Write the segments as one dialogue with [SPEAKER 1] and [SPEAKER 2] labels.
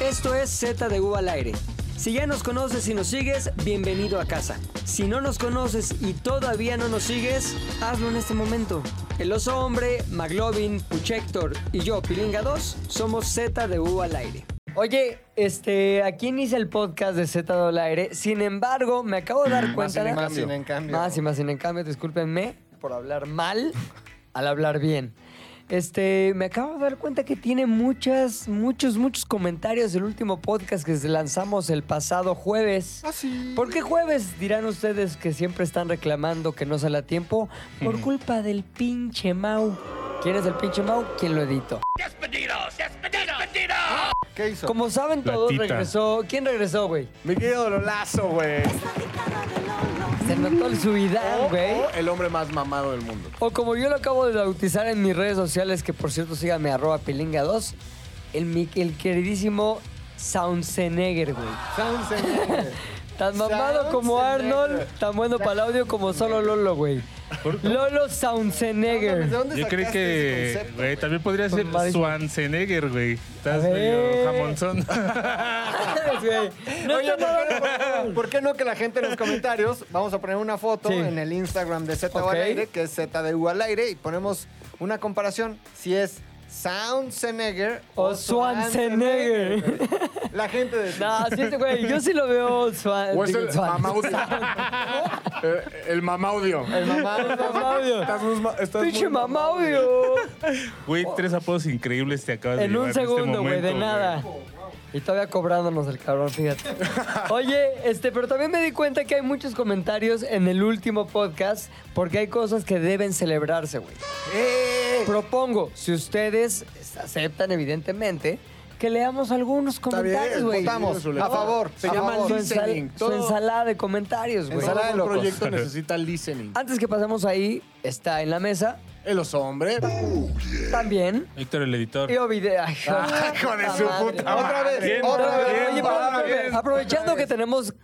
[SPEAKER 1] Esto es Z de U al aire. Si ya nos conoces y nos sigues, bienvenido a casa. Si no nos conoces y todavía no nos sigues, hazlo en este momento. El oso hombre, Maglovin, Puchector y yo, Pilinga 2, somos Z de U al aire. Oye, este, aquí inicia el podcast de Z de U al aire. Sin embargo, me acabo de dar
[SPEAKER 2] Mm, Más
[SPEAKER 1] cuenta.
[SPEAKER 2] sin en cambio. Más sin en cambio.
[SPEAKER 1] Más y más sin en cambio, discúlpenme por hablar mal al hablar bien. Este, me acabo de dar cuenta que tiene muchas, muchos, muchos comentarios el último podcast que lanzamos el pasado jueves.
[SPEAKER 2] Ah, sí.
[SPEAKER 1] ¿Por qué jueves? Dirán ustedes que siempre están reclamando que no sale a tiempo. Por culpa del pinche Mau. ¿Quién es el pinche Mau? ¿Quién lo editó?
[SPEAKER 2] ¿Qué hizo?
[SPEAKER 1] Como saben
[SPEAKER 3] La
[SPEAKER 1] todos,
[SPEAKER 3] tita.
[SPEAKER 1] regresó. ¿Quién regresó, güey?
[SPEAKER 2] Mi querido Lolazo, güey.
[SPEAKER 1] Se notó el
[SPEAKER 2] O-
[SPEAKER 1] subidán, güey.
[SPEAKER 2] o El hombre más mamado del mundo.
[SPEAKER 1] O como yo lo acabo de bautizar en mis redes sociales, que por cierto síganme arroba pilinga2, el, mi- el queridísimo Soundsenegger, güey. Tan mamado como
[SPEAKER 2] Schwarzenegger.
[SPEAKER 1] Arnold, tan bueno para el audio como solo Lolo, güey. Lolo
[SPEAKER 2] ¿De
[SPEAKER 1] Soundsenegger.
[SPEAKER 2] dónde
[SPEAKER 3] Yo creo
[SPEAKER 2] sacaste ese
[SPEAKER 3] que,
[SPEAKER 2] concepto,
[SPEAKER 3] güey, también podría
[SPEAKER 1] Con
[SPEAKER 3] ser
[SPEAKER 1] Madison.
[SPEAKER 3] Schwarzenegger, güey. Estás
[SPEAKER 1] A ver.
[SPEAKER 3] medio jamonzón.
[SPEAKER 1] Güey, no
[SPEAKER 2] Oye,
[SPEAKER 1] está mal.
[SPEAKER 2] ¿por, qué, por qué no que la gente en los comentarios vamos a poner una foto
[SPEAKER 1] Sí.
[SPEAKER 2] en el Instagram de Z
[SPEAKER 1] Ok.
[SPEAKER 2] al aire, que es Z de U al aire, y ponemos una comparación si es Soundsenegger
[SPEAKER 1] O Schwarzenegger.
[SPEAKER 2] güey. La gente de
[SPEAKER 1] No, sí, este güey, yo sí lo veo Swan.
[SPEAKER 4] O es el
[SPEAKER 1] Swan.
[SPEAKER 4] mamaudio. Eh, el mamaudio.
[SPEAKER 2] el mamado.
[SPEAKER 1] Mamaudio.
[SPEAKER 4] Estás muy ma- estás muy
[SPEAKER 1] Pinche
[SPEAKER 4] mamado.
[SPEAKER 1] mamaudio.
[SPEAKER 3] Güey, tres apodos increíbles te acabas de
[SPEAKER 1] En
[SPEAKER 3] llevar
[SPEAKER 1] un
[SPEAKER 3] este
[SPEAKER 1] segundo, güey,
[SPEAKER 3] momento,
[SPEAKER 1] de nada. Y todavía cobrándonos el cabrón, fíjate. Oye, este, pero también me di cuenta que hay muchos comentarios en el último podcast porque hay cosas que deben celebrarse, güey.
[SPEAKER 2] ¡Eh!
[SPEAKER 1] Propongo, si ustedes aceptan, evidentemente, que leamos algunos
[SPEAKER 4] bien,
[SPEAKER 1] comentarios, güey.
[SPEAKER 2] Votamos.
[SPEAKER 4] Su
[SPEAKER 2] A favor.
[SPEAKER 4] Se
[SPEAKER 2] a
[SPEAKER 4] llama
[SPEAKER 2] favor.
[SPEAKER 1] Su, ensal-
[SPEAKER 4] listening.
[SPEAKER 1] su
[SPEAKER 4] Todo-
[SPEAKER 1] ensalada de comentarios, güey.
[SPEAKER 2] Ensalada de
[SPEAKER 4] Todo
[SPEAKER 2] locos.
[SPEAKER 4] proyecto necesita listening. Eh,
[SPEAKER 1] Antes que pasemos ahí, está en la mesa
[SPEAKER 4] El oso hombre.
[SPEAKER 1] también.
[SPEAKER 3] Víctor, el editor.
[SPEAKER 1] Y Ovide- ay,
[SPEAKER 4] hijo de
[SPEAKER 1] puta
[SPEAKER 4] su
[SPEAKER 1] madre.
[SPEAKER 4] puta
[SPEAKER 2] Otra vez,
[SPEAKER 3] Bien,
[SPEAKER 2] otra
[SPEAKER 3] bien,
[SPEAKER 2] vez.
[SPEAKER 1] Oye,
[SPEAKER 3] bien,
[SPEAKER 1] pero,
[SPEAKER 2] otra
[SPEAKER 1] espérame,
[SPEAKER 2] vez.
[SPEAKER 1] aprovechando que tenemos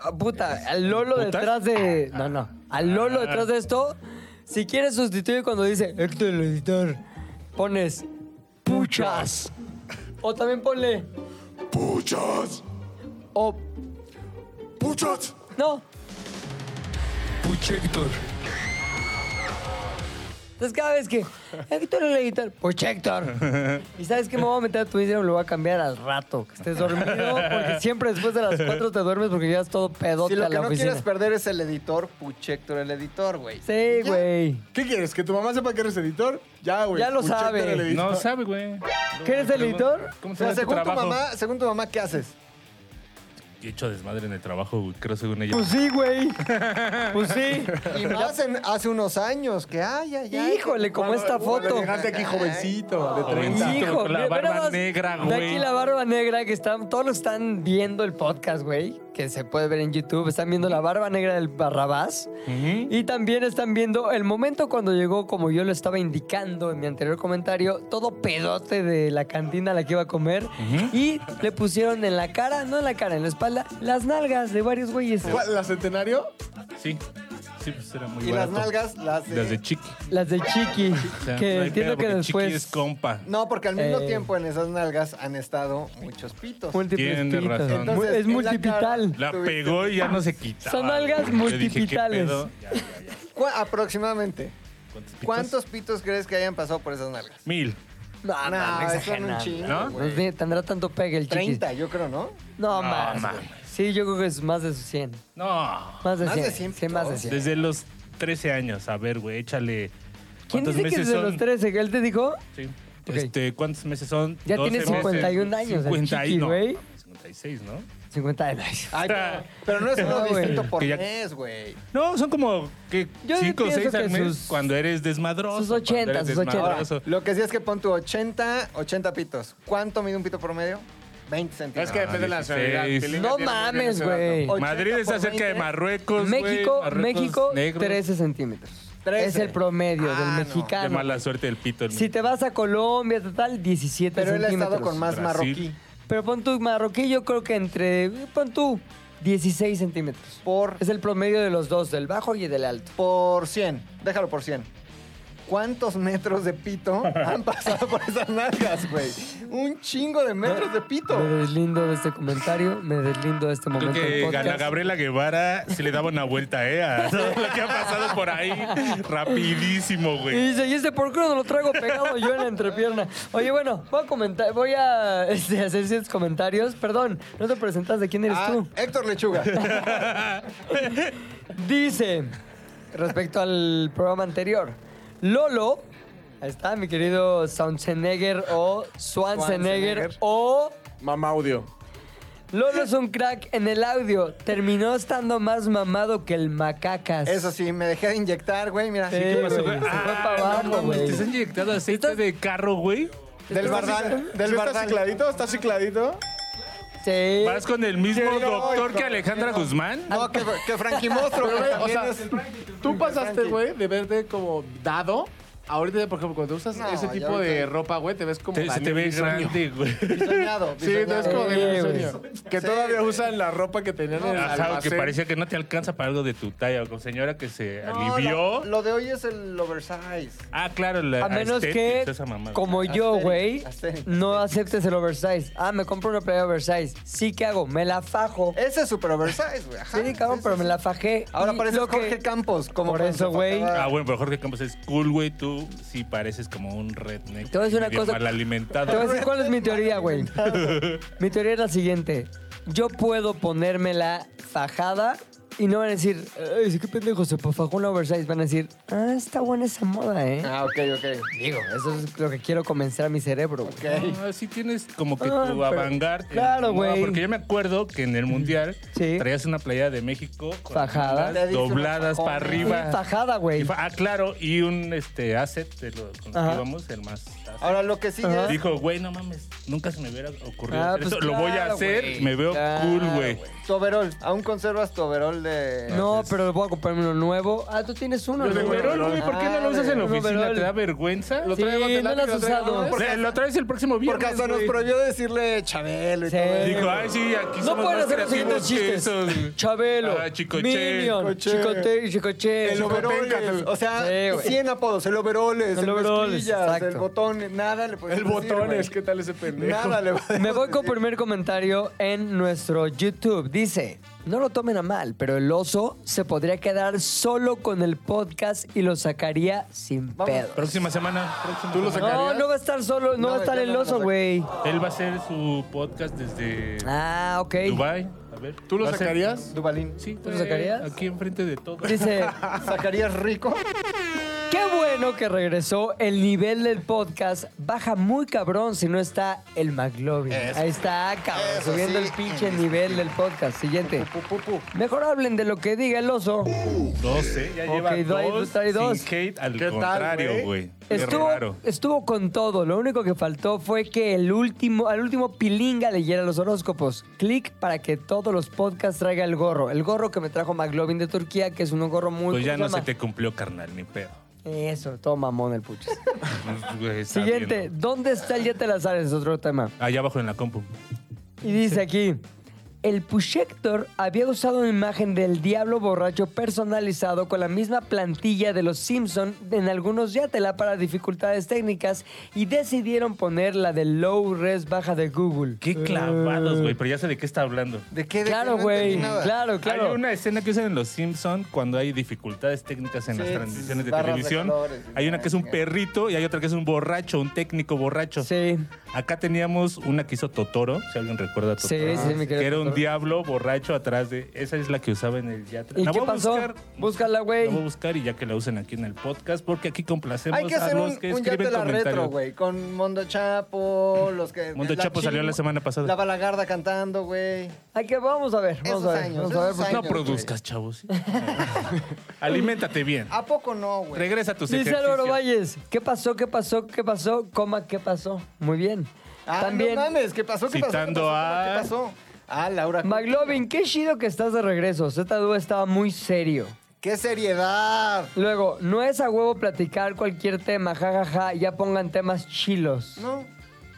[SPEAKER 1] ah, puta, al Lolo
[SPEAKER 3] ¿Putas?
[SPEAKER 1] detrás de. No, no. Al Lolo detrás de esto, si quieres sustituir cuando dice Héctor el editor, pones puchas. O también ponle.
[SPEAKER 4] Puchos.
[SPEAKER 1] O.
[SPEAKER 4] Puchos.
[SPEAKER 1] No.
[SPEAKER 4] Puchector.
[SPEAKER 1] Entonces cada vez que "Eh, Héctor el editor, pues Héctor. Y sabes que me voy a meter a tu Instagram, lo voy a cambiar al rato, que estés dormido, porque siempre después de las 4 te duermes porque llevas todo pedote
[SPEAKER 2] Si lo
[SPEAKER 1] a
[SPEAKER 2] que
[SPEAKER 1] la
[SPEAKER 2] no
[SPEAKER 1] oficina.
[SPEAKER 2] quieres perder es el editor, Puchector, el editor, güey.
[SPEAKER 1] Sí, güey.
[SPEAKER 4] ¿Qué quieres? ¿Que tu mamá sepa que eres editor? Ya, güey.
[SPEAKER 1] Ya lo
[SPEAKER 4] Puchector,
[SPEAKER 1] sabe.
[SPEAKER 4] el editor.
[SPEAKER 3] No sabe, güey.
[SPEAKER 1] ¿Qué eres, el editor?
[SPEAKER 3] ¿Cómo se
[SPEAKER 2] Pero
[SPEAKER 3] llama tu
[SPEAKER 2] según tu,
[SPEAKER 3] trabajo?
[SPEAKER 2] mamá, según tu mamá, ¿qué haces?
[SPEAKER 3] He hecho desmadre en el trabajo, güey. Creo según ella.
[SPEAKER 1] Pues sí, güey. Pues sí.
[SPEAKER 2] Y más en- hace unos años que, ay, ay, ay.
[SPEAKER 1] Híjole, como esta
[SPEAKER 4] Cuando
[SPEAKER 1] foto.
[SPEAKER 4] Llegaste aquí jovencito, de 30.
[SPEAKER 3] Jovencito.
[SPEAKER 1] Hijo,
[SPEAKER 3] con la
[SPEAKER 1] mira, ve
[SPEAKER 3] barba
[SPEAKER 1] nada más,
[SPEAKER 3] negra,
[SPEAKER 1] ve
[SPEAKER 3] güey.
[SPEAKER 1] aquí la barba negra que están, todos los que están viendo el podcast, güey, que se puede ver en YouTube, están viendo la barba negra del Barrabás.
[SPEAKER 3] Ujú.
[SPEAKER 1] Y también están viendo el momento cuando llegó, como yo lo estaba indicando en mi anterior comentario, todo pedote de la cantina a la que iba a comer. Y le pusieron en la cara, no en la cara, en la espalda, las nalgas de varios güeyes.
[SPEAKER 4] ¿Cuál, ¿La centenario?
[SPEAKER 3] Sí. Sí, pues era muy
[SPEAKER 2] Y las
[SPEAKER 3] barato.
[SPEAKER 2] nalgas las de-
[SPEAKER 3] Las de chiqui.
[SPEAKER 1] Las de Chiqui,
[SPEAKER 3] O sea, no
[SPEAKER 1] que
[SPEAKER 3] hay
[SPEAKER 1] entiendo
[SPEAKER 3] pedo,
[SPEAKER 1] que
[SPEAKER 3] porque
[SPEAKER 1] después...
[SPEAKER 3] Chiqui es compa.
[SPEAKER 2] No, porque al mismo
[SPEAKER 1] Eh.
[SPEAKER 2] tiempo en esas nalgas han estado muchos pitos.
[SPEAKER 1] Múltiples
[SPEAKER 3] Tiene
[SPEAKER 1] pitos.
[SPEAKER 3] razón.
[SPEAKER 1] Mu-
[SPEAKER 2] Entonces,
[SPEAKER 1] es
[SPEAKER 2] en la
[SPEAKER 1] multipital.
[SPEAKER 2] cara-
[SPEAKER 3] La
[SPEAKER 2] Tuviste-
[SPEAKER 3] pegó y ya no se quitaba.
[SPEAKER 1] Son nalgas
[SPEAKER 3] güey. Yo dije, ¿qué
[SPEAKER 1] multipitales.
[SPEAKER 3] pedo? Ya, ya, ya.
[SPEAKER 2] ¿Cu- aproximadamente.
[SPEAKER 3] ¿Cuántos pitos?
[SPEAKER 2] ¿Cuántos pitos crees que hayan pasado por esas nalgas?
[SPEAKER 3] Mil.
[SPEAKER 1] No, no, no,
[SPEAKER 2] No, son un
[SPEAKER 1] exageran.
[SPEAKER 2] chingo,
[SPEAKER 3] ¿no?
[SPEAKER 1] No
[SPEAKER 2] güey.
[SPEAKER 1] sé, Tendrá tanto pegue el chiqui.
[SPEAKER 2] 30, yo creo, ¿no?
[SPEAKER 1] No,
[SPEAKER 3] No,
[SPEAKER 1] más.
[SPEAKER 3] mames.
[SPEAKER 1] güey. Sí, yo creo que es más de sus 100.
[SPEAKER 3] No.
[SPEAKER 1] Más de 100.
[SPEAKER 2] Más de 100
[SPEAKER 1] Sí, más de 100.
[SPEAKER 3] Desde los 13 años. A ver, güey, échale.
[SPEAKER 1] ¿Quién
[SPEAKER 3] ¿Cuántos
[SPEAKER 1] dice que
[SPEAKER 3] meses
[SPEAKER 1] desde
[SPEAKER 3] son?
[SPEAKER 1] los 13? ¿Él te dijo?
[SPEAKER 3] Sí.
[SPEAKER 1] Ok.
[SPEAKER 3] Este, ¿Cuántos meses son?
[SPEAKER 1] Ya
[SPEAKER 3] 12
[SPEAKER 1] tiene 51
[SPEAKER 3] meses.
[SPEAKER 1] años el
[SPEAKER 3] 50 y
[SPEAKER 1] chiqui,
[SPEAKER 3] no,
[SPEAKER 1] güey.
[SPEAKER 3] 56, ¿no?
[SPEAKER 1] 50 de nice.
[SPEAKER 2] Ay,
[SPEAKER 3] Ah.
[SPEAKER 2] pero no es
[SPEAKER 1] No,
[SPEAKER 2] uno
[SPEAKER 1] güey.
[SPEAKER 2] distinto por
[SPEAKER 3] Que ya-
[SPEAKER 2] mes, güey.
[SPEAKER 3] No, son como que
[SPEAKER 1] Yo
[SPEAKER 3] 5 o
[SPEAKER 1] pienso
[SPEAKER 3] 6 al
[SPEAKER 1] que
[SPEAKER 3] mes
[SPEAKER 1] sus-
[SPEAKER 3] cuando eres desmadroso.
[SPEAKER 1] sus 80,
[SPEAKER 3] cuando eres
[SPEAKER 1] sus 80.
[SPEAKER 2] Ahora,
[SPEAKER 3] desmadroso.
[SPEAKER 2] lo que sí es que pon tu 80, 80 pitos. ¿Cuánto mide un pito promedio? 20 centímetros.
[SPEAKER 4] Es que depende de la nacionalidad.
[SPEAKER 3] 16.
[SPEAKER 4] Pilinga
[SPEAKER 1] No
[SPEAKER 4] tiene muy bien
[SPEAKER 1] mames,
[SPEAKER 4] ese dato.
[SPEAKER 1] güey.
[SPEAKER 2] 80
[SPEAKER 3] Madrid está
[SPEAKER 2] por
[SPEAKER 3] cerca de
[SPEAKER 2] 20.
[SPEAKER 3] Marruecos, pues, güey,
[SPEAKER 1] México,
[SPEAKER 3] Marruecos
[SPEAKER 1] México,
[SPEAKER 3] negro.
[SPEAKER 1] 13 centímetros.
[SPEAKER 2] 13.
[SPEAKER 1] Es el promedio
[SPEAKER 2] Ah, no.
[SPEAKER 1] del
[SPEAKER 3] Qué
[SPEAKER 1] mexicano.
[SPEAKER 3] mala suerte el pito. El
[SPEAKER 1] Si te vas a Colombia, total, 17
[SPEAKER 2] Pero él ha
[SPEAKER 1] centímetros.
[SPEAKER 2] estado con más
[SPEAKER 3] Brasil.
[SPEAKER 2] marroquí
[SPEAKER 1] Pero pon tú marroquí, yo creo que entre. Pon tú 16 centímetros.
[SPEAKER 2] por,
[SPEAKER 1] Es el promedio de los dos, del bajo y del alto.
[SPEAKER 2] por 100. Déjalo por 100. cuántos metros de pito han pasado por esas nalgas, güey. Un chingo de metros de pito.
[SPEAKER 1] Me deslindo de este comentario, me deslindo de este
[SPEAKER 3] Creo
[SPEAKER 1] momento del
[SPEAKER 3] que Ana
[SPEAKER 1] podcast.
[SPEAKER 3] Gabriela Guevara sí le daba una vuelta, ¿eh? A todo lo que ha pasado por ahí. Rapidísimo,
[SPEAKER 1] Y
[SPEAKER 3] güey.
[SPEAKER 1] dice, ¿y este por qué no lo traigo pegado yo en la entrepierna? Oye, bueno, voy a comentar, voy a este, hacer ciertos comentarios. Perdón, no te presentas de quién eres
[SPEAKER 2] Ah,
[SPEAKER 1] tú.
[SPEAKER 2] Héctor Lechuga.
[SPEAKER 1] Dice, respecto al programa anterior, Lolo, ahí está mi querido Schwarzenegger o Schwarzenegger
[SPEAKER 2] Schwarzenegger.
[SPEAKER 1] o
[SPEAKER 4] Mamá audio.
[SPEAKER 1] Lolo es un crack en el audio. Terminó estando más mamado que el macacas.
[SPEAKER 2] Eso sí, me dejé de inyectar, güey, mira.
[SPEAKER 1] Sí, güey, se fue
[SPEAKER 3] Ah,
[SPEAKER 1] para
[SPEAKER 3] no
[SPEAKER 1] abajo,
[SPEAKER 3] mames,
[SPEAKER 1] güey.
[SPEAKER 3] ¿Te has inyectado aceite de carro, güey?
[SPEAKER 2] Del bardal, del
[SPEAKER 4] ¿Sí ¿Está
[SPEAKER 2] bardal.
[SPEAKER 4] cicladito? ¿Está cicladito?
[SPEAKER 1] Sí.
[SPEAKER 3] ¿Vas con el mismo
[SPEAKER 4] Quiero,
[SPEAKER 3] doctor que
[SPEAKER 4] hijo,
[SPEAKER 3] Alejandra Guzmán?
[SPEAKER 1] Ah,
[SPEAKER 2] No, que, que Frankie Monstruo, güey.
[SPEAKER 4] O
[SPEAKER 2] también
[SPEAKER 4] sea,
[SPEAKER 2] es-
[SPEAKER 4] tú pasaste, güey, de verte como dado. Ahorita, por ejemplo, cuando usas
[SPEAKER 2] No,
[SPEAKER 4] ese
[SPEAKER 2] ya
[SPEAKER 4] tipo de
[SPEAKER 2] ahorita-
[SPEAKER 4] ropa, güey, te ves como.
[SPEAKER 3] Te- se te ve
[SPEAKER 4] Daniel Bisoño.
[SPEAKER 3] grande, güey.
[SPEAKER 2] bisoñado,
[SPEAKER 4] Sí, te ves
[SPEAKER 2] bisoñado.
[SPEAKER 4] como
[SPEAKER 1] Sí,
[SPEAKER 4] Daniel
[SPEAKER 1] güey.
[SPEAKER 4] Bisoño. Que todavía usan la ropa que tenían en el
[SPEAKER 3] Ajá, que
[SPEAKER 4] almacén.
[SPEAKER 3] parecía que no te alcanza para algo de tu talla. Como señora que se
[SPEAKER 2] No,
[SPEAKER 3] alivió.
[SPEAKER 2] Lo, lo de hoy es el oversize.
[SPEAKER 3] Ah, claro, la
[SPEAKER 1] A menos que,
[SPEAKER 3] aesthetics, esa mamá.
[SPEAKER 1] como yo,
[SPEAKER 2] Asterix,
[SPEAKER 1] güey,
[SPEAKER 2] Asterix.
[SPEAKER 1] no aceptes el oversize. Ah, me compro una playa oversize. Sí, ¿qué hago? Me la fajo.
[SPEAKER 2] Ese es super oversize, güey. ajá.
[SPEAKER 1] Eh, Sí, cabrón,
[SPEAKER 2] Sí,
[SPEAKER 1] pero
[SPEAKER 2] sí,
[SPEAKER 1] me
[SPEAKER 2] sí.
[SPEAKER 1] la fajé.
[SPEAKER 2] Ahora
[SPEAKER 1] Y
[SPEAKER 2] parece
[SPEAKER 1] lo que-
[SPEAKER 2] Jorge Campos. Como
[SPEAKER 1] Por
[SPEAKER 2] cuando
[SPEAKER 1] eso,
[SPEAKER 2] se
[SPEAKER 1] güey.
[SPEAKER 2] faltaba-
[SPEAKER 3] Ah, bueno, pero Jorge Campos es cool, güey. Tú sí pareces como un redneck.
[SPEAKER 1] Te voy a decir una
[SPEAKER 3] medio
[SPEAKER 1] cosa.
[SPEAKER 3] Mal alimentado.
[SPEAKER 1] Te voy a decir cuál es mi teoría, güey. Mi teoría es la siguiente. Yo puedo ponérmela fajada y no van a decir, ay, sí, qué pendejo, se fajó una oversize. Van a decir, ah, está buena esa moda, ¿eh?
[SPEAKER 2] Ah, ok, ok.
[SPEAKER 1] Digo, eso es lo que quiero convencer a mi cerebro, güey.
[SPEAKER 3] No, sí tienes como que
[SPEAKER 1] Ah,
[SPEAKER 3] tu
[SPEAKER 1] pero-
[SPEAKER 3] avangar.
[SPEAKER 1] claro, güey.
[SPEAKER 3] porque yo me acuerdo que en el mundial
[SPEAKER 1] Sí.
[SPEAKER 3] traías una playa de México con
[SPEAKER 1] Fajada.
[SPEAKER 3] las
[SPEAKER 2] Le diste una
[SPEAKER 3] dobladas
[SPEAKER 2] fajona.
[SPEAKER 3] para
[SPEAKER 1] Sí,
[SPEAKER 3] arriba.
[SPEAKER 1] fajada, güey.
[SPEAKER 3] Y fa- Ah, claro, y un este asset de lo con lo
[SPEAKER 1] Ajá.
[SPEAKER 3] que íbamos, el más.
[SPEAKER 2] Ahora lo que sí
[SPEAKER 1] Ajá.
[SPEAKER 2] es.
[SPEAKER 3] Dijo, güey, no mames, nunca se me hubiera ocurrido
[SPEAKER 1] Ah,
[SPEAKER 3] hacer
[SPEAKER 1] pues
[SPEAKER 3] eso. Lo voy a
[SPEAKER 1] claro,
[SPEAKER 3] hacer,
[SPEAKER 1] güey.
[SPEAKER 3] me veo
[SPEAKER 1] Claro,
[SPEAKER 3] cool, güey.
[SPEAKER 2] Tu overall. Aún conservas tu overall de.
[SPEAKER 1] No, pero voy a comprarme uno nuevo. Ah, tú tienes uno,
[SPEAKER 4] Yo
[SPEAKER 1] ¿no?
[SPEAKER 4] tengo
[SPEAKER 3] Pero,
[SPEAKER 4] overol.
[SPEAKER 3] güey, ¿por qué no lo usas en la
[SPEAKER 1] Ah,
[SPEAKER 3] oficina?
[SPEAKER 1] overol.
[SPEAKER 3] ¿Te da vergüenza?
[SPEAKER 4] Lo
[SPEAKER 1] Sí,
[SPEAKER 4] trae
[SPEAKER 1] no
[SPEAKER 4] guante
[SPEAKER 1] lo
[SPEAKER 4] lápiz,
[SPEAKER 1] has
[SPEAKER 4] lo trae-
[SPEAKER 1] usado.
[SPEAKER 4] Ah,
[SPEAKER 3] Le- Lo traes el próximo viernes.
[SPEAKER 2] Porque hasta nos
[SPEAKER 3] güey.
[SPEAKER 2] prohibió decirle Chabelo y
[SPEAKER 1] Sí.
[SPEAKER 2] todo eso.
[SPEAKER 3] Dijo, ay, sí, aquí
[SPEAKER 1] No
[SPEAKER 3] somos
[SPEAKER 1] pueden
[SPEAKER 3] más
[SPEAKER 1] hacer los
[SPEAKER 3] creativos
[SPEAKER 1] siguientes
[SPEAKER 3] que
[SPEAKER 1] chistes.
[SPEAKER 3] esos.
[SPEAKER 1] Chabelo,
[SPEAKER 3] Ah, Chicoche.
[SPEAKER 1] Minion,
[SPEAKER 2] Chicoche.
[SPEAKER 1] Chicote, Chicoche.
[SPEAKER 2] El
[SPEAKER 1] Chico-
[SPEAKER 2] overall.
[SPEAKER 4] Chicotenca.
[SPEAKER 2] O
[SPEAKER 1] Sí,
[SPEAKER 2] sea,
[SPEAKER 1] güey.
[SPEAKER 2] 100 apodos. El overall, el,
[SPEAKER 1] El overoles,
[SPEAKER 2] mezclillas, el
[SPEAKER 1] exacto.
[SPEAKER 2] botón, nada le puedes
[SPEAKER 4] El
[SPEAKER 2] decir,
[SPEAKER 4] botón
[SPEAKER 2] güey.
[SPEAKER 4] es, ¿qué tal ese pendejo?
[SPEAKER 2] Nada le podemos
[SPEAKER 1] Me voy con
[SPEAKER 2] decir.
[SPEAKER 1] primer comentario en nuestro YouTube. Dice, no lo tomen a mal, pero el oso se podría quedar solo con el podcast y lo sacaría sin
[SPEAKER 2] Vamos.
[SPEAKER 1] pedo.
[SPEAKER 3] Próxima semana. próxima
[SPEAKER 4] ¿Tú lo
[SPEAKER 3] semana.
[SPEAKER 1] No, no va a estar solo, no,
[SPEAKER 2] No,
[SPEAKER 1] va a estar
[SPEAKER 2] ya
[SPEAKER 1] el
[SPEAKER 2] no lo
[SPEAKER 1] oso,
[SPEAKER 2] saca.
[SPEAKER 1] güey.
[SPEAKER 3] Él va a hacer su podcast desde
[SPEAKER 1] Ah, ok.
[SPEAKER 3] Dubai. A ver.
[SPEAKER 4] ¿Tú lo
[SPEAKER 3] va a hacer-
[SPEAKER 4] sacarías?
[SPEAKER 2] Dubalín.
[SPEAKER 3] Sí, ¿Tú
[SPEAKER 1] lo sacarías?
[SPEAKER 3] Aquí enfrente de todo.
[SPEAKER 1] Dice,
[SPEAKER 2] ¿Sacarías rico?
[SPEAKER 1] qué bueno que regresó. El nivel del podcast baja muy cabrón si no está el McLovin.
[SPEAKER 2] Eso.
[SPEAKER 1] Ahí está, cabrón,
[SPEAKER 2] Eso
[SPEAKER 1] subiendo
[SPEAKER 2] sí, este
[SPEAKER 1] el pinche nivel del podcast. Siguiente.
[SPEAKER 2] Pu, pu, pu.
[SPEAKER 1] Mejor hablen de lo que diga el oso.
[SPEAKER 3] 12. Ya
[SPEAKER 1] Ok,
[SPEAKER 3] lleva
[SPEAKER 1] doy-
[SPEAKER 3] dos.
[SPEAKER 1] doy dos.
[SPEAKER 3] Sin hate, al
[SPEAKER 4] ¿Qué tal,
[SPEAKER 3] contrario,
[SPEAKER 4] güey?
[SPEAKER 3] güey. Es
[SPEAKER 1] Estuvo,
[SPEAKER 3] raro.
[SPEAKER 1] estuvo con todo. Lo único que faltó fue que el último, al último pilinga leyera los horóscopos. Clic para que todos los podcasts traiga el gorro. El gorro que me trajo McLovin de Turquía, que es un gorro muy.
[SPEAKER 3] Pues ya
[SPEAKER 1] ¿cómo
[SPEAKER 3] no
[SPEAKER 1] se
[SPEAKER 3] se te cumplió, carnal, ni pedo.
[SPEAKER 1] llama? Eso, todo mamón el puchis.
[SPEAKER 3] Pues, güey, está
[SPEAKER 1] Siguiente,
[SPEAKER 3] viendo.
[SPEAKER 1] ¿dónde está el Yete Lazares? Es otro tema.
[SPEAKER 3] Allá abajo en la compu.
[SPEAKER 1] Y dice aquí. El Pushector había usado una imagen del diablo borracho personalizado con la misma plantilla de los Simpson en algunos Yatela para dificultades técnicas y decidieron poner la de low res baja de Google.
[SPEAKER 3] Qué clavados, güey. Pero ya sé de qué está hablando.
[SPEAKER 2] ¿De qué? ¿De qué?
[SPEAKER 1] Claro,
[SPEAKER 2] No
[SPEAKER 1] güey.
[SPEAKER 2] entendí nada.
[SPEAKER 1] claro, claro.
[SPEAKER 3] Hay una escena que usan en Los Simpson cuando hay dificultades técnicas en
[SPEAKER 2] Sí,
[SPEAKER 3] las transmisiones de
[SPEAKER 2] barras de
[SPEAKER 3] televisión.
[SPEAKER 2] colores y
[SPEAKER 3] hay una que es un
[SPEAKER 2] la
[SPEAKER 3] perrito y hay otra que es un borracho, un técnico borracho.
[SPEAKER 1] Sí.
[SPEAKER 3] Acá teníamos una que hizo Totoro, si alguien recuerda a Totoro.
[SPEAKER 1] Sí, sí, me querido
[SPEAKER 3] Que era un
[SPEAKER 1] Totoro.
[SPEAKER 3] diablo borracho atrás de... Esa es la que usaba en el yatra.
[SPEAKER 1] ¿Y
[SPEAKER 3] La
[SPEAKER 1] qué
[SPEAKER 3] voy a
[SPEAKER 1] pasó?
[SPEAKER 3] buscar.
[SPEAKER 1] Búscala, güey.
[SPEAKER 3] La voy a buscar y ya que la usen aquí en el podcast, porque aquí complacemos
[SPEAKER 2] Hay que
[SPEAKER 3] a
[SPEAKER 2] hacer
[SPEAKER 3] los
[SPEAKER 2] un,
[SPEAKER 3] que
[SPEAKER 2] un
[SPEAKER 3] escriben
[SPEAKER 2] yate la
[SPEAKER 3] comentarios.
[SPEAKER 2] retro, güey. Con Mondo Chapo, los que.
[SPEAKER 3] Mondo Chapo salió la semana pasada.
[SPEAKER 2] La balagarda cantando, güey.
[SPEAKER 1] Hay que, vamos a ver, vamos
[SPEAKER 2] Esos
[SPEAKER 1] a ver.
[SPEAKER 2] años,
[SPEAKER 1] vamos a ver
[SPEAKER 2] esos
[SPEAKER 1] porque-
[SPEAKER 3] No
[SPEAKER 2] Años,
[SPEAKER 3] produzcas, chavos. Aliméntate bien.
[SPEAKER 2] ¿A poco no, güey?
[SPEAKER 3] Regresa a tus
[SPEAKER 1] Ah, Dice Álvaro
[SPEAKER 3] ejercicios.
[SPEAKER 1] Valles, ¿qué pasó? ¿Qué pasó? ¿Qué pasó? Coma, ¿qué pasó? Muy bien.
[SPEAKER 2] Ah,
[SPEAKER 1] También,
[SPEAKER 2] no mames, ¿qué pasó? ¿Qué pasó? ¿Qué
[SPEAKER 3] Citando
[SPEAKER 2] pasó?
[SPEAKER 3] a-
[SPEAKER 2] ¿Qué pasó? Ah, Laura. Cook.
[SPEAKER 1] McLovin, qué chido que estás de regreso. Z2 estaba muy serio.
[SPEAKER 2] ¡Qué seriedad!
[SPEAKER 1] Luego, no es a huevo platicar cualquier tema, jajaja, ya pongan temas chilos.
[SPEAKER 2] No,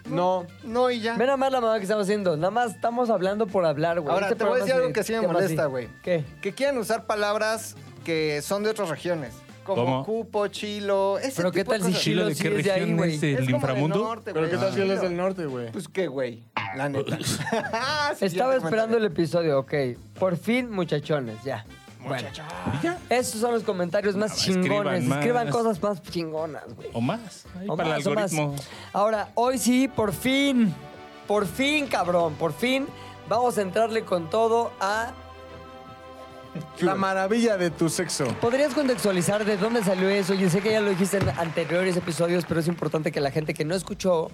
[SPEAKER 4] No.
[SPEAKER 2] no y ya.
[SPEAKER 1] Ve nada más la mamá que estamos haciendo, nada más estamos hablando por hablar, güey. Este
[SPEAKER 2] Ahora, te voy
[SPEAKER 1] programa
[SPEAKER 2] a decir
[SPEAKER 1] es de
[SPEAKER 2] algo que sí me
[SPEAKER 1] temas así.
[SPEAKER 2] molesta, güey.
[SPEAKER 1] ¿Qué?
[SPEAKER 2] Que quieran usar palabras que son de otras regiones. como
[SPEAKER 3] ¿Cómo?
[SPEAKER 2] Cupo, Chilo. Ese
[SPEAKER 5] Pero qué
[SPEAKER 2] tipo de
[SPEAKER 5] tal si
[SPEAKER 2] cosas.
[SPEAKER 5] Chilo de
[SPEAKER 1] sí
[SPEAKER 5] qué
[SPEAKER 1] es de ahí,
[SPEAKER 5] región
[SPEAKER 1] güey.
[SPEAKER 5] es
[SPEAKER 3] Es
[SPEAKER 2] Es
[SPEAKER 5] el
[SPEAKER 2] como del
[SPEAKER 3] inframundo?
[SPEAKER 2] norte,
[SPEAKER 4] Pero
[SPEAKER 2] güey,
[SPEAKER 4] qué tal si él es
[SPEAKER 2] Chilo.
[SPEAKER 4] del norte, güey.
[SPEAKER 2] Pues qué, güey. La neta. Ah, Sí,
[SPEAKER 1] Estaba
[SPEAKER 2] ya te
[SPEAKER 1] esperando el
[SPEAKER 2] comentaré.
[SPEAKER 1] episodio, ok. Por fin, muchachones, ya. Bueno, esos son los comentarios más
[SPEAKER 3] Escriban
[SPEAKER 1] chingones.
[SPEAKER 3] más.
[SPEAKER 1] Escriban cosas más chingonas, güey.
[SPEAKER 3] O más. ahí
[SPEAKER 1] O
[SPEAKER 3] para
[SPEAKER 1] más,
[SPEAKER 3] el
[SPEAKER 1] o más.
[SPEAKER 3] algoritmo.
[SPEAKER 1] Ahora, hoy sí, por fin, por fin, cabrón, por fin, vamos a entrarle con todo a...
[SPEAKER 4] La maravilla de tu sexo.
[SPEAKER 1] ¿Podrías contextualizar de dónde salió eso? Yo sé que ya lo dijiste en anteriores episodios, pero es importante que la gente que no escuchó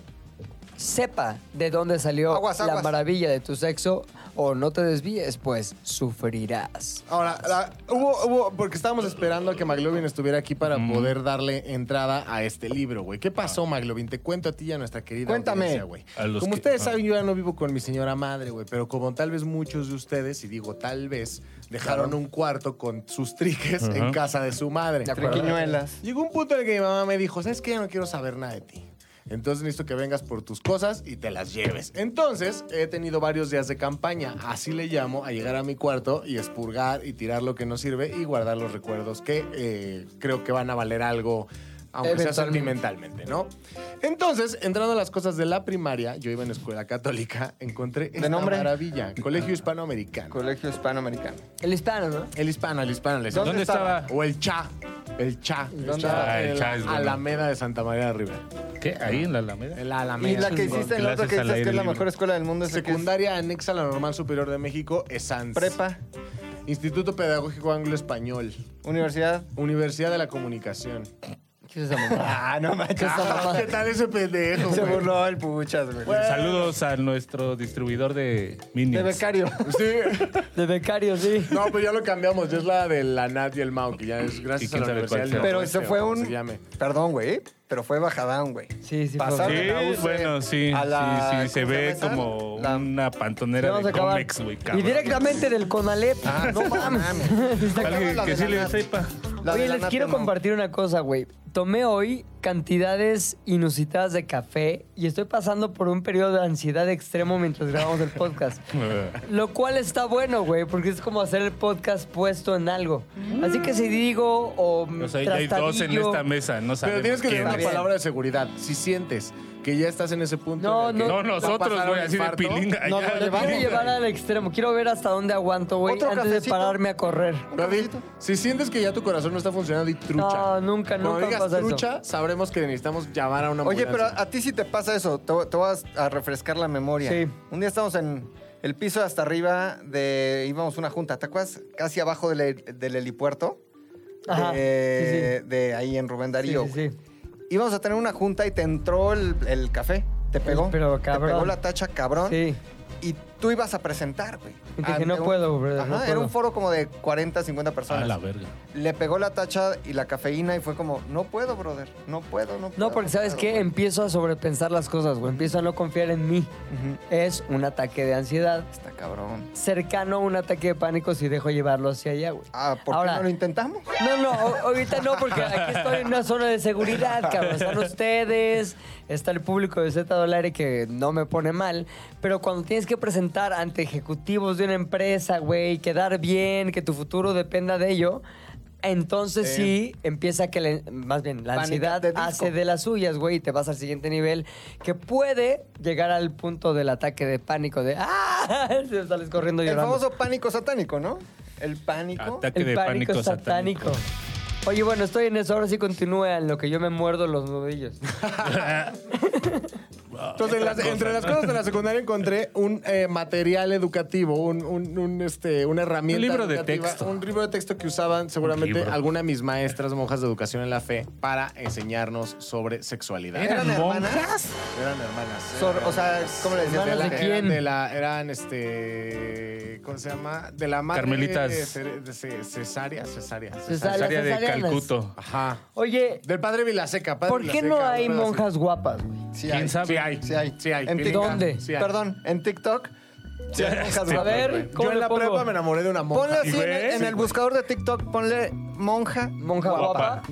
[SPEAKER 1] sepa de dónde salió
[SPEAKER 2] Aguas,
[SPEAKER 1] la
[SPEAKER 2] aguas.
[SPEAKER 1] maravilla de tu sexo o no te desvíes, pues sufrirás.
[SPEAKER 4] Ahora, la- hubo, hubo, porque estábamos esperando a que McLovin estuviera aquí para poder darle entrada a este libro, güey. ¿Qué pasó, McLovin? Te cuento a ti y a nuestra querida
[SPEAKER 2] Cuéntame.
[SPEAKER 4] audiencia, güey.
[SPEAKER 3] A los
[SPEAKER 4] Como
[SPEAKER 3] que-
[SPEAKER 4] ustedes
[SPEAKER 3] ah.
[SPEAKER 4] saben, yo ya no vivo con mi señora madre, güey, pero como tal vez muchos de ustedes, y digo tal vez, dejaron un cuarto con sus triques en
[SPEAKER 3] Ajá.
[SPEAKER 4] casa de su madre.
[SPEAKER 1] De acuerdo.
[SPEAKER 2] Triquiñuelas.
[SPEAKER 4] Llegó un punto en el que mi mamá me dijo, ¿sabes qué? Ya no quiero saber nada de ti. Entonces necesito que vengas por tus cosas y te las lleves. Entonces he tenido varios días de campaña, así le llamo, a llegar a mi cuarto y expurgar y tirar lo que no sirve y guardar los recuerdos que eh, creo que van a valer algo, aunque sea
[SPEAKER 1] Eventualmente.
[SPEAKER 4] sentimentalmente, ¿no? Entonces, entrando a las cosas de la primaria, yo iba en escuela católica, encontré esta
[SPEAKER 2] nombre?
[SPEAKER 4] maravilla, Colegio Hispanoamericano.
[SPEAKER 2] Colegio Hispanoamericano.
[SPEAKER 1] El hispano, ¿no?
[SPEAKER 4] El hispano, el hispano, les
[SPEAKER 2] ¿Dónde
[SPEAKER 3] ¿Dónde
[SPEAKER 2] estaba?
[SPEAKER 3] estaba?
[SPEAKER 4] o el Cha. El Cha.
[SPEAKER 2] ¿Dónde
[SPEAKER 4] Está
[SPEAKER 3] está? Ah,
[SPEAKER 4] en
[SPEAKER 3] El
[SPEAKER 4] la
[SPEAKER 3] Cha es bueno.
[SPEAKER 4] Alameda de Santa María de Rivera.
[SPEAKER 3] ¿Qué? ¿Ahí en la Alameda?
[SPEAKER 4] En la Alameda.
[SPEAKER 2] Y la que
[SPEAKER 4] Sí.
[SPEAKER 3] Con
[SPEAKER 2] hiciste en la otra
[SPEAKER 3] clases
[SPEAKER 2] que
[SPEAKER 3] al
[SPEAKER 2] dices que
[SPEAKER 3] aire
[SPEAKER 2] es la
[SPEAKER 3] libre.
[SPEAKER 2] mejor escuela del mundo es la que es
[SPEAKER 4] Secundaria anexa a la Normal Superior de México es SANS.
[SPEAKER 2] prepa,
[SPEAKER 4] Instituto Pedagógico Anglo-Español.
[SPEAKER 2] universidad.
[SPEAKER 4] Universidad de la Comunicación.
[SPEAKER 1] ¿Qué es esa mamá?
[SPEAKER 2] Ah, no manches.
[SPEAKER 4] ¿Qué tal ese pendejo,
[SPEAKER 2] Se
[SPEAKER 4] güey?
[SPEAKER 2] burló el puchas, güey.
[SPEAKER 3] Saludos a nuestro distribuidor de
[SPEAKER 2] De
[SPEAKER 3] Minions.
[SPEAKER 2] becario.
[SPEAKER 4] Sí.
[SPEAKER 1] De becario, sí.
[SPEAKER 4] No, pero ya lo cambiamos. Ya es la de la Nat y el Mau, que ya es
[SPEAKER 3] ¿Y
[SPEAKER 4] gracias a
[SPEAKER 3] quién
[SPEAKER 4] la
[SPEAKER 3] sabe
[SPEAKER 4] Universidad
[SPEAKER 3] cuál
[SPEAKER 4] del
[SPEAKER 3] sea?
[SPEAKER 2] Pero
[SPEAKER 4] Noroeste,
[SPEAKER 2] eso fue
[SPEAKER 4] o como
[SPEAKER 2] un.
[SPEAKER 4] se llame.
[SPEAKER 2] Perdón, güey. Pero fue bajadón, güey.
[SPEAKER 1] Sí, sí,
[SPEAKER 2] Pasaron
[SPEAKER 1] fue.
[SPEAKER 3] Sí,
[SPEAKER 2] a UC
[SPEAKER 3] bueno, sí,
[SPEAKER 2] a la-
[SPEAKER 3] sí, sí, se
[SPEAKER 2] ¿cómo
[SPEAKER 3] ve
[SPEAKER 2] llama esa?
[SPEAKER 3] como
[SPEAKER 2] La-
[SPEAKER 3] una pantonera
[SPEAKER 1] Vamos a
[SPEAKER 3] de
[SPEAKER 1] acabar.
[SPEAKER 3] cómics, güey,
[SPEAKER 1] y
[SPEAKER 3] cabrón.
[SPEAKER 1] directamente del Conalep.
[SPEAKER 2] Ah,
[SPEAKER 1] no mames. Está
[SPEAKER 3] Alguien
[SPEAKER 2] la
[SPEAKER 3] que
[SPEAKER 2] de
[SPEAKER 3] sí
[SPEAKER 2] la
[SPEAKER 3] le
[SPEAKER 2] nat.
[SPEAKER 3] sepa.
[SPEAKER 2] La de
[SPEAKER 1] Oye,
[SPEAKER 2] la
[SPEAKER 1] les
[SPEAKER 2] nata,
[SPEAKER 1] quiero
[SPEAKER 2] no.
[SPEAKER 1] compartir una cosa, güey. Tomé hoy cantidades inusitadas de café y estoy pasando por un periodo de ansiedad extremo mientras grabamos el podcast. Lo cual está bueno, güey, porque es como hacer el podcast puesto en algo. Así que si digo o
[SPEAKER 3] O sea, ya Pues hay dos en
[SPEAKER 1] trastadillo-
[SPEAKER 3] esta mesa, no
[SPEAKER 4] Pero
[SPEAKER 3] sabemos
[SPEAKER 4] tienes que tener
[SPEAKER 3] quién
[SPEAKER 4] una
[SPEAKER 3] es.
[SPEAKER 4] palabra de seguridad. Si sientes que ya estás en ese punto.
[SPEAKER 1] No,
[SPEAKER 4] en el que
[SPEAKER 1] no.
[SPEAKER 3] No,
[SPEAKER 4] te va a
[SPEAKER 3] nosotros,
[SPEAKER 4] pasar
[SPEAKER 3] güey,
[SPEAKER 4] un
[SPEAKER 3] así de
[SPEAKER 4] infarto,
[SPEAKER 3] pilinga.
[SPEAKER 2] No,
[SPEAKER 3] allá.
[SPEAKER 2] no,
[SPEAKER 1] Lo quiero llevar al extremo. Quiero ver hasta dónde aguanto, güey,
[SPEAKER 2] ¿Otro
[SPEAKER 1] antes de
[SPEAKER 2] cafecito?
[SPEAKER 1] pararme a correr.
[SPEAKER 4] Pero di- si sientes que ya tu corazón no está funcionando y trucha.
[SPEAKER 1] No, nunca,
[SPEAKER 4] Cuando
[SPEAKER 1] nunca
[SPEAKER 4] digas
[SPEAKER 1] pasa eso.
[SPEAKER 4] trucha, sabremos que necesitamos llamar a una
[SPEAKER 2] Oye, pero
[SPEAKER 4] ambulancia.
[SPEAKER 2] a ti sí te pasa eso. Te, te vas a refrescar la memoria.
[SPEAKER 1] Sí.
[SPEAKER 2] Un día estábamos en el piso hasta arriba de. íbamos a una junta, ¿te acuerdas? Casi abajo del, he- del helipuerto.
[SPEAKER 1] Ajá,
[SPEAKER 2] De, de ahí en Rubén
[SPEAKER 1] Sí,
[SPEAKER 2] Darío.
[SPEAKER 1] sí, sí.
[SPEAKER 2] Íbamos a tener una junta y te entró el, el café. Te pegó.
[SPEAKER 1] pero
[SPEAKER 2] Te
[SPEAKER 1] cabrón.
[SPEAKER 2] pegó la tacha, cabrón.
[SPEAKER 1] Sí.
[SPEAKER 2] Y tú ibas a presentar, güey.
[SPEAKER 1] Y te dije,
[SPEAKER 2] Ante
[SPEAKER 1] no puedo, brother,
[SPEAKER 2] Ajá,
[SPEAKER 1] no
[SPEAKER 2] era
[SPEAKER 1] puedo.
[SPEAKER 2] un foro como de 40, 50
[SPEAKER 3] A
[SPEAKER 2] personas.
[SPEAKER 3] la verga.
[SPEAKER 2] Le pegó la tacha y la cafeína y fue como, no puedo, brother. No puedo, no puedo.
[SPEAKER 1] No, porque ¿sabes
[SPEAKER 2] puedo,
[SPEAKER 1] qué?
[SPEAKER 2] güey".
[SPEAKER 1] Empiezo a sobrepensar las cosas, güey. Empiezo a no confiar en mí.
[SPEAKER 2] Ujú.
[SPEAKER 1] Es un ataque de ansiedad
[SPEAKER 2] Está cabrón.
[SPEAKER 1] cercano a un ataque de pánico si dejo llevarlo hacia allá, güey.
[SPEAKER 2] Ah, ¿por
[SPEAKER 1] Ahora-
[SPEAKER 2] qué no lo intentamos?
[SPEAKER 1] No, no, a- ahorita no, porque aquí estoy en una zona de seguridad, cabrón. Están ustedes, está el público de Z Dolare que no me pone mal, pero cuando tienes que presentar ante ejecutivos de una empresa, güey, quedar bien, que tu futuro dependa de ello, entonces sí, empieza que, la- más bien, la
[SPEAKER 2] Pánico
[SPEAKER 1] ansiedad
[SPEAKER 2] Eh. de disco.
[SPEAKER 1] hace de las suyas, güey, y te vas al siguiente nivel, que puede llegar al punto del ataque de pánico, de ¡ah! Te sales corriendo
[SPEAKER 2] El
[SPEAKER 1] llorando.
[SPEAKER 2] famoso pánico satánico, ¿no? El pánico.
[SPEAKER 3] Ataque
[SPEAKER 1] El
[SPEAKER 3] de
[SPEAKER 1] pánico,
[SPEAKER 3] pánico
[SPEAKER 1] satánico.
[SPEAKER 3] satánico.
[SPEAKER 1] Oye, bueno, estoy en eso. Ahora sí continúa en lo que yo me muerdo los nudillos.
[SPEAKER 4] Entonces, en las- entre las cosas de la secundaria encontré un eh, material educativo, un, un- un, este, una herramienta.
[SPEAKER 3] Un libro de
[SPEAKER 4] educativa,
[SPEAKER 3] texto.
[SPEAKER 4] Un libro de texto que usaban seguramente
[SPEAKER 3] libro.
[SPEAKER 4] alguna de mis maestras monjas de educación en la fe para enseñarnos sobre sexualidad.
[SPEAKER 2] ¿Eran hermanas?
[SPEAKER 3] monjas?
[SPEAKER 4] Eran hermanas.
[SPEAKER 2] Sor-
[SPEAKER 4] eran
[SPEAKER 2] o sea,
[SPEAKER 4] hermanas.
[SPEAKER 2] ¿cómo le decías? Eh,
[SPEAKER 4] De la-
[SPEAKER 1] ¿De
[SPEAKER 4] eran
[SPEAKER 1] quién?
[SPEAKER 4] de la- eran este. ¿Cómo se llama? De la madre.
[SPEAKER 3] Carmelitas.
[SPEAKER 4] eh, cere- de ce- Cesárea, cesárea.
[SPEAKER 2] Pues
[SPEAKER 1] Cesárea.
[SPEAKER 4] cesárea.
[SPEAKER 3] El área de
[SPEAKER 1] Cesáreanas.
[SPEAKER 3] Calcuto.
[SPEAKER 4] Ajá.
[SPEAKER 1] Oye,
[SPEAKER 4] Del padre Vilaseca. padre
[SPEAKER 1] ¿por qué
[SPEAKER 4] Vilaseca,
[SPEAKER 1] no
[SPEAKER 4] un
[SPEAKER 1] hay
[SPEAKER 4] pedo así.
[SPEAKER 1] monjas guapas, güey?
[SPEAKER 2] Sí hay.
[SPEAKER 3] ¿Quién
[SPEAKER 4] Sí
[SPEAKER 3] sabe?
[SPEAKER 4] hay.
[SPEAKER 2] Sí hay.
[SPEAKER 4] Sí hay.
[SPEAKER 2] En
[SPEAKER 4] Pilinga.
[SPEAKER 1] ¿Dónde?
[SPEAKER 4] Sí hay.
[SPEAKER 2] Perdón, en TikTok. sí hay monjas
[SPEAKER 1] A
[SPEAKER 2] guapas,
[SPEAKER 1] ver,
[SPEAKER 2] güey.
[SPEAKER 1] ¿cómo
[SPEAKER 4] Yo en
[SPEAKER 1] le
[SPEAKER 4] la
[SPEAKER 1] pongo?
[SPEAKER 4] prepa me enamoré de una monja.
[SPEAKER 2] Ponle así en el,
[SPEAKER 3] ¿Ves?
[SPEAKER 2] en
[SPEAKER 3] Sí,
[SPEAKER 2] el buscador de TikTok, ponle monja,
[SPEAKER 1] Monja guapa.
[SPEAKER 3] Guapa.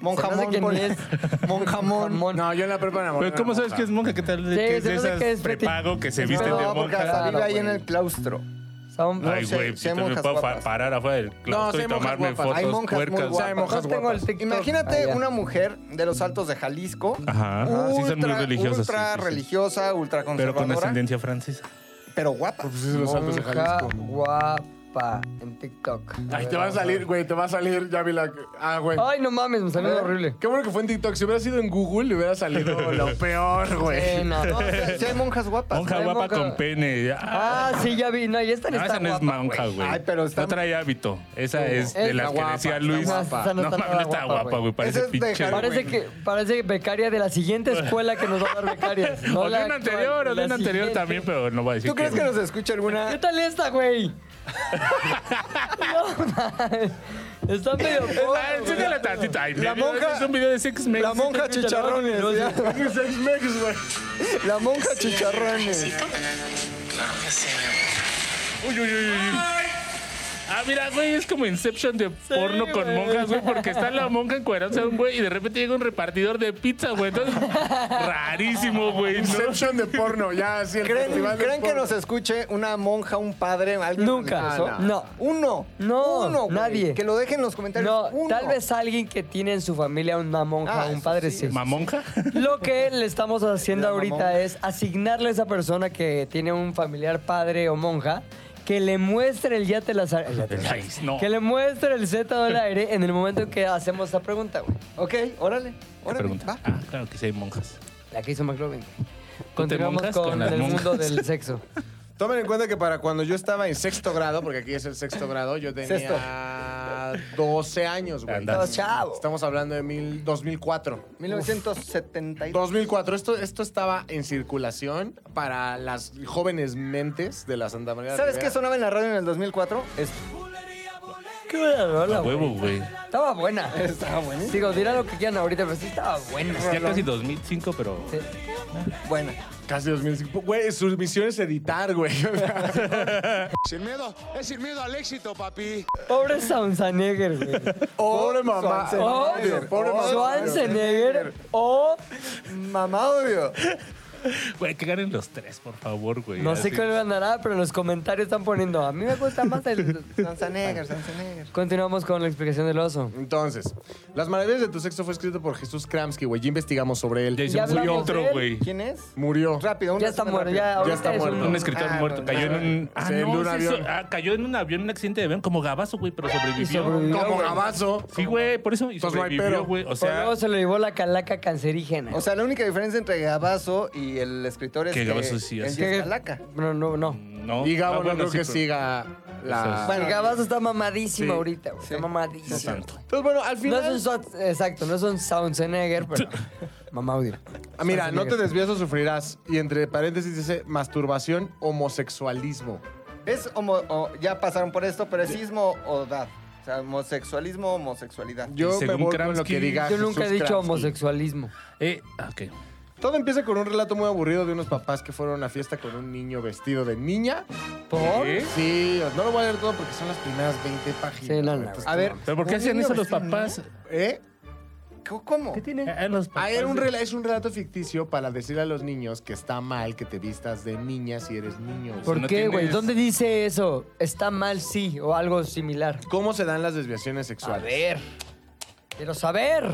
[SPEAKER 2] monja
[SPEAKER 1] Se me hace que
[SPEAKER 2] mon, ponle-
[SPEAKER 1] ni es.
[SPEAKER 2] monjamón.
[SPEAKER 1] Jamón.
[SPEAKER 4] No, yo en la prepa me enamoré.
[SPEAKER 3] Pero
[SPEAKER 4] de
[SPEAKER 3] ¿cómo
[SPEAKER 4] una
[SPEAKER 3] sabes
[SPEAKER 4] monja.
[SPEAKER 3] que es monja? ¿Qué tal? de
[SPEAKER 1] Sí,
[SPEAKER 3] que es
[SPEAKER 1] se
[SPEAKER 3] de
[SPEAKER 1] me hace
[SPEAKER 3] esas
[SPEAKER 1] que es feti-
[SPEAKER 3] prepago que se
[SPEAKER 1] No,
[SPEAKER 3] visten de
[SPEAKER 2] No, porque
[SPEAKER 3] monja?
[SPEAKER 2] hasta vive
[SPEAKER 1] Claro,
[SPEAKER 2] ahí en
[SPEAKER 1] güey.
[SPEAKER 2] el claustro.
[SPEAKER 1] Son-
[SPEAKER 2] ah, No
[SPEAKER 3] Ay,
[SPEAKER 2] sé,
[SPEAKER 3] güey,
[SPEAKER 2] sí hay
[SPEAKER 3] yo también
[SPEAKER 2] monjas
[SPEAKER 3] puedo pa-
[SPEAKER 2] guapas.
[SPEAKER 3] parar afuera del
[SPEAKER 4] sí
[SPEAKER 3] claustro
[SPEAKER 4] hay
[SPEAKER 3] y
[SPEAKER 4] monjas
[SPEAKER 3] tomarme
[SPEAKER 4] guapas.
[SPEAKER 3] fotos
[SPEAKER 2] Hay monjas muy
[SPEAKER 3] puercas.
[SPEAKER 2] guapas.
[SPEAKER 1] No tengo el
[SPEAKER 4] guapas.
[SPEAKER 1] TikTok.
[SPEAKER 2] Imagínate
[SPEAKER 1] Ah, ya.
[SPEAKER 2] una mujer de los altos de Jalisco.
[SPEAKER 3] Ajá, ajá, sí son muy religiosas,
[SPEAKER 2] Ultra
[SPEAKER 3] sí, sí, sí.
[SPEAKER 2] religiosa, ultra
[SPEAKER 3] Pero con
[SPEAKER 2] conservadora. Pero,
[SPEAKER 3] ascendencia francesa.
[SPEAKER 2] guapa.
[SPEAKER 4] Pues sí, los altos de
[SPEAKER 1] Monja
[SPEAKER 4] Jalisco.
[SPEAKER 1] guapa en TikTok.
[SPEAKER 4] Ay, te va a salir, güey, te va a salir. Ya vi la. Ah, güey.
[SPEAKER 1] Ay, no mames, me
[SPEAKER 4] Eh.
[SPEAKER 1] salió horrible.
[SPEAKER 4] Qué bueno que fue en TikTok. Si hubiera sido en Google, le hubiera salido lo peor,
[SPEAKER 1] Eh,
[SPEAKER 4] güey.
[SPEAKER 1] no.
[SPEAKER 2] No, sí hay monjas guapas.
[SPEAKER 3] Monja
[SPEAKER 1] hay
[SPEAKER 3] guapa
[SPEAKER 1] monja-
[SPEAKER 3] con pene. Ah,
[SPEAKER 1] Ah, sí, ya vi. No, y esta ni
[SPEAKER 3] no,
[SPEAKER 1] está
[SPEAKER 3] esa no es
[SPEAKER 1] guapa,
[SPEAKER 3] monja, güey.
[SPEAKER 2] Ay, pero está-
[SPEAKER 3] No trae hábito. Esa es de
[SPEAKER 1] Es-
[SPEAKER 3] las que
[SPEAKER 4] Está
[SPEAKER 3] decía
[SPEAKER 4] guapa,
[SPEAKER 3] Luis.
[SPEAKER 4] está
[SPEAKER 3] No,
[SPEAKER 4] guapa.
[SPEAKER 3] mames,
[SPEAKER 1] No, esa no
[SPEAKER 3] no
[SPEAKER 1] está
[SPEAKER 3] está
[SPEAKER 1] guapa,
[SPEAKER 3] guapa,
[SPEAKER 1] güey.
[SPEAKER 3] güey. Parece
[SPEAKER 2] Esa es de
[SPEAKER 3] pinche.
[SPEAKER 2] Harry
[SPEAKER 1] Parece
[SPEAKER 2] güey.
[SPEAKER 1] que parece becaria de la siguiente escuela que nos va a dar becarias. No
[SPEAKER 3] o de
[SPEAKER 1] la
[SPEAKER 3] una
[SPEAKER 1] actual,
[SPEAKER 3] anterior, o de
[SPEAKER 1] la
[SPEAKER 3] una anterior
[SPEAKER 1] siguiente.
[SPEAKER 3] también, pero no voy a decir
[SPEAKER 2] ¿Tú crees que nos escucha
[SPEAKER 1] ¿Qué
[SPEAKER 2] alguna?
[SPEAKER 1] tal esta, güey? no, está medio
[SPEAKER 3] Ah,
[SPEAKER 1] pobre, güey.
[SPEAKER 3] enséñale tantito. Ay,
[SPEAKER 2] La
[SPEAKER 3] mira,
[SPEAKER 2] monja-
[SPEAKER 3] Es un video de Six Mex.
[SPEAKER 2] La monja
[SPEAKER 1] sí, chicharrones,
[SPEAKER 2] chicharrones. ya. La monja chicharrones.
[SPEAKER 3] Uy, uy, uy, uy. Ah, mira, güey, es como Inception de porno con
[SPEAKER 1] güey.
[SPEAKER 3] monjas, güey, porque está la monja encuadrándose a un güey y de repente llega un repartidor de pizza, güey. Entonces, rarísimo, güey. ¿no?
[SPEAKER 4] Inception de porno, ya, sí. el
[SPEAKER 2] ¿Creen,
[SPEAKER 4] festival de
[SPEAKER 2] creen que
[SPEAKER 4] porno.
[SPEAKER 2] nos escuche una monja, un padre, alguien?
[SPEAKER 1] Nunca.
[SPEAKER 2] religioso?
[SPEAKER 1] No.
[SPEAKER 2] Uno.
[SPEAKER 1] No,
[SPEAKER 2] Uno, güey.
[SPEAKER 1] nadie.
[SPEAKER 2] Que lo dejen en los comentarios.
[SPEAKER 1] No,
[SPEAKER 2] Uno.
[SPEAKER 1] tal vez alguien que tiene en su familia una monja,
[SPEAKER 2] Ah,
[SPEAKER 1] un
[SPEAKER 2] eso
[SPEAKER 1] padre sí.
[SPEAKER 2] sí,
[SPEAKER 3] ¿Mamonja?
[SPEAKER 1] Lo que le estamos haciendo
[SPEAKER 2] La
[SPEAKER 1] ahorita
[SPEAKER 2] mamonja.
[SPEAKER 1] es asignarle a esa persona que tiene un familiar padre o monja que le muestre el yate las el yate las-
[SPEAKER 3] Ay, no.
[SPEAKER 1] Que le muestre el Z del aire en el momento en que hacemos esta pregunta, güey.
[SPEAKER 2] Ok, órale. Órale.
[SPEAKER 3] Pregunta.
[SPEAKER 2] va.
[SPEAKER 3] Ah, claro que sí hay monjas.
[SPEAKER 1] La que hizo McLovin. Continuamos
[SPEAKER 3] monjas
[SPEAKER 1] con,
[SPEAKER 3] con las
[SPEAKER 1] el
[SPEAKER 3] monjas?
[SPEAKER 1] mundo del sexo.
[SPEAKER 4] Tomen en cuenta que para cuando yo estaba en sexto grado, porque aquí es el sexto grado, yo tenía
[SPEAKER 2] Sexto.
[SPEAKER 4] 12 años, güey.
[SPEAKER 3] Andas. Estabas
[SPEAKER 2] chavo.
[SPEAKER 4] Estamos hablando de mil, 2004.
[SPEAKER 2] 1972.
[SPEAKER 4] 2004, esto, esto estaba en circulación para las jóvenes mentes de la Santa María. de
[SPEAKER 2] ¿Sabes qué
[SPEAKER 4] Rivera.
[SPEAKER 2] sonaba en la radio en el 2004? Es-
[SPEAKER 1] Qué buena rola,
[SPEAKER 3] A
[SPEAKER 1] Ah, güey.
[SPEAKER 3] huevo, güey.
[SPEAKER 1] Estaba buena. Estaba buena. Digo, dirán lo que quieran ahorita, pero sí estaba buena.
[SPEAKER 3] Ya casi 2005, pero...
[SPEAKER 1] Sí.
[SPEAKER 2] Buena.
[SPEAKER 4] Casi 2005. Güey, su misión es editar, güey. O sea,
[SPEAKER 5] Sin miedo, es sin miedo al éxito, papi.
[SPEAKER 1] Pobre Schwarzenegger, güey.
[SPEAKER 4] pobre mamá.
[SPEAKER 1] O
[SPEAKER 2] Schwarzenegger.
[SPEAKER 4] Pobre mamá.
[SPEAKER 1] Schwarzenegger Oh, o
[SPEAKER 2] Mamá odio.
[SPEAKER 3] Güey, que ganen los tres, por favor, güey.
[SPEAKER 1] no
[SPEAKER 3] Así.
[SPEAKER 1] sé cuál ganará, pero en los comentarios están poniendo. A mí me gusta más el.
[SPEAKER 2] Sanzaneger, Sanzaneger.
[SPEAKER 1] Continuamos con la explicación del oso.
[SPEAKER 4] Entonces, Las maravillas de tu sexo fue escrito por Jesús Kramsky, güey. Ya investigamos sobre él.
[SPEAKER 3] Ya
[SPEAKER 1] Ya
[SPEAKER 3] hicimos un
[SPEAKER 1] hablamos de él.
[SPEAKER 3] otro, güey.
[SPEAKER 2] ¿Quién es?
[SPEAKER 4] Murió.
[SPEAKER 2] Rápido. un
[SPEAKER 1] Ya está
[SPEAKER 2] resumen
[SPEAKER 1] muerto,
[SPEAKER 2] rápido.
[SPEAKER 1] ya, ahorita
[SPEAKER 4] está
[SPEAKER 1] es
[SPEAKER 4] muerto.
[SPEAKER 1] un-
[SPEAKER 3] Un escritor
[SPEAKER 2] Ah,
[SPEAKER 3] muerto.
[SPEAKER 2] no,
[SPEAKER 3] Cayó en
[SPEAKER 2] no,
[SPEAKER 3] un... Ah,
[SPEAKER 4] Se hundió
[SPEAKER 3] no,
[SPEAKER 4] un
[SPEAKER 3] sí,
[SPEAKER 4] avión.
[SPEAKER 3] eso- ah, cayó en un avión, en un accidente de avión, como gabazo, güey, pero sobrevivió.
[SPEAKER 1] sobrevivió.
[SPEAKER 4] Como
[SPEAKER 1] güey.
[SPEAKER 4] gabazo.
[SPEAKER 3] Sí, güey, por eso y
[SPEAKER 4] Entonces no hay
[SPEAKER 3] sobrevivió,
[SPEAKER 4] pero.
[SPEAKER 3] güey. O
[SPEAKER 1] O
[SPEAKER 3] sea,
[SPEAKER 1] luego se lo llevó la calaca cancerígena.
[SPEAKER 2] O sea, la única diferencia entre Gabazo y el escritor es
[SPEAKER 3] Que
[SPEAKER 2] que
[SPEAKER 3] Gabazo sí
[SPEAKER 2] él
[SPEAKER 3] hace.
[SPEAKER 2] ya es calaca.
[SPEAKER 1] No, no, no.
[SPEAKER 3] no.
[SPEAKER 4] Y
[SPEAKER 3] Ah,
[SPEAKER 4] Gabo
[SPEAKER 3] bueno,
[SPEAKER 4] no creo
[SPEAKER 3] sí,
[SPEAKER 4] que
[SPEAKER 3] pero-
[SPEAKER 4] siga la...
[SPEAKER 3] Eso
[SPEAKER 1] El Gabazo está mamadísimo
[SPEAKER 4] Ah, Sí,
[SPEAKER 1] ahorita, güey. Está mamadísimo.
[SPEAKER 3] No tanto.
[SPEAKER 4] Entonces, bueno, al
[SPEAKER 1] No
[SPEAKER 4] final...
[SPEAKER 1] es un Schwarz- exacto, no es un Schwarzenegger, pero mamá audio.
[SPEAKER 4] Ah, Mira, no te desvías o sufrirás. Y entre paréntesis dice masturbación, homosexualismo.
[SPEAKER 2] Es homo, o- ya pasaron por esto, pero es sismo o edad. O sea, homosexualismo, homosexualidad.
[SPEAKER 4] Yo me
[SPEAKER 3] según
[SPEAKER 4] voy con lo
[SPEAKER 3] Kramsky-
[SPEAKER 4] que diga
[SPEAKER 1] Yo nunca he
[SPEAKER 4] Jesús
[SPEAKER 1] dicho
[SPEAKER 4] Kramsky.
[SPEAKER 1] homosexualismo.
[SPEAKER 3] Eh, ah, ok.
[SPEAKER 4] Todo empieza con un relato muy aburrido de unos papás que fueron a una fiesta con un niño vestido de niña.
[SPEAKER 1] ¿Por?
[SPEAKER 3] ¿Eh?
[SPEAKER 4] Sí, no lo voy a leer todo porque son las primeras 20 páginas.
[SPEAKER 1] Sí, no, no,
[SPEAKER 4] güey.
[SPEAKER 1] no.
[SPEAKER 4] Entonces,
[SPEAKER 2] A ver,
[SPEAKER 3] ¿Pero por qué
[SPEAKER 2] un
[SPEAKER 3] hacían
[SPEAKER 2] niño
[SPEAKER 3] eso los
[SPEAKER 2] vestido, ¿no?
[SPEAKER 3] papás?
[SPEAKER 4] ¿Eh?
[SPEAKER 2] ¿Qué- ¿Cómo?
[SPEAKER 1] ¿Qué tiene?
[SPEAKER 3] A los papás.
[SPEAKER 4] Ah, era un
[SPEAKER 3] de-
[SPEAKER 4] rela- es un relato ficticio para decirle a los niños que está mal que te vistas de niña si eres niño. güey.
[SPEAKER 1] ¿Por
[SPEAKER 3] no
[SPEAKER 1] qué, güey?
[SPEAKER 3] tienes-
[SPEAKER 1] ¿Dónde dice eso? Está mal, sí, o algo similar.
[SPEAKER 4] ¿Cómo se dan las desviaciones sexuales?
[SPEAKER 1] Quiero saber.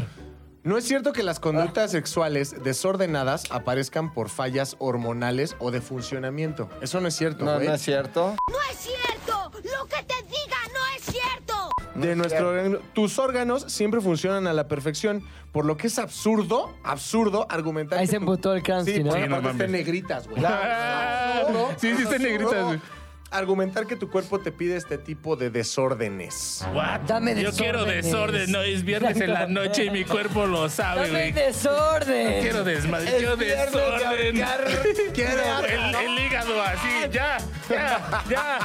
[SPEAKER 4] No es cierto que las conductas sexuales desordenadas aparezcan por fallas hormonales o de funcionamiento. Eso no es cierto, ¿eh?
[SPEAKER 2] No,
[SPEAKER 4] güey.
[SPEAKER 2] no es cierto.
[SPEAKER 6] ¡No es cierto! ¡Lo que te diga no es cierto!
[SPEAKER 4] de nuestro organismo. Tus órganos siempre funcionan a la perfección, por lo que es absurdo, absurdo argumentar
[SPEAKER 1] Ahí
[SPEAKER 4] que
[SPEAKER 1] se
[SPEAKER 4] tu-
[SPEAKER 1] embutó el Kramsky,
[SPEAKER 4] Sí,
[SPEAKER 1] pues, ¿no?
[SPEAKER 4] porque
[SPEAKER 3] Sí, no
[SPEAKER 4] aparte
[SPEAKER 3] mames.
[SPEAKER 4] están negritas, güey.
[SPEAKER 3] Ah, sí, sí,
[SPEAKER 4] está
[SPEAKER 3] están negritas, güey.
[SPEAKER 4] Argumentar que tu cuerpo te pide este tipo de desórdenes.
[SPEAKER 3] What?
[SPEAKER 1] Dame
[SPEAKER 3] Yo quiero
[SPEAKER 1] desórdenes.
[SPEAKER 3] desorden, no es viernes en la noche y mi cuerpo lo sabe,
[SPEAKER 1] ¡Dame
[SPEAKER 3] güey.
[SPEAKER 1] desorden!
[SPEAKER 3] Quiero desmadre, quiero
[SPEAKER 2] viernes de
[SPEAKER 3] desorden.
[SPEAKER 4] Quiero
[SPEAKER 3] El, el hígado así, ya, ya, ya.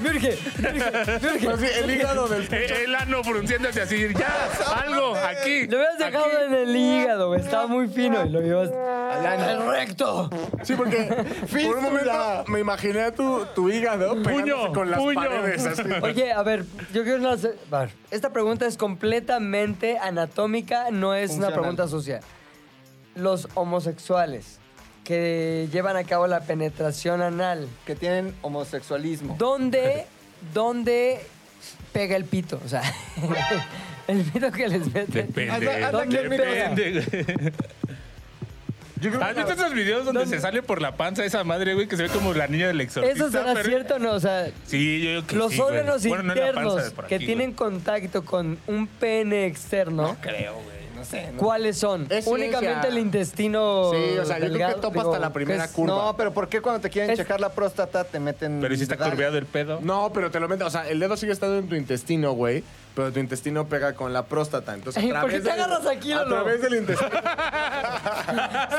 [SPEAKER 1] Virgen, virgen, virgen.
[SPEAKER 4] Pues sí, el hígado del
[SPEAKER 3] El, el ano frunciéndose así, ya, algo, aquí.
[SPEAKER 1] Lo habías dejado
[SPEAKER 3] aquí.
[SPEAKER 1] en el hígado, güey. Estaba muy fino y lo llevaste. ¡Al recto!
[SPEAKER 4] Sí, porque por un momento me imaginé a tu, tu hígado pegándose con las
[SPEAKER 3] puño.
[SPEAKER 4] paredes. así.
[SPEAKER 1] Oye, a ver, yo quiero una... a ver, Esta pregunta es completamente anatómica, no es una
[SPEAKER 2] Funcional.
[SPEAKER 1] pregunta sucia. Los homosexuales, que llevan a cabo la penetración anal.
[SPEAKER 2] Que tienen homosexualismo.
[SPEAKER 1] ¿Dónde, dónde pega el pito? O sea, el pito que les meten.
[SPEAKER 3] Depende.
[SPEAKER 2] Anda- anda aquí el
[SPEAKER 3] Depende, güey.
[SPEAKER 2] Ah,
[SPEAKER 3] ¿Has visto esos videos donde
[SPEAKER 1] ¿Dónde?
[SPEAKER 3] se sale por la panza esa madre, güey, que se ve como la niña del exorcista?
[SPEAKER 1] ¿Eso será
[SPEAKER 3] pero-
[SPEAKER 1] cierto o no? O sea,
[SPEAKER 3] Sí, yo creo que
[SPEAKER 1] los
[SPEAKER 3] sí, güey.
[SPEAKER 1] órganos
[SPEAKER 3] Bueno, no en la panza,
[SPEAKER 1] internos
[SPEAKER 3] por
[SPEAKER 1] que
[SPEAKER 3] aquí,
[SPEAKER 1] tienen
[SPEAKER 3] güey.
[SPEAKER 1] contacto con un pene externo,
[SPEAKER 3] Creo, güey. No sé.
[SPEAKER 1] ¿cuáles son?
[SPEAKER 4] Es ciencia.
[SPEAKER 1] Únicamente el intestino.
[SPEAKER 4] Sí, o sea, yo creo que
[SPEAKER 1] delgado, pues,
[SPEAKER 4] topa hasta la primera
[SPEAKER 1] ¿qué es?
[SPEAKER 4] curva.
[SPEAKER 2] No, pero ¿por qué cuando te quieren
[SPEAKER 1] Es-
[SPEAKER 2] checar la próstata te meten.
[SPEAKER 3] Pero si está
[SPEAKER 2] dedal?
[SPEAKER 3] curveado el pedo.
[SPEAKER 4] No, pero te lo meto. O sea, el dedo sigue estando en tu intestino, güey. Pero tu intestino pega con la próstata. Entonces,
[SPEAKER 1] Ay,
[SPEAKER 4] a
[SPEAKER 1] ¿por qué
[SPEAKER 4] través
[SPEAKER 1] te
[SPEAKER 4] del-
[SPEAKER 1] agarras aquí,
[SPEAKER 4] A
[SPEAKER 1] Lolo?
[SPEAKER 4] través del intestino.
[SPEAKER 1] Se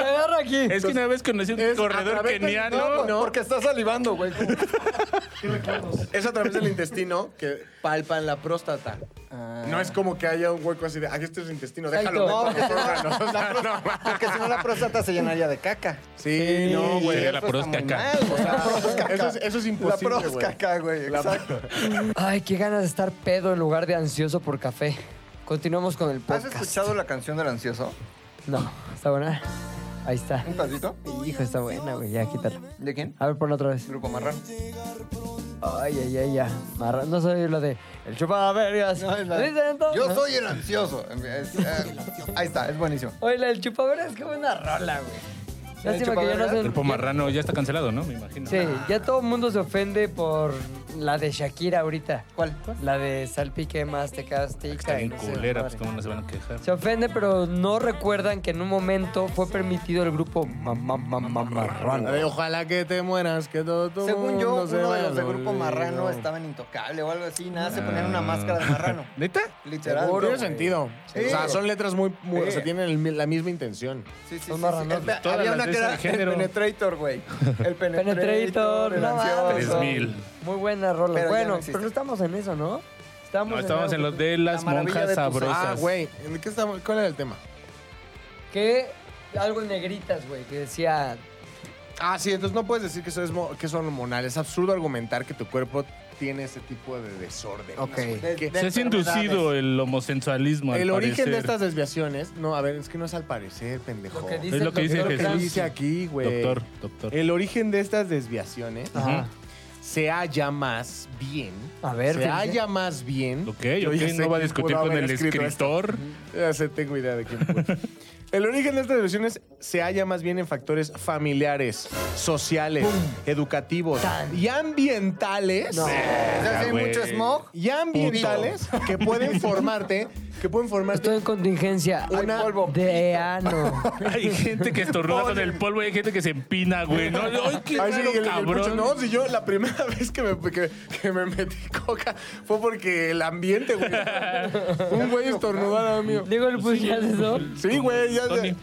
[SPEAKER 1] agarra aquí.
[SPEAKER 3] Es que una vez conocí un
[SPEAKER 4] es a
[SPEAKER 3] corredor
[SPEAKER 4] través del-
[SPEAKER 3] keniano.
[SPEAKER 4] no,
[SPEAKER 2] No, porque estás salivando, güey. ¿Cómo?
[SPEAKER 4] es a través del intestino que palpan la próstata.
[SPEAKER 2] Ah.
[SPEAKER 4] No es como que haya un hueco así de, aquí este es el intestino, déjalo.
[SPEAKER 1] Exacto.
[SPEAKER 4] meto los órganos". O sea, no,
[SPEAKER 2] Porque si no, la próstata se llenaría de caca.
[SPEAKER 4] Sí, no, güey.
[SPEAKER 3] Sería la
[SPEAKER 2] Eso está muy
[SPEAKER 3] próstata.
[SPEAKER 2] mal, o sea,
[SPEAKER 4] Eso es, eso es
[SPEAKER 2] La
[SPEAKER 4] imposible, güey.
[SPEAKER 2] próstata, güey.
[SPEAKER 4] La-
[SPEAKER 2] Exacto.
[SPEAKER 1] Ay, qué ganas de estar pedo en lugar de ansioso por café. Continuamos con el
[SPEAKER 2] ¿Has
[SPEAKER 1] podcast.
[SPEAKER 2] escuchado la canción del ansioso?
[SPEAKER 1] No, está buena. Ahí está.
[SPEAKER 2] ¿Un pedacito?
[SPEAKER 1] Hijo, está buena, güey. Ya, quítala.
[SPEAKER 2] ¿De quién?
[SPEAKER 1] A ver, ponla otra vez.
[SPEAKER 2] Grupo Marrano.
[SPEAKER 1] Ay, ay, ay, ya. Marra- No soy lo de. El chupavergas.
[SPEAKER 2] No, es la de-
[SPEAKER 1] ¿Dicen todo?
[SPEAKER 2] Yo soy el ansioso. Es- eh, ahí está, es buenísimo.
[SPEAKER 1] Oye, la del chupavergas, qué buena rola, güey. Lástima que yo no
[SPEAKER 2] chupavergas?
[SPEAKER 1] sé.
[SPEAKER 3] El pomarrano ya está cancelado, ¿no? Me imagino.
[SPEAKER 1] Sí, ya todo el mundo se ofende por la de Shakira ahorita.
[SPEAKER 2] ¿Cuál?
[SPEAKER 1] La de Salpique más te castiga.
[SPEAKER 3] Está bien
[SPEAKER 1] y no sé,
[SPEAKER 3] culera,
[SPEAKER 1] madre.
[SPEAKER 3] pues cómo no se van a quejar.
[SPEAKER 1] Se ofende, pero no recuerdan que en un momento fue permitido el grupo Mamá Mamá Marrano.
[SPEAKER 4] Ay, Ojalá que te mueras, que todo tu
[SPEAKER 2] Según yo,
[SPEAKER 4] mundo se
[SPEAKER 2] uno de
[SPEAKER 4] vaya
[SPEAKER 2] los de
[SPEAKER 4] al
[SPEAKER 2] Grupo
[SPEAKER 4] olvido. Ah.
[SPEAKER 2] Marrano estaba en Intocable o algo así. Nada, se ponían una máscara de marrano.
[SPEAKER 3] ¿Neta?
[SPEAKER 2] Literal.
[SPEAKER 1] Seguro,
[SPEAKER 4] Tiene
[SPEAKER 1] güey.
[SPEAKER 4] sentido.
[SPEAKER 2] Sí.
[SPEAKER 4] O sea, son letras muy... muy- O sea,
[SPEAKER 2] Sí.
[SPEAKER 4] tienen el mi- la misma intención.
[SPEAKER 2] Sí, sí, sí.
[SPEAKER 1] Son
[SPEAKER 2] sí.
[SPEAKER 1] marranos.
[SPEAKER 2] Esta-
[SPEAKER 3] Todas
[SPEAKER 2] había
[SPEAKER 3] las
[SPEAKER 2] una que
[SPEAKER 3] de ese
[SPEAKER 2] era el
[SPEAKER 3] género.
[SPEAKER 2] Penetrator, güey. El Penetrator.
[SPEAKER 1] Penetrator,
[SPEAKER 2] el
[SPEAKER 1] no
[SPEAKER 2] ansioso.
[SPEAKER 1] mames.
[SPEAKER 3] 3000.
[SPEAKER 1] Muy buena rola.
[SPEAKER 2] Pero ya
[SPEAKER 1] bueno,
[SPEAKER 2] no existe.
[SPEAKER 1] pero no estamos en eso, ¿no? Estamos,
[SPEAKER 3] No, estábamos en
[SPEAKER 1] algo
[SPEAKER 3] los de las
[SPEAKER 2] La maravilla
[SPEAKER 3] monjas
[SPEAKER 2] de tus-
[SPEAKER 3] sabrosas.
[SPEAKER 4] Ah, güey. ¿de qué estamos? ¿Cuál era el tema?
[SPEAKER 1] Que algo en negritas, güey, que decía...
[SPEAKER 4] Ah, sí, entonces no puedes decir que eso es, mo- que es hormonal. Es absurdo argumentar que tu cuerpo tiene ese tipo de desorden.
[SPEAKER 1] Ok.
[SPEAKER 2] De- de
[SPEAKER 3] Se
[SPEAKER 2] enfermedades.
[SPEAKER 3] es inducido el homosensualismo. al
[SPEAKER 4] El origen de
[SPEAKER 3] parecer.
[SPEAKER 4] estas desviaciones, no, a ver, es que no es al parecer, pendejo.
[SPEAKER 1] Lo que dice,
[SPEAKER 3] Es lo que dice
[SPEAKER 4] Es lo que
[SPEAKER 3] Jesús.
[SPEAKER 4] dice aquí, güey.
[SPEAKER 3] Doctor, doctor. Ah.
[SPEAKER 4] El origen de estas desviaciones
[SPEAKER 1] Ajá.
[SPEAKER 4] se halla más bien.
[SPEAKER 1] A ver, ¿qué
[SPEAKER 4] se
[SPEAKER 1] dice?
[SPEAKER 4] halla más bien.
[SPEAKER 3] Ok,
[SPEAKER 4] Yo
[SPEAKER 3] ok,
[SPEAKER 4] ya sé
[SPEAKER 3] no va a
[SPEAKER 4] quién
[SPEAKER 3] discutir
[SPEAKER 4] pudo
[SPEAKER 3] con
[SPEAKER 4] haber
[SPEAKER 3] el
[SPEAKER 4] escrito esto.
[SPEAKER 3] escritor.
[SPEAKER 4] Ya sé, tengo idea de quién fue. El origen de estas lesiones se halla más bien en factores familiares, sociales, educativos y ambientales.
[SPEAKER 2] O sea, sí hay
[SPEAKER 3] güey.
[SPEAKER 2] mucho smog.
[SPEAKER 4] Y ambientales que pueden formarte, que pueden formarte
[SPEAKER 1] Estoy en contingencia.
[SPEAKER 4] Una
[SPEAKER 1] polvo. de ano.
[SPEAKER 3] Hay gente que estornuda con el polvo y hay gente que se empina, güey. No, ay, qué
[SPEAKER 4] Ay, sí,
[SPEAKER 3] raro,
[SPEAKER 4] el- el pucho.
[SPEAKER 3] cabrón.
[SPEAKER 4] no, si yo la primera vez que me, que, que me metí coca fue porque el ambiente, güey. Un güey estornudó a lo mío.
[SPEAKER 1] Digo, el pues ya es eso.
[SPEAKER 4] Sí,
[SPEAKER 2] eh,
[SPEAKER 4] güey, ya
[SPEAKER 3] Tony.
[SPEAKER 4] sé.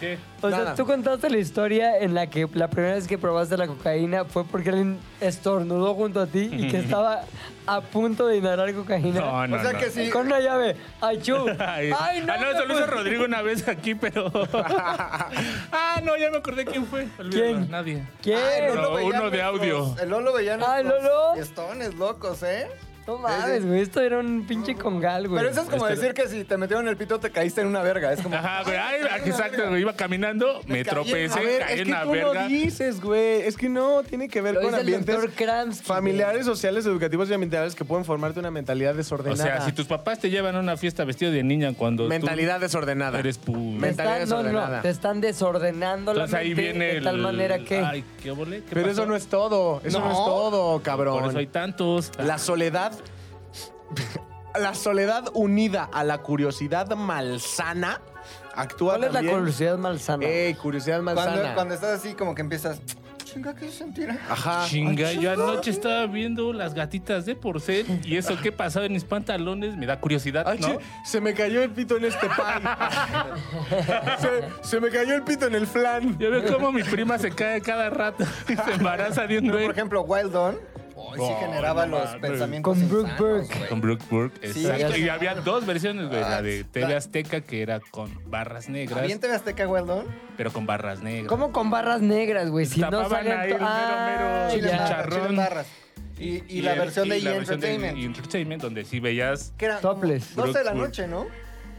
[SPEAKER 3] ¿Qué?
[SPEAKER 1] O sea,
[SPEAKER 4] Nada.
[SPEAKER 1] tú contaste la historia en la que la primera vez que probaste la cocaína fue porque alguien estornudó junto a ti y que estaba a punto de inhalar cocaína.
[SPEAKER 3] No, no,
[SPEAKER 2] O sea
[SPEAKER 3] no.
[SPEAKER 2] que sí.
[SPEAKER 1] Con una llave. ¡Ay, chu!
[SPEAKER 3] Ay,
[SPEAKER 1] ¡Ay, no! pues,
[SPEAKER 3] ah, no,
[SPEAKER 1] me
[SPEAKER 3] eso lo hizo
[SPEAKER 1] puse-
[SPEAKER 3] Rodrigo una vez aquí, pero. ah, no, ya me acordé quién fue. Olvídalo,
[SPEAKER 1] ¿Quién?
[SPEAKER 3] Nadie.
[SPEAKER 1] ¿Qué?
[SPEAKER 2] Ay, el Lolo
[SPEAKER 3] No,
[SPEAKER 2] veía
[SPEAKER 3] uno de
[SPEAKER 2] nuestros-
[SPEAKER 3] audio.
[SPEAKER 2] El Lolo veía
[SPEAKER 1] Ay,
[SPEAKER 2] nuestros
[SPEAKER 1] Lolo.
[SPEAKER 2] fiestones locos, ¿eh?
[SPEAKER 1] No mames, güey. Esto era un pinche congal, güey.
[SPEAKER 2] Pero eso es como decir que si te metieron el pito te caíste en una verga. Es como...
[SPEAKER 3] Ajá, güey. Ay, exacto, güey. Iba caminando,
[SPEAKER 2] caí
[SPEAKER 3] me
[SPEAKER 2] en-
[SPEAKER 3] tropecé,
[SPEAKER 4] A ver,
[SPEAKER 3] caí
[SPEAKER 4] es
[SPEAKER 3] en
[SPEAKER 4] que
[SPEAKER 3] la
[SPEAKER 4] tú
[SPEAKER 3] verga.
[SPEAKER 4] lo dices, güey. Es que no, tiene que ver
[SPEAKER 1] Lo
[SPEAKER 4] con
[SPEAKER 1] dice el
[SPEAKER 4] ambientes
[SPEAKER 1] doctor Kramsky,
[SPEAKER 4] familiares, sociales, educativos y ambientales que pueden formarte una mentalidad
[SPEAKER 3] O
[SPEAKER 4] desordenada.
[SPEAKER 3] sea, si tus papás te llevan a una fiesta vestido de niña cuando. tú
[SPEAKER 4] mentalidad desordenada.
[SPEAKER 3] Eres pu.
[SPEAKER 1] Te
[SPEAKER 4] Me-
[SPEAKER 1] están-
[SPEAKER 4] mentalidad
[SPEAKER 1] no, no, no,
[SPEAKER 4] desordenada.
[SPEAKER 1] te están desordenando
[SPEAKER 3] Entonces
[SPEAKER 1] la
[SPEAKER 3] ahí
[SPEAKER 1] mente
[SPEAKER 3] viene
[SPEAKER 1] de
[SPEAKER 3] el.
[SPEAKER 1] tal manera que
[SPEAKER 3] Ay, qué bolé.
[SPEAKER 4] Pero eso no es todo. Eso no,
[SPEAKER 2] No.
[SPEAKER 4] es todo,
[SPEAKER 3] Por eso hay
[SPEAKER 4] cabrón.
[SPEAKER 3] tantos.
[SPEAKER 4] La soledad. La soledad unida a la curiosidad malsana actúa
[SPEAKER 1] ¿Cuál es la
[SPEAKER 4] también- Eh,
[SPEAKER 1] curiosidad malsana?
[SPEAKER 4] Ey, curiosidad
[SPEAKER 2] Cuando,
[SPEAKER 4] malsana.
[SPEAKER 2] cuando estás así como que empiezas... Chinga, ¿qué se sentirá?
[SPEAKER 4] Ajá.
[SPEAKER 3] Chinga, yo anoche estaba viendo las gatitas de porcel y eso que pasaba en mis pantalones me da curiosidad,
[SPEAKER 4] Ay,
[SPEAKER 3] ¿no?
[SPEAKER 4] che, se me cayó el pito en este pan. se, se me cayó el pito en el flan.
[SPEAKER 3] Yo veo cómo mi prima se cae cada rato y se embaraza de un güey.
[SPEAKER 2] Por ejemplo, Wild On. Hoy sí
[SPEAKER 3] Ay,
[SPEAKER 2] generaba
[SPEAKER 3] Oh, no
[SPEAKER 2] los
[SPEAKER 3] mames.
[SPEAKER 2] pensamientos
[SPEAKER 1] Con Brooke
[SPEAKER 2] insanos,
[SPEAKER 1] Burke.
[SPEAKER 2] güey.
[SPEAKER 3] Con Brooke Burke,
[SPEAKER 2] Sí,
[SPEAKER 3] exacto.
[SPEAKER 2] sí.
[SPEAKER 3] Y había dos versiones, güey. La de TV
[SPEAKER 2] la-
[SPEAKER 3] Azteca, que era con barras negras,
[SPEAKER 2] ¿También te ve Azteca Wild On?
[SPEAKER 3] pero con barras negras.
[SPEAKER 1] ¿Cómo con barras negras, güey? Si no
[SPEAKER 3] Tapaban
[SPEAKER 1] salen...
[SPEAKER 3] ahí
[SPEAKER 1] to-
[SPEAKER 3] el mero, mero
[SPEAKER 1] Ay,
[SPEAKER 2] Chile
[SPEAKER 1] ya.
[SPEAKER 2] en barra,
[SPEAKER 3] chicharrón.
[SPEAKER 2] chile en barras. Y, y la
[SPEAKER 3] el-
[SPEAKER 2] versión de
[SPEAKER 3] y la
[SPEAKER 2] E!
[SPEAKER 3] versión de
[SPEAKER 2] Entertainment.
[SPEAKER 3] E! Entertainment, donde sí veías...
[SPEAKER 2] Que era
[SPEAKER 1] Topless.
[SPEAKER 2] 12 de la
[SPEAKER 3] Brooke
[SPEAKER 2] noche, ¿no?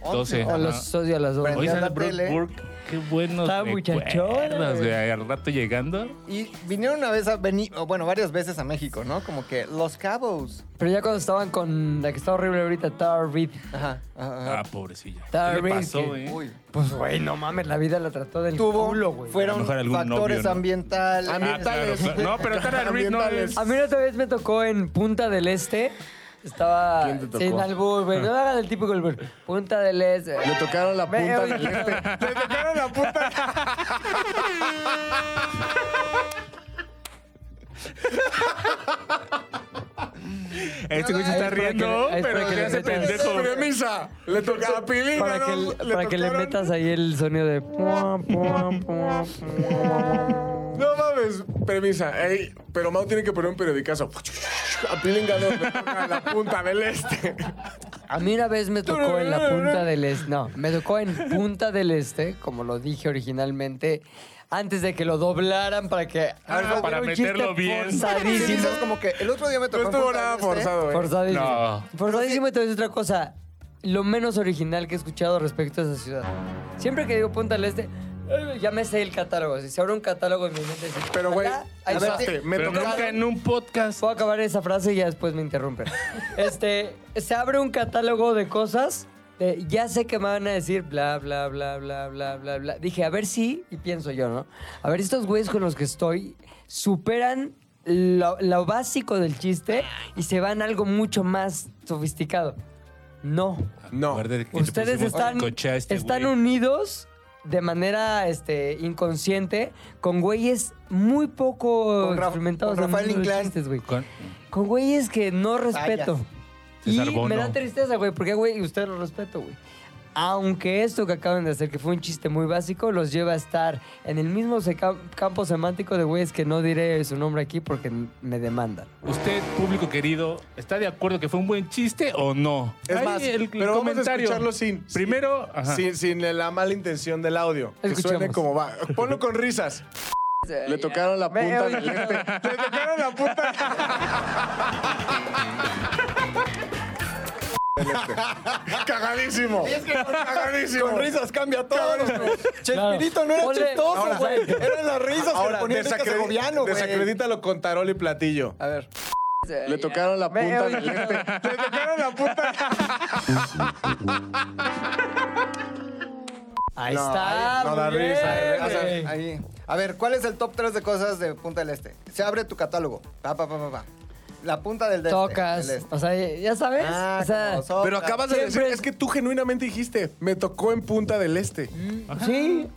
[SPEAKER 3] 12.
[SPEAKER 2] Once.
[SPEAKER 3] ajá.
[SPEAKER 1] A los odio a las dos.
[SPEAKER 2] Prendí
[SPEAKER 3] Hoy sale
[SPEAKER 2] la
[SPEAKER 3] Brooke
[SPEAKER 2] tele.
[SPEAKER 3] Burke. Qué buenos
[SPEAKER 1] Está muchachona,
[SPEAKER 3] recuerdos, güey. Al rato llegando.
[SPEAKER 2] Y vinieron una vez a venir, o bueno, varias veces a México, ¿no? Como que Los Cabos.
[SPEAKER 1] Pero ya cuando estaban con la que está horrible ahorita, Tara Reid.
[SPEAKER 2] Ajá, ajá.
[SPEAKER 3] Ah,
[SPEAKER 2] ajá.
[SPEAKER 3] pobrecilla.
[SPEAKER 1] Está
[SPEAKER 3] ¿Qué le
[SPEAKER 1] bien
[SPEAKER 3] pasó,
[SPEAKER 1] que-
[SPEAKER 3] eh?
[SPEAKER 2] Uy.
[SPEAKER 1] Pues, güey, no mames, la vida la trató del
[SPEAKER 2] Tuvo,
[SPEAKER 1] culo, güey.
[SPEAKER 3] A
[SPEAKER 2] fueron
[SPEAKER 3] lo mejor algún
[SPEAKER 2] factores
[SPEAKER 3] novio, ¿no?
[SPEAKER 2] ambientales.
[SPEAKER 3] Ah, claro,
[SPEAKER 4] Ambientales.
[SPEAKER 3] claro. No, pero Tara Reid no es.
[SPEAKER 1] A mí otra vez me tocó en Punta del Este. Estaba
[SPEAKER 4] ¿Quién te tocó?
[SPEAKER 1] sin albur, güey. No hagan el típico albur. Punta del Este.
[SPEAKER 4] Le tocaron la
[SPEAKER 1] Me-
[SPEAKER 4] punta
[SPEAKER 1] me-
[SPEAKER 4] del este.
[SPEAKER 1] Le tocaron la punta.
[SPEAKER 3] Este güey se está
[SPEAKER 1] Ahí es para
[SPEAKER 3] riendo,
[SPEAKER 1] que le- ahí es
[SPEAKER 3] pero
[SPEAKER 1] para que
[SPEAKER 3] se
[SPEAKER 1] le
[SPEAKER 3] hace
[SPEAKER 1] metas-
[SPEAKER 3] pendejo.
[SPEAKER 4] Premisa. Le tocaron a Pilín.
[SPEAKER 1] Para que,
[SPEAKER 4] ¿no?
[SPEAKER 1] para que le
[SPEAKER 4] tocaron-
[SPEAKER 1] metas ahí el sonido de. pua, pua, pua, pua.
[SPEAKER 4] No mames, premisa. Ey, pero Mau tiene que poner un periodicazo. A Pilín ganó le toca la punta del este.
[SPEAKER 1] A mí una vez me tocó en la Punta del Este. No, me tocó en Punta del Este, como lo dije originalmente, antes de que lo doblaran para que.
[SPEAKER 3] Ah, para
[SPEAKER 1] Era un chiste
[SPEAKER 3] meterlo bien.
[SPEAKER 2] Sí, sí,
[SPEAKER 1] Forzadísimo.
[SPEAKER 2] es como que el otro día me tocó.
[SPEAKER 4] No
[SPEAKER 2] en
[SPEAKER 4] estuvo
[SPEAKER 2] Punta
[SPEAKER 4] nada
[SPEAKER 2] del Este.
[SPEAKER 4] forzado, eh. güey.
[SPEAKER 1] Forzadísimo.
[SPEAKER 3] No.
[SPEAKER 1] Forzadísimo y te voy a decir otra cosa. Lo menos original que he escuchado respecto a esa ciudad. Siempre que digo Punta del Este, eh, ya me sé el catálogo. Si se abre un catálogo en mi mente, dice,
[SPEAKER 4] Pero, güey,
[SPEAKER 1] acá hay
[SPEAKER 4] usaste.
[SPEAKER 1] siete-
[SPEAKER 4] Me
[SPEAKER 3] pero
[SPEAKER 4] tocaron.
[SPEAKER 3] nunca en un podcast.
[SPEAKER 1] Puedo acabar esa frase y ya después me interrumpen. Este, se abre un catálogo de cosas. de, ya sé que me van a decir bla, bla, bla, bla, bla, bla, bla. Dije, a ver si, y pienso yo, ¿no? A ver, estos güeyes con los que estoy superan lo, lo básico del chiste y se van a algo mucho más sofisticado. No.
[SPEAKER 4] No.
[SPEAKER 3] Acuérdate que le
[SPEAKER 1] Ustedes
[SPEAKER 3] pusimos
[SPEAKER 1] están,
[SPEAKER 3] coche a este
[SPEAKER 1] están
[SPEAKER 3] güey.
[SPEAKER 1] unidos de manera este, inconsciente con güeyes muy poco
[SPEAKER 2] Con Ra-
[SPEAKER 1] experimentados
[SPEAKER 2] con
[SPEAKER 1] en
[SPEAKER 2] Rafael
[SPEAKER 1] el mundo de
[SPEAKER 2] Inclán.
[SPEAKER 1] chistes, güey.
[SPEAKER 3] Con-
[SPEAKER 1] Con güeyes que no respeto. Y
[SPEAKER 3] César Bono.
[SPEAKER 1] me da tristeza, güey, porque, güey, ustedes lo respeto, güey. Aunque esto que acaban de hacer, que fue un chiste muy básico, los lleva a estar en el mismo seca- campo semántico de güeyes que no diré su nombre aquí porque n- me demandan.
[SPEAKER 3] Usted, público querido, ¿está de acuerdo que fue un buen chiste o no?
[SPEAKER 4] Es
[SPEAKER 3] Ahí
[SPEAKER 4] más,
[SPEAKER 3] el, el
[SPEAKER 4] pero vamos a
[SPEAKER 3] comentario.
[SPEAKER 4] escucharlo sin.
[SPEAKER 3] Primero, ajá.
[SPEAKER 4] Sin, sin la mala intención del audio. Que suene
[SPEAKER 1] Escuchemos.
[SPEAKER 4] como va. Ponlo con risas. Le tocaron la
[SPEAKER 1] Me-
[SPEAKER 4] punta del este. Le tocaron la punta. Cagadísimo. Cagadísimo.
[SPEAKER 2] Con risas cambia todo. güey. Chespirito no era
[SPEAKER 1] Ponle-
[SPEAKER 2] chistoso,
[SPEAKER 1] Ahora,
[SPEAKER 2] güey. Eran las risas que le
[SPEAKER 4] Ahora,
[SPEAKER 2] ponía Enrique
[SPEAKER 4] desacredi-
[SPEAKER 2] Segoviano, güey.
[SPEAKER 4] desacredítalo con tarol y platillo.
[SPEAKER 2] A ver.
[SPEAKER 4] Le tocaron la
[SPEAKER 1] Me-
[SPEAKER 4] punta del este. Le tocaron la punta.
[SPEAKER 1] Ahí
[SPEAKER 4] No,
[SPEAKER 1] está.
[SPEAKER 4] ahí no da
[SPEAKER 1] muy bien,
[SPEAKER 4] risa, eh.
[SPEAKER 2] O sea,
[SPEAKER 1] güey.
[SPEAKER 2] ahí. A ver, ¿cuál es el top 3 de cosas de Punta del Este? Se abre tu catálogo. Pa, pa, pa, pa, pa. La punta del este.
[SPEAKER 1] Tocas.
[SPEAKER 2] del este.
[SPEAKER 1] O sea, ya sabes.
[SPEAKER 2] Ah,
[SPEAKER 1] o sea,
[SPEAKER 2] como sopla.
[SPEAKER 4] Pero acabas de decir,
[SPEAKER 1] Siempre-
[SPEAKER 4] es que tú genuinamente dijiste, me tocó en punta del este.
[SPEAKER 1] sí,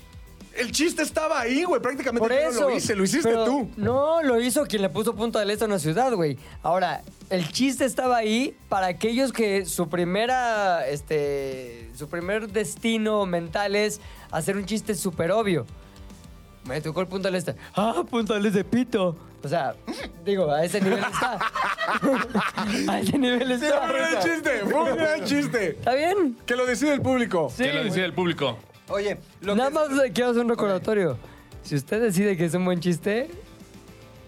[SPEAKER 4] El chiste estaba ahí, güey. Prácticamente
[SPEAKER 1] Por
[SPEAKER 4] yo no
[SPEAKER 1] eso.
[SPEAKER 4] lo hice, lo hiciste
[SPEAKER 1] Pero
[SPEAKER 4] tú.
[SPEAKER 1] No, lo hizo quien le puso punto del este a una ciudad, güey. Ahora, el chiste estaba ahí para aquellos que su primera, este, su primer destino mental es hacer un chiste súper obvio. Me tocó el punto del este. Ah, punto del este, pito. O sea, digo, a ese nivel está. a ese nivel está.
[SPEAKER 4] Fue un gran chiste, fue un gran chiste.
[SPEAKER 1] ¿Está bien?
[SPEAKER 4] Que lo decide el público.
[SPEAKER 1] Sí.
[SPEAKER 3] Que lo decía el público.
[SPEAKER 2] Oye, lo
[SPEAKER 1] Nada
[SPEAKER 2] que-
[SPEAKER 1] más le quiero hacer un recordatorio. Si usted decide que es un buen chiste,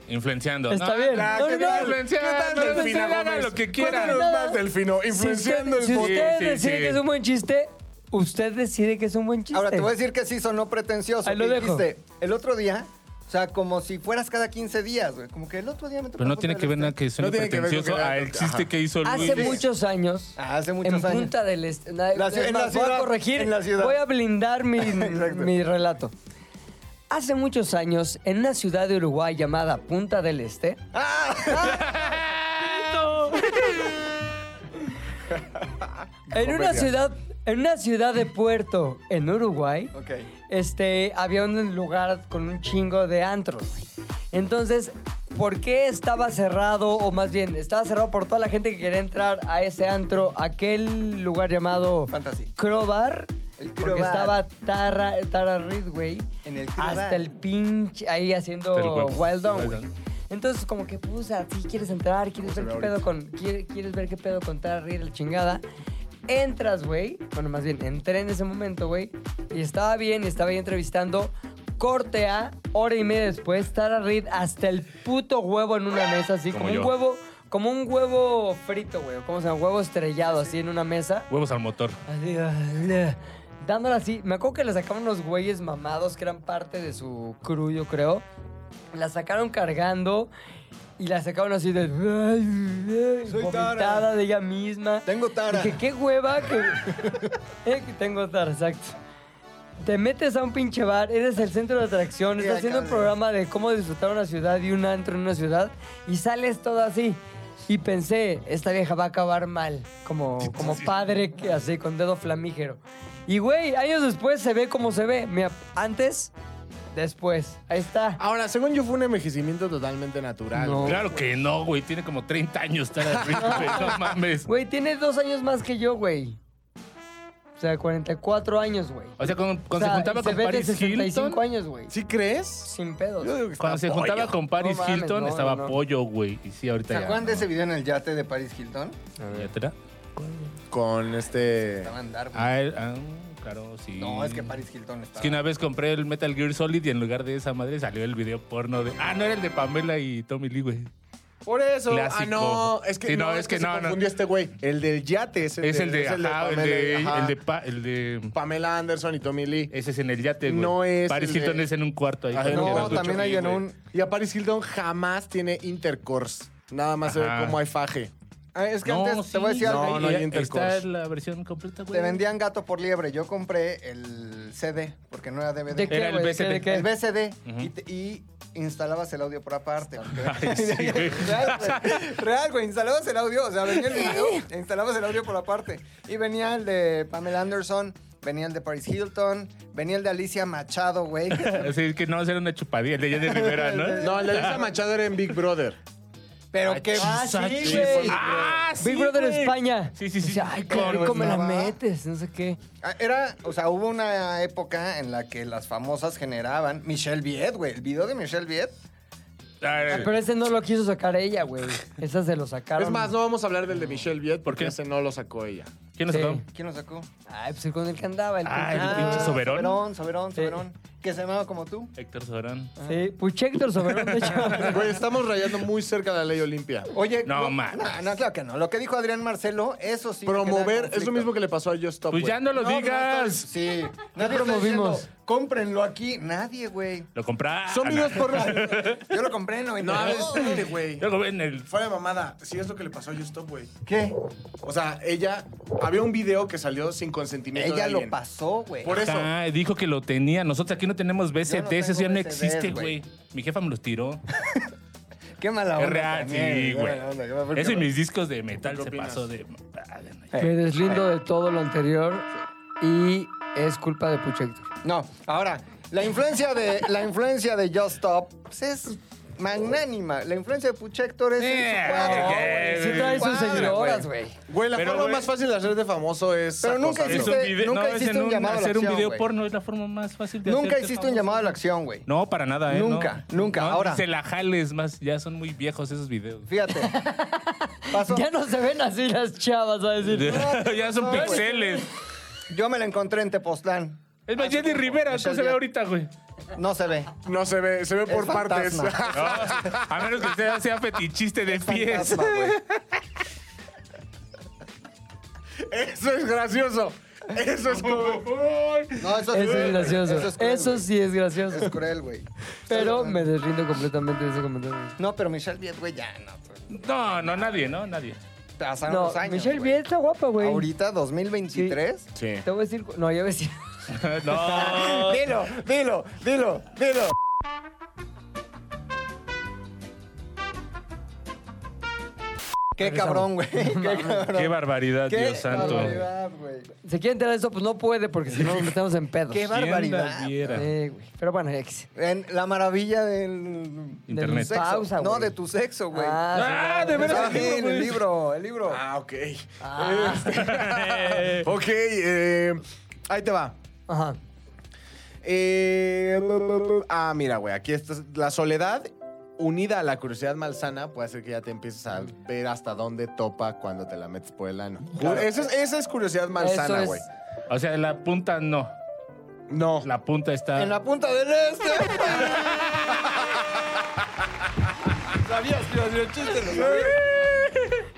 [SPEAKER 3] Influenciando.
[SPEAKER 1] Está bien.
[SPEAKER 4] Ah,
[SPEAKER 1] No,
[SPEAKER 4] qué
[SPEAKER 1] no, no.
[SPEAKER 4] bien,
[SPEAKER 3] Influenciar,
[SPEAKER 4] ¿Qué tal,
[SPEAKER 3] no,
[SPEAKER 4] Delfina
[SPEAKER 3] usted haga
[SPEAKER 4] Gómez?
[SPEAKER 3] lo que quiera.
[SPEAKER 4] Cuéntanos más, Delfino,
[SPEAKER 1] Si
[SPEAKER 4] influenciando
[SPEAKER 1] usted, Pues si
[SPEAKER 4] el
[SPEAKER 3] podcast.
[SPEAKER 1] usted
[SPEAKER 3] Sí, sí,
[SPEAKER 1] decide
[SPEAKER 3] sí.
[SPEAKER 1] que es un buen chiste, usted decide que es un buen chiste.
[SPEAKER 2] Ahora te voy a decir que sí sonó pretencioso.
[SPEAKER 1] Ahí lo
[SPEAKER 2] que
[SPEAKER 1] dejo.
[SPEAKER 2] dijiste, el otro día, o sea, como si fueras cada 15 días, güey. Como que el otro día me tocó
[SPEAKER 3] Pero no
[SPEAKER 2] Punta
[SPEAKER 3] tiene
[SPEAKER 2] del
[SPEAKER 3] que ver
[SPEAKER 2] Este.
[SPEAKER 3] nada que suene
[SPEAKER 4] No tiene que ver con que
[SPEAKER 3] pretencioso
[SPEAKER 4] era-
[SPEAKER 3] al chiste
[SPEAKER 4] Ajá.
[SPEAKER 3] que hizo Luis.
[SPEAKER 1] Hace muchos años.
[SPEAKER 2] Ah, hace muchos
[SPEAKER 1] en
[SPEAKER 2] años.
[SPEAKER 1] Punta del Este. na-
[SPEAKER 2] La ci-
[SPEAKER 1] es
[SPEAKER 2] en
[SPEAKER 1] más,
[SPEAKER 2] la
[SPEAKER 1] voy a
[SPEAKER 2] ciudad,
[SPEAKER 1] corregir.
[SPEAKER 2] en la ciudad.
[SPEAKER 1] Voy a blindar mi,
[SPEAKER 2] Exacto.
[SPEAKER 1] mi relato. Hace muchos años, en una ciudad de Uruguay llamada Punta del Este,
[SPEAKER 2] Ah.
[SPEAKER 1] en una ciudad, en una ciudad de puerto en Uruguay,
[SPEAKER 2] Ok.
[SPEAKER 1] este, había un lugar con un chingo de antros. güey. Entonces, ¿por qué estaba cerrado? O más bien, estaba cerrado por toda la gente que quería entrar a ese antro, aquel lugar llamado
[SPEAKER 2] Fantasy.
[SPEAKER 1] Crowbar.
[SPEAKER 2] El
[SPEAKER 1] Porque
[SPEAKER 2] Crowbar.
[SPEAKER 1] estaba Tara, Tara Reid, güey.
[SPEAKER 2] En el Crowbar.
[SPEAKER 1] Hasta el pinche ahí haciendo
[SPEAKER 3] Del huevo.
[SPEAKER 1] Wild Down,
[SPEAKER 3] Wild
[SPEAKER 1] güey.
[SPEAKER 3] Down.
[SPEAKER 1] Entonces, como que puse así, quieres entrar, quieres ver qué pedo con. quiere- Quieres ver qué pedo con Tara Reid, la chingada. Entras, güey. Bueno, más bien, entré en ese momento, güey. Y estaba bien, y estaba ahí entrevistando. Corte a, hora y media después, Tara Reid hasta el puto huevo en una mesa, así como,
[SPEAKER 3] Como
[SPEAKER 1] un
[SPEAKER 3] yo.
[SPEAKER 1] huevo, como un huevo frito, güey, o como se llama, huevo estrellado así en una mesa.
[SPEAKER 3] Huevos al motor.
[SPEAKER 1] Así, ah, le- dándole así. Me acuerdo que le sacaban unos güeyes mamados que eran parte de su crew, yo creo. La sacaron cargando y la sacaron así de.
[SPEAKER 2] Soy
[SPEAKER 1] vomitada
[SPEAKER 2] Tara.
[SPEAKER 1] de ella misma.
[SPEAKER 2] Tengo tara.
[SPEAKER 1] Dije, qué hueva que. Eh, que tengo tara, exacto. Te metes a un pinche bar, eres el centro de atracción,
[SPEAKER 2] Y
[SPEAKER 1] estás haciendo un
[SPEAKER 2] acá-
[SPEAKER 1] programa de cómo disfrutar una ciudad y un antro en una ciudad y sales todo así. Y pensé, esta vieja va a acabar mal, como, como padre que así, con dedo flamígero. Y güey, años después se ve como se ve. Mira, antes, después. Ahí está.
[SPEAKER 4] Ahora, según yo, fue un envejecimiento totalmente natural.
[SPEAKER 1] No.
[SPEAKER 4] güey.
[SPEAKER 3] Claro que no, güey. Tiene como 30 años Tara Rickman, No mames.
[SPEAKER 1] Güey, tiene dos años más que yo, güey. O sea, 44 años, güey.
[SPEAKER 3] O sea, cuando,
[SPEAKER 1] O
[SPEAKER 3] cuando
[SPEAKER 1] sea,
[SPEAKER 3] se juntaba
[SPEAKER 1] se
[SPEAKER 3] con
[SPEAKER 1] ve de
[SPEAKER 3] Paris
[SPEAKER 1] 65
[SPEAKER 3] Hilton.
[SPEAKER 1] años, güey.
[SPEAKER 4] ¿Sí crees?
[SPEAKER 1] Sin pedos.
[SPEAKER 4] Yo digo que
[SPEAKER 3] Cuando
[SPEAKER 4] está
[SPEAKER 3] se
[SPEAKER 4] pollo.
[SPEAKER 3] juntaba con Paris
[SPEAKER 1] No mames,
[SPEAKER 3] Hilton,
[SPEAKER 1] no,
[SPEAKER 3] estaba
[SPEAKER 1] no, no.
[SPEAKER 3] pollo, güey. Y sí,
[SPEAKER 2] ¿Se
[SPEAKER 3] ahorita ya.
[SPEAKER 2] acuerdan de ese video en el yate de Paris Hilton?
[SPEAKER 3] ¿Ya te da?
[SPEAKER 4] Con este.
[SPEAKER 2] Estaba a andar, güey.
[SPEAKER 3] Ah, eh, ah, claro, sí.
[SPEAKER 2] No, es que Paris Hilton estaba.
[SPEAKER 3] Es que una vez compré el Metal Gear Solid y en lugar de esa madre salió el video porno de. Ah, no era el de Pamela y Tommy Lee, güey.
[SPEAKER 4] Por eso.
[SPEAKER 3] Clásico.
[SPEAKER 4] Ah, no. Es que
[SPEAKER 3] Sí,
[SPEAKER 4] no, es que, se
[SPEAKER 3] no, no.
[SPEAKER 4] confundió este güey. El del yate es el,
[SPEAKER 3] Es
[SPEAKER 4] de,
[SPEAKER 3] el de.
[SPEAKER 4] es
[SPEAKER 3] ajá, el
[SPEAKER 4] Pamela,
[SPEAKER 3] de.
[SPEAKER 4] ajá.
[SPEAKER 3] El de. pa- el de-
[SPEAKER 4] Pamela Anderson y Tommy Lee.
[SPEAKER 3] Ese es en el yate, güey.
[SPEAKER 4] No es
[SPEAKER 3] Paris
[SPEAKER 4] el de-
[SPEAKER 3] Hilton es en un cuarto ahí.
[SPEAKER 4] Ajá,
[SPEAKER 3] con
[SPEAKER 4] no,
[SPEAKER 3] Gerardo
[SPEAKER 2] también hay
[SPEAKER 3] Choque,
[SPEAKER 2] en
[SPEAKER 3] güey.
[SPEAKER 2] un-
[SPEAKER 4] Y a Paris Hilton jamás tiene intercourse. Nada más se ve
[SPEAKER 3] Ajá.
[SPEAKER 4] cómo hay faje.
[SPEAKER 2] Ah, es que
[SPEAKER 3] No,
[SPEAKER 2] antes te voy a
[SPEAKER 3] sí,
[SPEAKER 2] decir
[SPEAKER 4] no,
[SPEAKER 2] algo.
[SPEAKER 4] no hay
[SPEAKER 3] ahí
[SPEAKER 4] intercourse.
[SPEAKER 3] Está la versión completa,
[SPEAKER 2] Te
[SPEAKER 3] güey.
[SPEAKER 2] vendían gato por liebre. Yo compré el CD, porque no era DVD.
[SPEAKER 1] ¿De qué,
[SPEAKER 3] Era el
[SPEAKER 1] güey? ¿De
[SPEAKER 3] BCT.
[SPEAKER 1] qué, de qué?
[SPEAKER 2] El BCD. y, te- y instalabas el audio por aparte.
[SPEAKER 3] Ay, sí, güey.
[SPEAKER 2] real, güey. Real, güey. Instalabas el audio. O sea, venía el video, e instalabas el audio por aparte. Y venía el de Pamela Anderson, venía el de Paris Hilton, venía el de Alicia Machado, güey.
[SPEAKER 3] Sí, que no, era una chupadilla. El de Jenny Rivera, ¿no?
[SPEAKER 4] No, el de Lisa Machado era en Big Brother.
[SPEAKER 2] Pero qué
[SPEAKER 1] Ah, sí,
[SPEAKER 2] chis-
[SPEAKER 1] güey.
[SPEAKER 3] Ah, sí,
[SPEAKER 1] Big Brother
[SPEAKER 3] güey.
[SPEAKER 1] España.
[SPEAKER 3] Sí, sí, Eh. sí.
[SPEAKER 1] Dice, ay, qué
[SPEAKER 3] Con-
[SPEAKER 1] rico me la
[SPEAKER 2] estaba-
[SPEAKER 1] metes, no sé qué.
[SPEAKER 2] Ah, Era, o sea, hubo una época en la que las famosas generaban Michelle Viet, güey. El video de Michelle Viet.
[SPEAKER 3] Ah, eh,
[SPEAKER 1] Pero ese no lo quiso sacar ella, güey. Esa se lo sacaron.
[SPEAKER 4] Es más, no vamos a hablar del de Michelle Viet porque
[SPEAKER 3] qué?
[SPEAKER 4] ese no lo sacó ella.
[SPEAKER 3] ¿Quién nos
[SPEAKER 1] Sí.
[SPEAKER 3] sacó?
[SPEAKER 2] ¿Quién lo sacó?
[SPEAKER 1] Ay, pues el con el que andaba. El Ah.
[SPEAKER 3] Ay,
[SPEAKER 1] con-
[SPEAKER 3] el pinche Soberón.
[SPEAKER 2] Ah, Soberón, Soberón, Soberón. Que se llamaba como tú.
[SPEAKER 3] Héctor Pues Során.
[SPEAKER 1] Sí, pues, Puchector Soberón, de hecho.
[SPEAKER 4] Güey, estamos rayando muy cerca de la ley Olimpia.
[SPEAKER 2] Oye,
[SPEAKER 3] No, mames.
[SPEAKER 2] No, no, claro que no. Lo que dijo Adrián Marcelo, eso sí. me queda en
[SPEAKER 4] Promover es
[SPEAKER 2] conflicto.
[SPEAKER 4] lo mismo que le pasó a Just Stop.
[SPEAKER 3] Pues
[SPEAKER 4] güey.
[SPEAKER 3] ya no lo
[SPEAKER 2] No, no, esto-
[SPEAKER 3] digas.
[SPEAKER 2] sí. Nadie
[SPEAKER 1] promovimos.
[SPEAKER 2] promovimos. Cómprenlo aquí. Nadie, güey.
[SPEAKER 3] Lo Ah, compré.
[SPEAKER 4] Son videos por
[SPEAKER 2] Yo lo compré en 90.
[SPEAKER 4] No, a ver, espérate, güey.
[SPEAKER 3] Yo lo vi en el.
[SPEAKER 4] Fuera de mamada, si es lo que le pasó a Just Stop, güey.
[SPEAKER 2] ¿Qué?
[SPEAKER 4] O sea, ella. Había un video que salió sin consentimiento.
[SPEAKER 2] Ella
[SPEAKER 4] de
[SPEAKER 2] lo
[SPEAKER 4] alguien.
[SPEAKER 2] pasó, güey.
[SPEAKER 4] Por eso.
[SPEAKER 3] Ajá, dijo que lo tenía. Nosotros aquí no tenemos BCT,
[SPEAKER 2] Yo no
[SPEAKER 3] eso
[SPEAKER 2] tengo
[SPEAKER 3] ya no
[SPEAKER 2] BCTs,
[SPEAKER 3] existe,
[SPEAKER 2] güey.
[SPEAKER 3] güey. Mi jefa me los tiró.
[SPEAKER 2] Qué mala
[SPEAKER 3] Es
[SPEAKER 2] onda.
[SPEAKER 3] real,
[SPEAKER 2] también,
[SPEAKER 3] sí,
[SPEAKER 2] qué
[SPEAKER 3] güey.
[SPEAKER 2] mala onda, qué mala onda.
[SPEAKER 3] Eso y mis discos de metal
[SPEAKER 4] ¿Qué
[SPEAKER 3] se
[SPEAKER 4] opinas?
[SPEAKER 3] pasó de. Ah, de-
[SPEAKER 1] Me deslindo de todo lo anterior y es culpa de Puchector.
[SPEAKER 2] No, ahora, la influencia de, la influencia de Just Stop pues, es magnánima. La influencia de Puchector es en
[SPEAKER 3] Eh,
[SPEAKER 2] su cuadro.
[SPEAKER 3] ok.
[SPEAKER 2] güey.
[SPEAKER 1] Sí trae sus
[SPEAKER 2] Cuadra,
[SPEAKER 1] seguidoras, güey.
[SPEAKER 4] Güey, la
[SPEAKER 3] Pero,
[SPEAKER 4] forma
[SPEAKER 3] güey.
[SPEAKER 4] más fácil de hacer de famoso es.
[SPEAKER 2] Pero nunca
[SPEAKER 4] acosar,
[SPEAKER 2] hiciste-
[SPEAKER 3] Es un video-
[SPEAKER 2] nunca
[SPEAKER 3] no, es
[SPEAKER 2] hiciste
[SPEAKER 3] en
[SPEAKER 2] un llamado a la
[SPEAKER 3] Hacer un
[SPEAKER 2] acción,
[SPEAKER 3] video
[SPEAKER 2] güey.
[SPEAKER 3] porno es la forma más fácil de
[SPEAKER 2] Nunca
[SPEAKER 3] hacerte
[SPEAKER 2] hiciste un
[SPEAKER 3] famoso.
[SPEAKER 2] llamado a la acción, güey.
[SPEAKER 3] No, para nada, ¿eh?
[SPEAKER 2] Nunca,
[SPEAKER 3] No.
[SPEAKER 2] nunca.
[SPEAKER 3] No,
[SPEAKER 2] Ahora.
[SPEAKER 3] ni Se la jales más, ya son muy viejos esos videos.
[SPEAKER 2] Fíjate. Pasó.
[SPEAKER 1] Ya no se ven así las chavas, a decir.
[SPEAKER 3] ya son
[SPEAKER 2] no, güey.
[SPEAKER 3] pixeles.
[SPEAKER 2] Yo me la encontré en Tepoztlán.
[SPEAKER 3] Es más, Jenny Rivera, ¿cómo se ve
[SPEAKER 2] Viet.
[SPEAKER 3] ahorita, güey?
[SPEAKER 2] No se ve.
[SPEAKER 4] güey. No se ve, se ve por partes.
[SPEAKER 2] fantasma.
[SPEAKER 3] No, a menos que usted sea fetichiste de pies.
[SPEAKER 2] Fantasma, güey.
[SPEAKER 4] Eso es gracioso. Eso es como.
[SPEAKER 2] No, eso,
[SPEAKER 1] Eso es gracioso.
[SPEAKER 2] Eso,
[SPEAKER 1] Eso,
[SPEAKER 2] es cruel, güey.
[SPEAKER 1] sí es gracioso.
[SPEAKER 2] Es cruel, güey.
[SPEAKER 1] Pero me deslindo completamente de ese comentario.
[SPEAKER 2] No, pero Michelle Viet, güey, ya no.
[SPEAKER 3] No, no, nadie, ¿no? Nadie.
[SPEAKER 2] Pasaron
[SPEAKER 1] No,
[SPEAKER 2] los años.
[SPEAKER 1] Michelle
[SPEAKER 2] güey.
[SPEAKER 1] Biel está guapa, güey.
[SPEAKER 2] Ahorita, 2023.
[SPEAKER 4] Sí.
[SPEAKER 1] Te voy a decir. No, ya voy a decir.
[SPEAKER 3] No.
[SPEAKER 2] Dilo, dilo, dilo, dilo. Qué cabrón, güey. Qué cabrón.
[SPEAKER 3] Qué barbaridad,
[SPEAKER 2] Qué
[SPEAKER 3] Dios santo.
[SPEAKER 2] barbaridad, güey.
[SPEAKER 1] Si quiere enterar de esto, pues no puede, porque si no nos metemos en pedos.
[SPEAKER 2] Qué
[SPEAKER 3] ¿Quién
[SPEAKER 2] barbaridad.
[SPEAKER 3] la viera?
[SPEAKER 1] Eh, güey. Pero bueno, ex.
[SPEAKER 2] En la maravilla del
[SPEAKER 3] Internet.
[SPEAKER 2] sexo.
[SPEAKER 1] Pausa,
[SPEAKER 2] no,
[SPEAKER 1] güey.
[SPEAKER 2] de tu sexo, güey.
[SPEAKER 3] Ah, de
[SPEAKER 2] Pero
[SPEAKER 3] veras.
[SPEAKER 2] sí,
[SPEAKER 3] el
[SPEAKER 2] en el
[SPEAKER 3] libro, güey.
[SPEAKER 2] libro, el libro.
[SPEAKER 4] Ah, ok.
[SPEAKER 2] Ah.
[SPEAKER 4] Este- ok, eh, ahí te va.
[SPEAKER 1] Ajá.
[SPEAKER 4] Eh, ah, mira, güey, aquí está. La soledad unida a la curiosidad malsana puede hacer que ya te empieces a ver hasta dónde topa cuando te la metes por el ano. Esa, es, esa es curiosidad
[SPEAKER 1] Eso
[SPEAKER 4] malsana,
[SPEAKER 1] es-
[SPEAKER 4] güey.
[SPEAKER 3] O sea, la punta no.
[SPEAKER 4] No.
[SPEAKER 3] La punta está.
[SPEAKER 2] En la punta del este. Sabías, tío, el chiste lo sabía.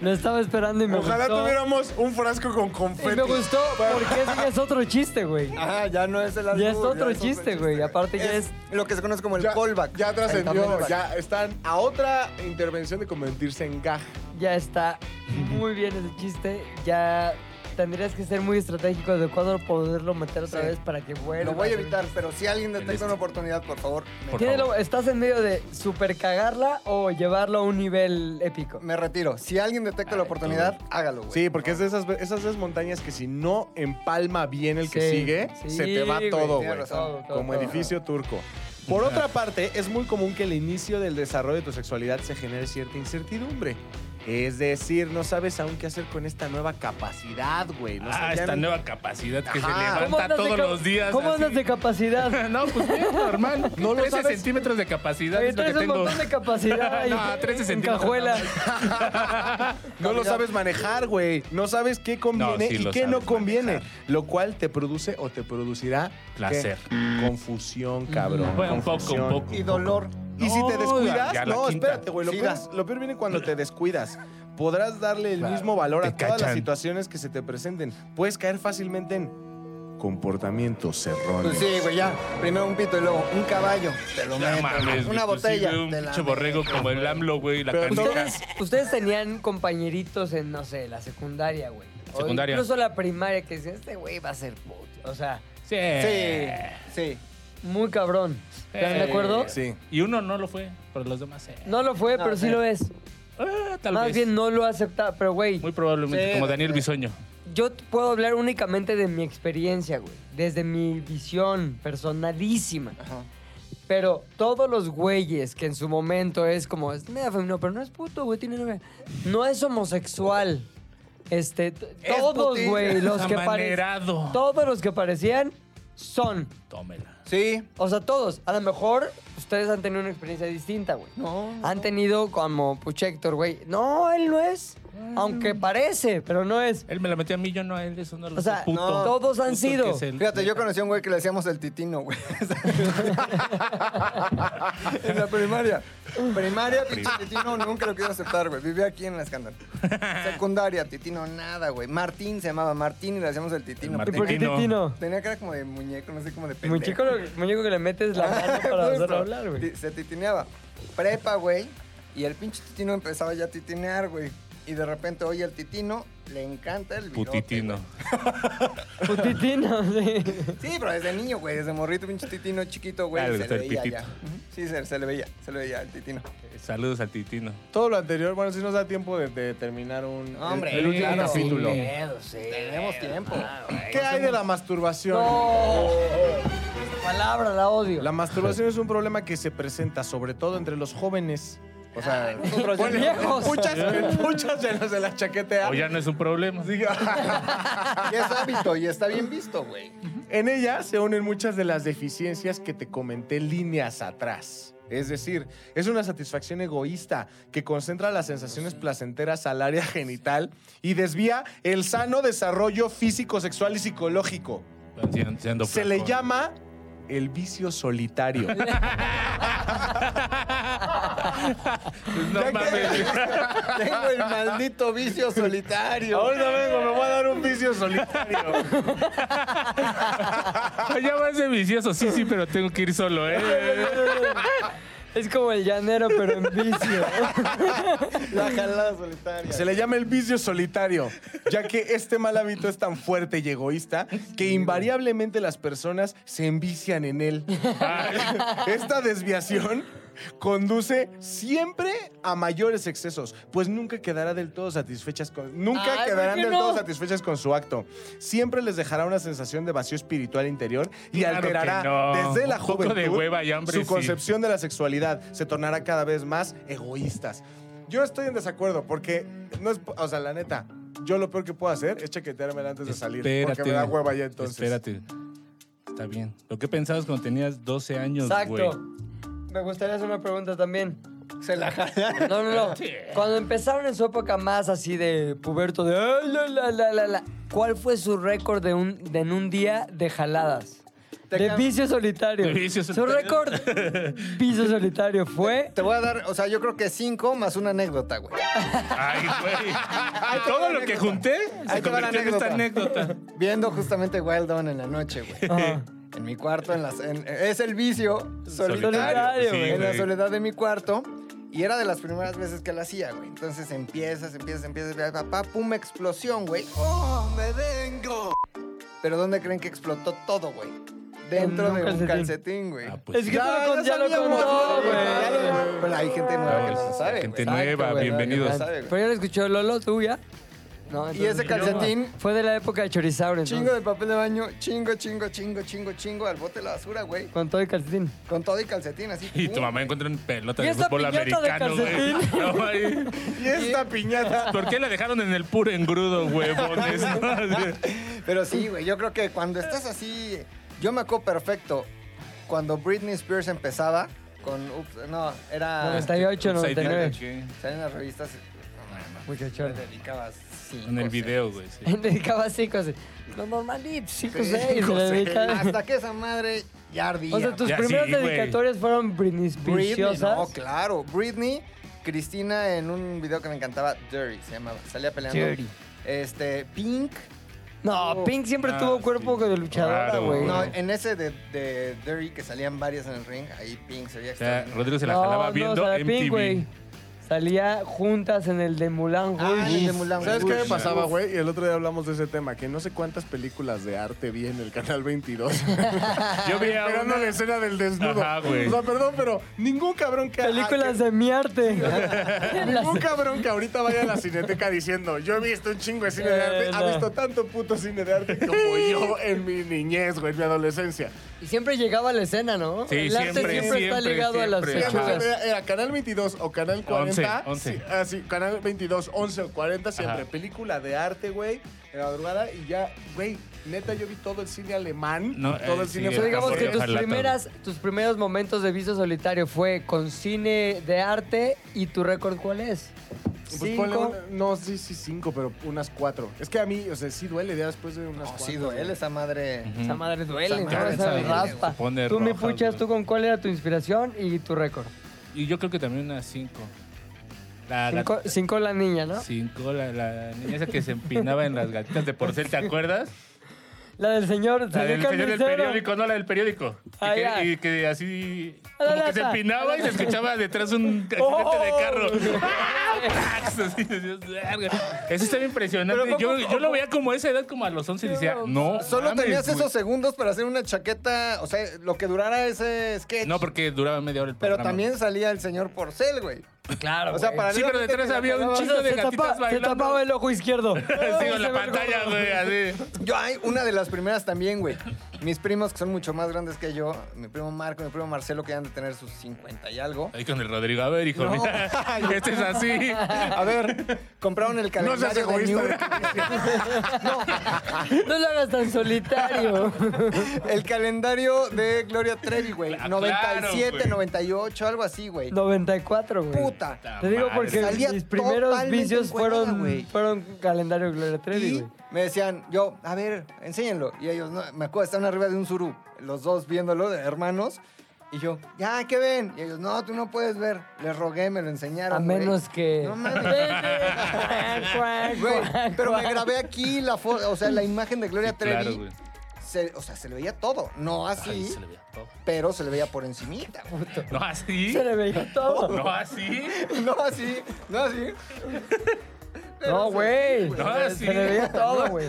[SPEAKER 1] Lo estaba esperando y me
[SPEAKER 4] Ojalá
[SPEAKER 1] gustó.
[SPEAKER 4] tuviéramos un frasco con confeti.
[SPEAKER 1] Y me gustó porque ese ya es otro chiste, güey.
[SPEAKER 2] Ajá, ya no es el
[SPEAKER 1] Ya es
[SPEAKER 2] albur,
[SPEAKER 1] otro chiste, güey. Aparte ya es...
[SPEAKER 2] Lo que se conoce como el
[SPEAKER 4] Ya,
[SPEAKER 2] callback.
[SPEAKER 4] ya
[SPEAKER 2] El
[SPEAKER 4] trascendió,
[SPEAKER 2] comeback.
[SPEAKER 4] ya están a otra intervención de convertirse en gaj.
[SPEAKER 1] Ya está muy bien ese chiste. Ya tendrías que ser muy estratégico de cuándo poderlo meter otra
[SPEAKER 2] Sí.
[SPEAKER 1] vez para que vuelva.
[SPEAKER 2] Lo voy a evitar, pero si alguien detecta una oportunidad, por favor, me-
[SPEAKER 1] Tiene lo- ¿Estás en medio de super cagarla o llevarlo a un nivel épico?
[SPEAKER 2] me retiro. Si alguien detecta la oportunidad, hágalo, güey.
[SPEAKER 4] Sí, porque es de esas, esas dos montañas que si no empalma bien el que
[SPEAKER 1] Sí,
[SPEAKER 4] sigue,
[SPEAKER 1] sí,
[SPEAKER 4] se te va
[SPEAKER 1] güey,
[SPEAKER 4] todo,
[SPEAKER 2] tienes
[SPEAKER 4] güey.
[SPEAKER 2] razón.
[SPEAKER 1] Todo,
[SPEAKER 4] Como
[SPEAKER 1] todo.
[SPEAKER 4] edificio turco. Por otra parte, es muy común que el inicio del desarrollo de tu sexualidad se genere cierta incertidumbre. Es decir, no sabes aún qué hacer con esta nueva capacidad, güey. No sé,
[SPEAKER 3] Ah,
[SPEAKER 4] ya
[SPEAKER 3] esta
[SPEAKER 4] no-
[SPEAKER 3] nueva capacidad que
[SPEAKER 4] Ajá.
[SPEAKER 3] se
[SPEAKER 1] ¿Cómo
[SPEAKER 3] levanta
[SPEAKER 1] andas de
[SPEAKER 3] todos
[SPEAKER 1] cap-
[SPEAKER 3] los días.
[SPEAKER 1] ¿Cómo andas
[SPEAKER 3] así.
[SPEAKER 1] de capacidad?
[SPEAKER 3] No, pues bien, normal.
[SPEAKER 4] No lo
[SPEAKER 3] 13
[SPEAKER 4] sabes.
[SPEAKER 3] centímetros de capacidad
[SPEAKER 1] Oye,
[SPEAKER 3] es lo que
[SPEAKER 1] traes un
[SPEAKER 3] tengo.
[SPEAKER 1] montón de capacidad ahí
[SPEAKER 3] No, 13
[SPEAKER 1] en
[SPEAKER 3] centímetros.
[SPEAKER 1] cajuela.
[SPEAKER 4] No lo sabes manejar, güey. No sabes qué conviene
[SPEAKER 3] No, sí
[SPEAKER 4] y
[SPEAKER 3] lo
[SPEAKER 4] qué no
[SPEAKER 3] sabes
[SPEAKER 4] conviene.
[SPEAKER 3] manejar.
[SPEAKER 4] Lo cual te produce o te producirá
[SPEAKER 3] Placer.
[SPEAKER 4] ¿qué? Confusión, cabrón.
[SPEAKER 3] Bueno, un poco,
[SPEAKER 4] Confusión.
[SPEAKER 3] un poco.
[SPEAKER 2] Y dolor.
[SPEAKER 4] Y si te
[SPEAKER 3] No,
[SPEAKER 4] descuidas,
[SPEAKER 3] ya la
[SPEAKER 4] no,
[SPEAKER 3] quinta.
[SPEAKER 4] espérate, güey. Lo,
[SPEAKER 2] Sida.
[SPEAKER 4] peor- lo peor viene cuando te descuidas. Podrás darle el mismo valor a
[SPEAKER 3] Te
[SPEAKER 4] todas las
[SPEAKER 3] cachan.
[SPEAKER 4] situaciones que se te presenten. Puedes caer fácilmente en comportamientos erróneos.
[SPEAKER 2] Pues sí, güey, ya. Primero un pito y luego un caballo. Te lo
[SPEAKER 3] No
[SPEAKER 2] meto.
[SPEAKER 3] mames,
[SPEAKER 2] una
[SPEAKER 3] pues sí,
[SPEAKER 2] botella.
[SPEAKER 3] güey, un
[SPEAKER 2] te la
[SPEAKER 3] pinche borrego como el AMLO, güey, la
[SPEAKER 4] Pero
[SPEAKER 3] canica.
[SPEAKER 1] ¿Ustedes, ustedes tenían compañeritos en, no sé, la secundaria, güey. O
[SPEAKER 3] Secundaria.
[SPEAKER 1] incluso la primaria, que decían, este güey va a ser puto. O sea,
[SPEAKER 3] Sí.
[SPEAKER 2] Sí, sí.
[SPEAKER 1] muy cabrón. ¿Están de
[SPEAKER 3] Sí.
[SPEAKER 1] acuerdo?
[SPEAKER 4] Sí.
[SPEAKER 3] Y uno no lo fue, pero los demás sí.
[SPEAKER 1] No lo fue,
[SPEAKER 2] No,
[SPEAKER 1] pero sí
[SPEAKER 2] sí.
[SPEAKER 1] lo es.
[SPEAKER 3] Ah, tal
[SPEAKER 1] Más
[SPEAKER 3] vez.
[SPEAKER 1] bien no lo acepta, pero güey,
[SPEAKER 3] Muy probablemente,
[SPEAKER 2] Sí,
[SPEAKER 3] como
[SPEAKER 2] no
[SPEAKER 3] Daniel
[SPEAKER 2] sé.
[SPEAKER 3] Bisoño.
[SPEAKER 1] yo t- puedo hablar únicamente de mi experiencia, güey. Desde mi visión personalísima.
[SPEAKER 2] Ajá.
[SPEAKER 1] Pero todos los güeyes que en su momento es como, es medio femenino, pero no es puto, güey, tiene novia. No es homosexual. Este, t-
[SPEAKER 2] Es
[SPEAKER 1] todos,
[SPEAKER 2] putín.
[SPEAKER 1] güey, los que parecían.
[SPEAKER 3] Amanerado.
[SPEAKER 1] Todos los que parecían son.
[SPEAKER 3] Tómela.
[SPEAKER 2] Sí.
[SPEAKER 1] O sea, todos. A lo mejor ustedes han tenido una experiencia distinta, güey.
[SPEAKER 2] No,
[SPEAKER 1] Han tenido como, puch Héctor, güey. No, él no es. Aunque parece, pero no es.
[SPEAKER 3] Él me la metió a mí, yo no a él, eso no lo
[SPEAKER 1] O sea,
[SPEAKER 3] sé, puto.
[SPEAKER 2] no,
[SPEAKER 1] todos han
[SPEAKER 3] Puto
[SPEAKER 1] sido.
[SPEAKER 3] que es él.
[SPEAKER 2] Fíjate, yo conocí a un güey que le decíamos el titino, güey. en la primaria. Primaria, pinche titino, nunca lo quiero aceptar, güey. Vivía aquí en la escándalo. Secundaria, titino, nada, güey. Martín se llamaba Martín y le decíamos el
[SPEAKER 3] El
[SPEAKER 2] titino.
[SPEAKER 1] ¿Y por qué
[SPEAKER 3] Titino.
[SPEAKER 1] Titino?
[SPEAKER 2] Tenía cara como de muñeco, no sé, como de pendejo.
[SPEAKER 1] Muñeco, lo- muñeco que le metes la mano para
[SPEAKER 2] Justo.
[SPEAKER 1] hacerlo hablar, güey.
[SPEAKER 2] Ti- Se titineaba. Prepa, güey. Y el pinche titino empezaba ya a titinear, güey. Y de repente, oye, el titino le encanta el virote,
[SPEAKER 3] Putitino.
[SPEAKER 1] Putitino, sí.
[SPEAKER 2] Sí, pero desde niño, güey, desde morrito, pinche titino chiquito, güey.
[SPEAKER 3] Ah, le
[SPEAKER 2] se
[SPEAKER 3] gusta
[SPEAKER 2] le
[SPEAKER 3] el
[SPEAKER 2] veía
[SPEAKER 3] pitito.
[SPEAKER 2] ya. Sí, se, se le veía, se le veía el titino.
[SPEAKER 3] Saludos al Titino.
[SPEAKER 4] Todo lo anterior, bueno, si nos da tiempo de, de terminar un
[SPEAKER 2] Hombre,
[SPEAKER 4] el, el último
[SPEAKER 2] claro.
[SPEAKER 4] capítulo.
[SPEAKER 2] Tenemos tiempo.
[SPEAKER 4] ¿Qué hay de la masturbación?
[SPEAKER 1] No. Palabra, la odio.
[SPEAKER 4] La masturbación es un problema que se presenta sobre todo entre los jóvenes. O sea,
[SPEAKER 2] nosotros ya
[SPEAKER 4] bueno,
[SPEAKER 2] Ah, no.
[SPEAKER 1] Viejos.
[SPEAKER 4] Muchas, muchas ya no se las chaquetean.
[SPEAKER 3] O ya no es un problema.
[SPEAKER 4] Digo,
[SPEAKER 2] Y es hábito y está bien visto, güey.
[SPEAKER 4] En ella se unen muchas de las deficiencias que te comenté líneas atrás. Es decir, es una satisfacción egoísta que concentra las sensaciones placenteras al área genital y desvía el sano desarrollo físico, sexual y psicológico.
[SPEAKER 3] Siendo- siendo
[SPEAKER 4] Se
[SPEAKER 3] flaco.
[SPEAKER 4] le llama el vicio solitario.
[SPEAKER 3] Pues no
[SPEAKER 4] Ya que-
[SPEAKER 3] mames.
[SPEAKER 2] Tengo el maldito vicio solitario.
[SPEAKER 4] Ahorita vengo, me voy a dar un vicio solitario.
[SPEAKER 3] Ya va a ser vicioso. Sí, sí, pero tengo que ir solo, ¿eh?
[SPEAKER 1] Es como el llanero, pero en vicio.
[SPEAKER 2] La jalada solitaria.
[SPEAKER 4] Se le llama el vicio solitario, ya que este mal hábito es tan fuerte y egoísta que invariablemente las personas se envician en él. Esta desviación conduce siempre a mayores excesos, pues nunca quedará del todo satisfechas con nunca
[SPEAKER 1] Ay, ¿por
[SPEAKER 4] quedarán
[SPEAKER 1] qué
[SPEAKER 4] del
[SPEAKER 1] no?
[SPEAKER 4] todo satisfechas con su acto. Siempre les dejará una sensación de vacío espiritual interior y
[SPEAKER 3] Claro
[SPEAKER 4] alterará
[SPEAKER 3] que no.
[SPEAKER 4] desde la
[SPEAKER 3] Un poco
[SPEAKER 4] juventud
[SPEAKER 3] de hueva y hambre,
[SPEAKER 4] su
[SPEAKER 3] sí.
[SPEAKER 4] concepción de la sexualidad. Se tornará cada vez más egoístas. Yo estoy en desacuerdo porque no es, o sea, la neta, yo lo peor que puedo hacer es chaquetearme antes de salir porque me da hueva ya entonces.
[SPEAKER 3] Espérate. Está bien. Lo que pensabas cuando tenías 12 años, güey.
[SPEAKER 1] Exacto. Me gustaría hacer una pregunta también.
[SPEAKER 2] Se la jala.
[SPEAKER 1] No, no, no.
[SPEAKER 3] Sí.
[SPEAKER 1] Cuando empezaron en su época más así de puberto, de "Ay, la, la, la, la, la", ¿cuál fue su récord de un, de en un día de jaladas?
[SPEAKER 2] Te
[SPEAKER 1] de
[SPEAKER 2] cam-
[SPEAKER 1] vicio solitario.
[SPEAKER 3] De vicio
[SPEAKER 1] Su
[SPEAKER 3] solitario.
[SPEAKER 1] récord vicio solitario fue.
[SPEAKER 2] Te voy a dar, o sea, yo creo que cinco más una anécdota, güey.
[SPEAKER 3] Ay, güey.
[SPEAKER 2] te va
[SPEAKER 3] Todo
[SPEAKER 2] la
[SPEAKER 3] lo que
[SPEAKER 2] anécdota.
[SPEAKER 3] junté
[SPEAKER 2] Ahí
[SPEAKER 3] se
[SPEAKER 2] te va la
[SPEAKER 3] convirtió en esta anécdota.
[SPEAKER 2] Viendo justamente Wild Dawn en la noche, güey.
[SPEAKER 1] Ajá.
[SPEAKER 2] En mi cuarto, en las, en- es el vicio solitario.
[SPEAKER 1] Solitario,
[SPEAKER 3] Sí,
[SPEAKER 1] güey.
[SPEAKER 2] en la
[SPEAKER 3] güey.
[SPEAKER 2] soledad de mi cuarto. Y era de las primeras veces que la hacía, güey. Entonces empiezas, empiezas, empiezas. pa, pa, pa, pum, explosión, güey. ¡Oh, me vengo! Pero ¿dónde creen que explotó todo, güey? Dentro
[SPEAKER 1] En un
[SPEAKER 2] de un
[SPEAKER 1] calcetín.
[SPEAKER 2] calcetín, güey.
[SPEAKER 3] Ah,
[SPEAKER 1] Es
[SPEAKER 3] pues.
[SPEAKER 1] que tú lo con- ya lo
[SPEAKER 2] sabíamos,
[SPEAKER 1] contó,
[SPEAKER 2] güey. Ya
[SPEAKER 1] güey.
[SPEAKER 2] lo- Pero hay gente nueva que no
[SPEAKER 3] Ah,
[SPEAKER 2] sabe.
[SPEAKER 3] gente
[SPEAKER 2] güey.
[SPEAKER 3] nueva,
[SPEAKER 2] Exacto, güey,
[SPEAKER 3] bienvenidos.
[SPEAKER 2] no sabe, güey.
[SPEAKER 1] Pero ya lo escuchó Lolo, tú ya. No,
[SPEAKER 2] Y ese
[SPEAKER 1] entonces-
[SPEAKER 2] calcetín,
[SPEAKER 1] Fue de la época de Chorizaurio.
[SPEAKER 2] chingo de papel de baño, chingo, chingo, chingo, chingo, chingo, al bote de la basura, güey.
[SPEAKER 1] Con todo el calcetín.
[SPEAKER 2] Con todo y calcetín, así.
[SPEAKER 3] Y
[SPEAKER 2] pum.
[SPEAKER 3] tu mamá encuentra una pelota
[SPEAKER 1] ¿Y
[SPEAKER 3] de
[SPEAKER 1] esta
[SPEAKER 3] fútbol
[SPEAKER 1] piñata de
[SPEAKER 3] americano, güey.
[SPEAKER 1] calcetín?
[SPEAKER 3] No, ay.
[SPEAKER 4] Y esta piñata.
[SPEAKER 3] ¿Por qué la dejaron en el puro engrudo, huevones?
[SPEAKER 2] Pero sí, güey, yo creo que cuando estás así, yo me acuerdo perfecto cuando Britney Spears empezaba con, ups, no, era
[SPEAKER 1] 98,
[SPEAKER 3] Upside down,
[SPEAKER 1] 99.
[SPEAKER 3] ¿qué?
[SPEAKER 2] salían las revistas,
[SPEAKER 1] Mucho
[SPEAKER 2] le
[SPEAKER 1] choro.
[SPEAKER 2] dedicabas cinco,
[SPEAKER 3] En el
[SPEAKER 2] seis.
[SPEAKER 3] video, güey. sí.
[SPEAKER 1] Dedicaba 5 6. Lo normalito, 5
[SPEAKER 2] Sí,
[SPEAKER 1] 6.
[SPEAKER 2] cinco, seis. Hasta que esa madre ya ardía.
[SPEAKER 1] O sea, tus
[SPEAKER 3] Ya sí,
[SPEAKER 1] primeras
[SPEAKER 3] güey.
[SPEAKER 1] dedicatorias fueron Britney
[SPEAKER 2] Britney,
[SPEAKER 1] Spears.
[SPEAKER 2] no, claro, Britney, Cristina en un video que me encantaba, Dirty se llamaba, salía peleando.
[SPEAKER 1] Dirty.
[SPEAKER 2] Este, Pink,
[SPEAKER 1] No, Pink siempre
[SPEAKER 3] Ah,
[SPEAKER 1] tuvo cuerpo
[SPEAKER 3] sí.
[SPEAKER 1] de luchadora,
[SPEAKER 3] Claro,
[SPEAKER 1] güey.
[SPEAKER 2] no, en ese de, de Dirty que salían varias en el ring, ahí Pink se veía
[SPEAKER 3] O sea,
[SPEAKER 2] extraordinario.
[SPEAKER 3] Rodrigo se la jalaba viendo
[SPEAKER 1] salía
[SPEAKER 3] MTV.
[SPEAKER 1] Pink, güey. Salía juntas en el de Mulan
[SPEAKER 2] Ah, en el de Mulan,
[SPEAKER 4] ¿Sabes
[SPEAKER 2] güey.
[SPEAKER 4] qué me pasaba, güey? Y el otro día hablamos de ese tema, que no sé cuántas películas de arte vi en el Canal 22.
[SPEAKER 3] Yo vi a
[SPEAKER 4] Esperando
[SPEAKER 3] una-
[SPEAKER 4] la escena del desnudo.
[SPEAKER 3] Ajá, güey.
[SPEAKER 4] o sea, perdón, pero ningún cabrón que...
[SPEAKER 1] Películas
[SPEAKER 4] que-
[SPEAKER 1] de mi arte.
[SPEAKER 4] Ningún cabrón que ahorita vaya a la cineteca diciendo, yo he visto un chingo de cine de arte,
[SPEAKER 1] Eh,
[SPEAKER 4] ha
[SPEAKER 1] no.
[SPEAKER 4] visto tanto puto cine de arte como yo en mi niñez, güey, en mi adolescencia.
[SPEAKER 1] Y siempre llegaba a la escena, ¿no?
[SPEAKER 3] Sí,
[SPEAKER 1] el arte
[SPEAKER 3] siempre,
[SPEAKER 1] siempre, está
[SPEAKER 3] siempre,
[SPEAKER 1] ligado a las
[SPEAKER 3] siempre.
[SPEAKER 4] Fíjate,
[SPEAKER 3] Ajá.
[SPEAKER 4] o sea, Era, era Canal 22 o Canal 40.
[SPEAKER 3] Once,
[SPEAKER 4] sí,
[SPEAKER 3] once.
[SPEAKER 4] ah, sí, Canal 22, 11 o 40 siempre.
[SPEAKER 3] Ajá.
[SPEAKER 4] Película de arte, güey, en la madrugada y ya, güey, neta, yo vi todo el cine alemán,
[SPEAKER 3] No, eh,
[SPEAKER 4] todo el
[SPEAKER 3] sí,
[SPEAKER 4] cine... Pues,
[SPEAKER 1] O
[SPEAKER 3] o
[SPEAKER 1] sea, digamos que tus
[SPEAKER 3] Ojalá todo.
[SPEAKER 1] primeras, tus primeros momentos de viso solitario fue con cine de arte y tu récord ¿cuál es?
[SPEAKER 4] Pues
[SPEAKER 1] Cinco.
[SPEAKER 4] ponle una- no, sí, sí, cinco, pero unas cuatro. Es que a mí, o sea, sí duele ya después de unas
[SPEAKER 2] No,
[SPEAKER 4] cuatro.
[SPEAKER 2] Oh, sí duele esa madre.
[SPEAKER 3] Mm.
[SPEAKER 1] Esa madre duele,
[SPEAKER 2] Esa madre
[SPEAKER 1] ¿no? Esa
[SPEAKER 2] duele,
[SPEAKER 1] raspa.
[SPEAKER 3] se pone
[SPEAKER 1] Tú me
[SPEAKER 3] roja,
[SPEAKER 1] puchas,
[SPEAKER 3] güey.
[SPEAKER 1] tú con cuál era tu inspiración y tu récord.
[SPEAKER 3] Y yo creo que también unas cinco. La
[SPEAKER 1] Cinco,
[SPEAKER 3] gata-
[SPEAKER 1] cinco la niña, ¿no?
[SPEAKER 3] cinco, la, la niña esa que se empinaba en las gatitas de porcel, ¿te acuerdas?
[SPEAKER 1] La del señor.
[SPEAKER 3] La del
[SPEAKER 1] señor
[SPEAKER 3] señor del
[SPEAKER 1] carnicero.
[SPEAKER 3] periódico, no la del periódico.
[SPEAKER 1] Ah,
[SPEAKER 3] y,
[SPEAKER 1] ya.
[SPEAKER 3] que, y que así
[SPEAKER 1] A la
[SPEAKER 3] como que se
[SPEAKER 1] lata.
[SPEAKER 3] empinaba y se escuchaba detrás un accidente
[SPEAKER 1] Oh.
[SPEAKER 3] de carro. ¡Pax! Así, decías, "Verga". Eso estaba impresionante. Yo, yo lo veía como a esa edad, como a los 11 y decía, no.
[SPEAKER 2] Solo
[SPEAKER 3] mames,
[SPEAKER 2] tenías
[SPEAKER 3] güey".
[SPEAKER 2] esos segundos para hacer una chaqueta, o sea, lo que durara ese sketch.
[SPEAKER 3] No, porque duraba media hora el
[SPEAKER 2] pero
[SPEAKER 3] programa.
[SPEAKER 2] también salía el señor Porcel, güey.
[SPEAKER 1] Claro.
[SPEAKER 2] O sea,
[SPEAKER 1] güey.
[SPEAKER 2] para
[SPEAKER 3] Sí, pero detrás había un
[SPEAKER 1] O sea,
[SPEAKER 3] chingo de
[SPEAKER 1] se, tapa-
[SPEAKER 3] gatitas
[SPEAKER 1] se
[SPEAKER 3] bailando.
[SPEAKER 1] tapaba el ojo izquierdo.
[SPEAKER 3] Sí, con
[SPEAKER 1] Se
[SPEAKER 3] la
[SPEAKER 1] ve
[SPEAKER 3] pantalla,
[SPEAKER 1] gordo.
[SPEAKER 3] güey, así.
[SPEAKER 2] Yo hay una de las primeras también, güey. Mis primos que son mucho más grandes que yo, mi primo Marco, mi primo Marcelo que han de tener sus 50 y algo.
[SPEAKER 3] Ahí con el Rodrigo, a ver, hijo,
[SPEAKER 2] No.
[SPEAKER 3] mira, este es así.
[SPEAKER 2] A ver, compraron el
[SPEAKER 4] No seas
[SPEAKER 2] calendario de
[SPEAKER 4] egoísta.
[SPEAKER 2] New-
[SPEAKER 1] No lo hagas tan solitario.
[SPEAKER 2] el calendario de Gloria Trevi, güey.
[SPEAKER 3] Claro,
[SPEAKER 2] 97,
[SPEAKER 3] güey.
[SPEAKER 2] 98, algo así, güey.
[SPEAKER 1] 94, güey.
[SPEAKER 2] Puta.
[SPEAKER 1] Te digo
[SPEAKER 3] Madre.
[SPEAKER 1] porque
[SPEAKER 2] Salía
[SPEAKER 1] mis primeros
[SPEAKER 2] totalmente
[SPEAKER 1] vicios
[SPEAKER 2] encuerada,
[SPEAKER 1] fueron,
[SPEAKER 2] güey.
[SPEAKER 1] fueron calendario Gloria Trevi,
[SPEAKER 2] Y
[SPEAKER 1] güey.
[SPEAKER 2] me decían, yo, a ver, enséñenlo. Y ellos, no, me acuerdo, estaban arriba de un surú, los dos viéndolo, de hermanos. Y yo, ya, ¿qué ven? Y ellos, no, tú no puedes ver. Les rogué, me lo enseñaron.
[SPEAKER 1] A
[SPEAKER 2] güey.
[SPEAKER 1] menos que.
[SPEAKER 2] No mames.
[SPEAKER 1] Vete.
[SPEAKER 2] Güey,
[SPEAKER 1] Cuac,
[SPEAKER 2] pero me
[SPEAKER 1] cuac.
[SPEAKER 2] grabé aquí la foto, o sea, la imagen de Gloria Trevi.
[SPEAKER 3] Claro, güey.
[SPEAKER 2] se- o sea, se le veía todo. No así,
[SPEAKER 3] Ay, se le veía todo.
[SPEAKER 2] pero se le veía por encimita. güey.
[SPEAKER 3] No así.
[SPEAKER 1] Se le veía todo.
[SPEAKER 3] No así.
[SPEAKER 2] No así, no así.
[SPEAKER 1] No, güey.
[SPEAKER 3] No,
[SPEAKER 1] Se-
[SPEAKER 3] sí.
[SPEAKER 1] Se le veía todo, güey.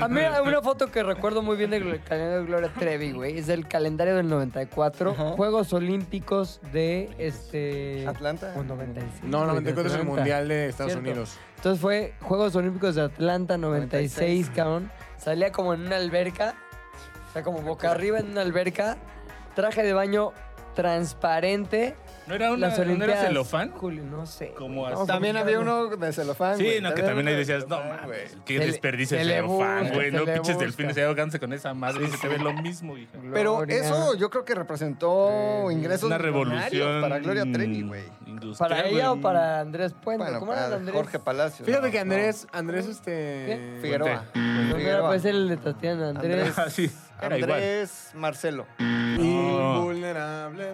[SPEAKER 1] A mí hay una foto que recuerdo muy bien del calendario de Gloria Trevi, güey. Es del calendario del 94. Juegos Olímpicos de este.
[SPEAKER 2] Atlanta.
[SPEAKER 1] O 95.
[SPEAKER 4] No,
[SPEAKER 1] güey,
[SPEAKER 4] 94 es el
[SPEAKER 1] 90.
[SPEAKER 4] Mundial de Estados
[SPEAKER 1] Cierto.
[SPEAKER 4] Unidos.
[SPEAKER 1] Entonces fue Juegos Olímpicos de Atlanta 96, cabrón. Salía como en una alberca. O sea, como boca arriba en una alberca. Traje de baño transparente.
[SPEAKER 3] ¿No era una,
[SPEAKER 1] las
[SPEAKER 3] ¿no era
[SPEAKER 1] Olimpiadas.
[SPEAKER 3] celofán?
[SPEAKER 1] Julio, no sé.
[SPEAKER 3] Como
[SPEAKER 1] güey.
[SPEAKER 3] hasta-
[SPEAKER 2] También había uno de celofán.
[SPEAKER 3] Sí,
[SPEAKER 2] güey,
[SPEAKER 3] no, que también ahí decías, no mames, qué
[SPEAKER 1] Se le-
[SPEAKER 3] desperdicio
[SPEAKER 1] se
[SPEAKER 3] el
[SPEAKER 1] le
[SPEAKER 3] celofán,
[SPEAKER 1] busca,
[SPEAKER 3] güey.
[SPEAKER 1] se
[SPEAKER 3] No
[SPEAKER 1] le
[SPEAKER 3] pinches
[SPEAKER 1] busca.
[SPEAKER 3] delfines, ya háganse con esa madre y se te ve lo mismo, hija.
[SPEAKER 2] Pero
[SPEAKER 1] Gloria.
[SPEAKER 2] eso yo creo que representó ingresos
[SPEAKER 3] Una
[SPEAKER 2] millonarios
[SPEAKER 3] revolución. Mm.
[SPEAKER 2] para Gloria Trevi, güey.
[SPEAKER 3] industrial,
[SPEAKER 1] ¿Para ella
[SPEAKER 3] güey.
[SPEAKER 1] o para Andrés Puente?
[SPEAKER 2] Bueno,
[SPEAKER 1] ¿Cómo era de
[SPEAKER 2] para
[SPEAKER 1] Andrés?
[SPEAKER 2] Jorge Palacio.
[SPEAKER 4] Fíjate
[SPEAKER 2] no,
[SPEAKER 4] que
[SPEAKER 2] no.
[SPEAKER 4] Andrés, Andrés, este.
[SPEAKER 1] ¿Qué?
[SPEAKER 2] Figueroa.
[SPEAKER 1] No, era
[SPEAKER 2] Figueroa.
[SPEAKER 1] pues el de Tatiana, Andrés.
[SPEAKER 3] Ah, sí, era igual.
[SPEAKER 2] Andrés Marcelo.
[SPEAKER 4] Invulnerable.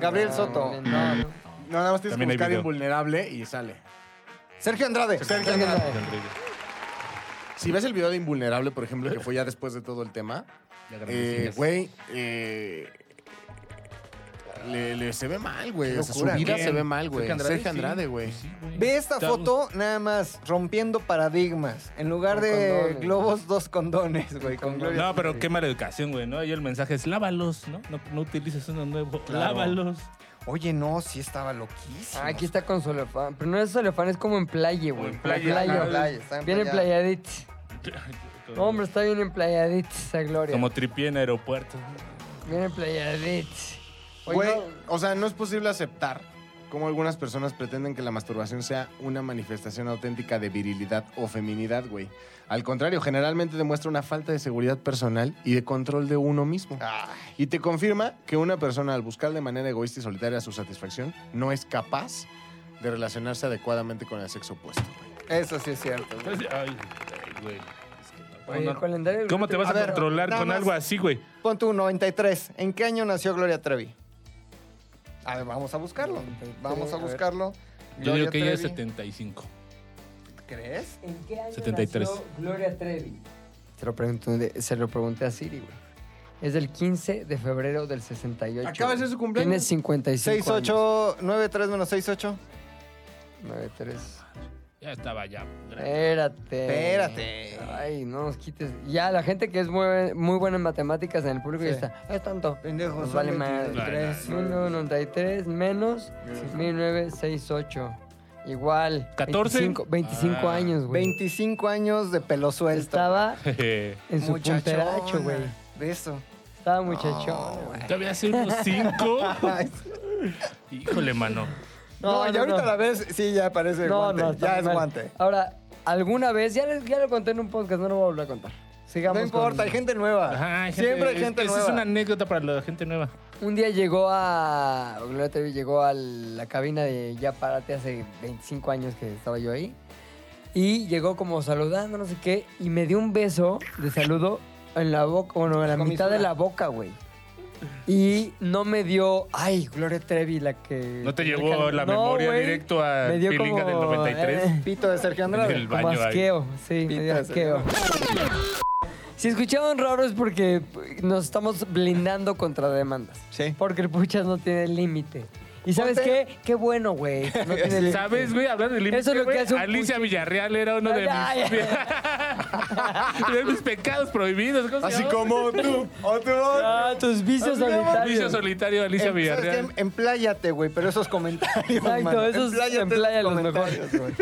[SPEAKER 2] Gabriel Soto.
[SPEAKER 1] No, no.
[SPEAKER 4] No, nada más tienes
[SPEAKER 3] También
[SPEAKER 4] que
[SPEAKER 3] hay
[SPEAKER 4] buscar
[SPEAKER 3] video.
[SPEAKER 4] invulnerable y sale.
[SPEAKER 2] Sergio Andrade.
[SPEAKER 4] Sergio Andrade. Si ves el video de Invulnerable, por ejemplo, que fue ya después de todo el tema,
[SPEAKER 3] Ya
[SPEAKER 4] eh,
[SPEAKER 3] grandecillas.
[SPEAKER 4] güey, eh, le, le- se ve mal, güey. O sea, su
[SPEAKER 2] locura.
[SPEAKER 4] vida
[SPEAKER 3] ¿Quién?
[SPEAKER 4] se ve mal, güey.
[SPEAKER 3] Sergio Andrade,
[SPEAKER 4] Sergio
[SPEAKER 3] sí.
[SPEAKER 4] Andrade, güey.
[SPEAKER 3] Sí, güey.
[SPEAKER 2] Ve esta
[SPEAKER 3] Estamos-
[SPEAKER 2] foto nada más rompiendo paradigmas. En lugar
[SPEAKER 1] Con
[SPEAKER 2] de
[SPEAKER 1] condones.
[SPEAKER 2] globos, dos condones, güey, con Gloria.
[SPEAKER 3] No, pero qué mala educación, güey, ¿no? Y el mensaje es lávalos, ¿no? No, no utilices uno nuevo. Lávalos.
[SPEAKER 2] Oye, no, sí estaba loquísimo.
[SPEAKER 1] Ah, aquí está con Solefán. Pero no es Solefán, es como en playa, güey.
[SPEAKER 3] en playa,
[SPEAKER 1] La
[SPEAKER 3] ajá.
[SPEAKER 2] Playa, está en
[SPEAKER 1] Viene
[SPEAKER 2] playa.
[SPEAKER 1] playadita. No, hombre, está bien emplayadita esa gloria.
[SPEAKER 3] Como tripié en aeropuerto.
[SPEAKER 1] Bien emplayadita. Oye,
[SPEAKER 4] Güey,
[SPEAKER 1] no,
[SPEAKER 4] o sea, no es posible aceptar cómo algunas personas pretenden que la masturbación sea una manifestación auténtica de virilidad o feminidad, güey. Al contrario, generalmente demuestra una falta de seguridad personal y de control de uno mismo. Y te confirma que una persona al buscar de manera egoísta y solitaria su satisfacción no es capaz de relacionarse adecuadamente con el sexo opuesto. güey.
[SPEAKER 2] Eso sí es cierto. güey.
[SPEAKER 3] Ay, ay, güey. Es que no.
[SPEAKER 1] Oye,
[SPEAKER 3] No,
[SPEAKER 1] el
[SPEAKER 3] no.
[SPEAKER 1] calendario del
[SPEAKER 3] ¿Cómo te vas a,
[SPEAKER 2] A ver,
[SPEAKER 3] controlar
[SPEAKER 2] nada
[SPEAKER 3] con
[SPEAKER 2] más.
[SPEAKER 3] algo así, güey?
[SPEAKER 2] Pon tu 93. ¿En qué año nació Gloria Trevi? A ver, vamos a buscarlo. Vamos a
[SPEAKER 1] A ver.
[SPEAKER 2] buscarlo.
[SPEAKER 3] Yo digo
[SPEAKER 2] Gloria
[SPEAKER 3] que ella es
[SPEAKER 2] Trevi.
[SPEAKER 3] 75.
[SPEAKER 2] ¿Crees?
[SPEAKER 1] ¿En qué año
[SPEAKER 3] 73.
[SPEAKER 1] nació Gloria Trevi? Se lo, pregunté, se lo pregunté a Siri, güey. Es del 15 de febrero del 68.
[SPEAKER 4] Acaba de ser su cumpleaños.
[SPEAKER 1] Tiene 55 años.
[SPEAKER 2] 68, 93 menos 68.
[SPEAKER 1] 93.
[SPEAKER 3] Ya estaba ya.
[SPEAKER 1] Espérate.
[SPEAKER 2] Espérate.
[SPEAKER 1] Ay, no nos quites. Ya, la gente que es muy, muy buena en matemáticas en el público
[SPEAKER 2] Sí.
[SPEAKER 1] ya está. Es tonto.
[SPEAKER 2] Pendejo,
[SPEAKER 1] Nos
[SPEAKER 2] son
[SPEAKER 1] vale más.
[SPEAKER 3] 23.
[SPEAKER 1] 1993 menos 1968. Igual.
[SPEAKER 3] 14.
[SPEAKER 1] 25, 25
[SPEAKER 3] Ah.
[SPEAKER 1] años, güey.
[SPEAKER 2] 25 años de pelo suelto.
[SPEAKER 1] Estaba
[SPEAKER 3] Jeje.
[SPEAKER 1] en su
[SPEAKER 2] Muchachona.
[SPEAKER 1] punteracho, güey.
[SPEAKER 2] De eso.
[SPEAKER 1] Estaba muchachón. güey.
[SPEAKER 3] Todavía hace unos 5. Híjole, mano.
[SPEAKER 2] No, ya ahorita la ves, sí, ya parece
[SPEAKER 1] No,
[SPEAKER 2] guante.
[SPEAKER 1] no, está
[SPEAKER 2] ya
[SPEAKER 1] muy
[SPEAKER 2] es
[SPEAKER 1] mal.
[SPEAKER 2] guante.
[SPEAKER 1] Ahora, alguna vez, ya, les- ya lo conté en un podcast, no lo voy a volver a contar. Sigamos.
[SPEAKER 2] No importa,
[SPEAKER 1] con-
[SPEAKER 2] hay gente nueva.
[SPEAKER 3] Ajá, hay gente-
[SPEAKER 2] Siempre hay
[SPEAKER 3] es-
[SPEAKER 2] gente
[SPEAKER 3] esa
[SPEAKER 2] nueva.
[SPEAKER 3] es una anécdota para la gente nueva.
[SPEAKER 1] Un día llegó a. Gloria Trevi llegó a la cabina de Ya Párate hace 25 años que estaba yo ahí. Y llegó como saludando, no sé qué. Y me dio un beso de saludo en la boca, bueno, en la
[SPEAKER 2] Comisura.
[SPEAKER 1] mitad de la boca, güey. Y no me dio. Ay, Gloria Trevi, la que.
[SPEAKER 3] ¿No te llegó la
[SPEAKER 1] No,
[SPEAKER 3] memoria
[SPEAKER 1] güey.
[SPEAKER 3] directo a
[SPEAKER 1] Me dio
[SPEAKER 3] Pilinga
[SPEAKER 1] como,
[SPEAKER 3] del 93?
[SPEAKER 1] eh,
[SPEAKER 2] Pito de Sergio Andrade.
[SPEAKER 3] El
[SPEAKER 1] como
[SPEAKER 3] baño ahí.
[SPEAKER 1] asqueo, sí, medio
[SPEAKER 2] Pito,
[SPEAKER 1] asqueo. Si escuchaban raro es porque nos estamos blindando contra demandas.
[SPEAKER 2] Sí.
[SPEAKER 1] Porque el puchas no tiene límite. ¿Y sabes
[SPEAKER 2] Ponte-
[SPEAKER 1] qué? Qué bueno, güey. que No tiene límite.
[SPEAKER 3] ¿Sabes, güey? Hablando de límites,
[SPEAKER 1] Eso es lo que
[SPEAKER 3] güey,
[SPEAKER 1] hace un
[SPEAKER 3] Alicia
[SPEAKER 1] puchi.
[SPEAKER 3] Villarreal era uno de mis,
[SPEAKER 1] Ay,
[SPEAKER 3] de mis pecados prohibidos. ¿cómo se
[SPEAKER 4] Así
[SPEAKER 3] llama?
[SPEAKER 4] como tú.
[SPEAKER 1] Ah, tus vicios
[SPEAKER 3] Vicio
[SPEAKER 1] solitarios.
[SPEAKER 3] solitario de Alicia
[SPEAKER 2] Em, ¿Sabes qué?
[SPEAKER 3] Villarreal.
[SPEAKER 2] Empláyate, güey, pero esos comentarios.
[SPEAKER 1] Exacto,
[SPEAKER 2] mano.
[SPEAKER 1] esos emplaya los Ah.
[SPEAKER 2] comentarios, güey.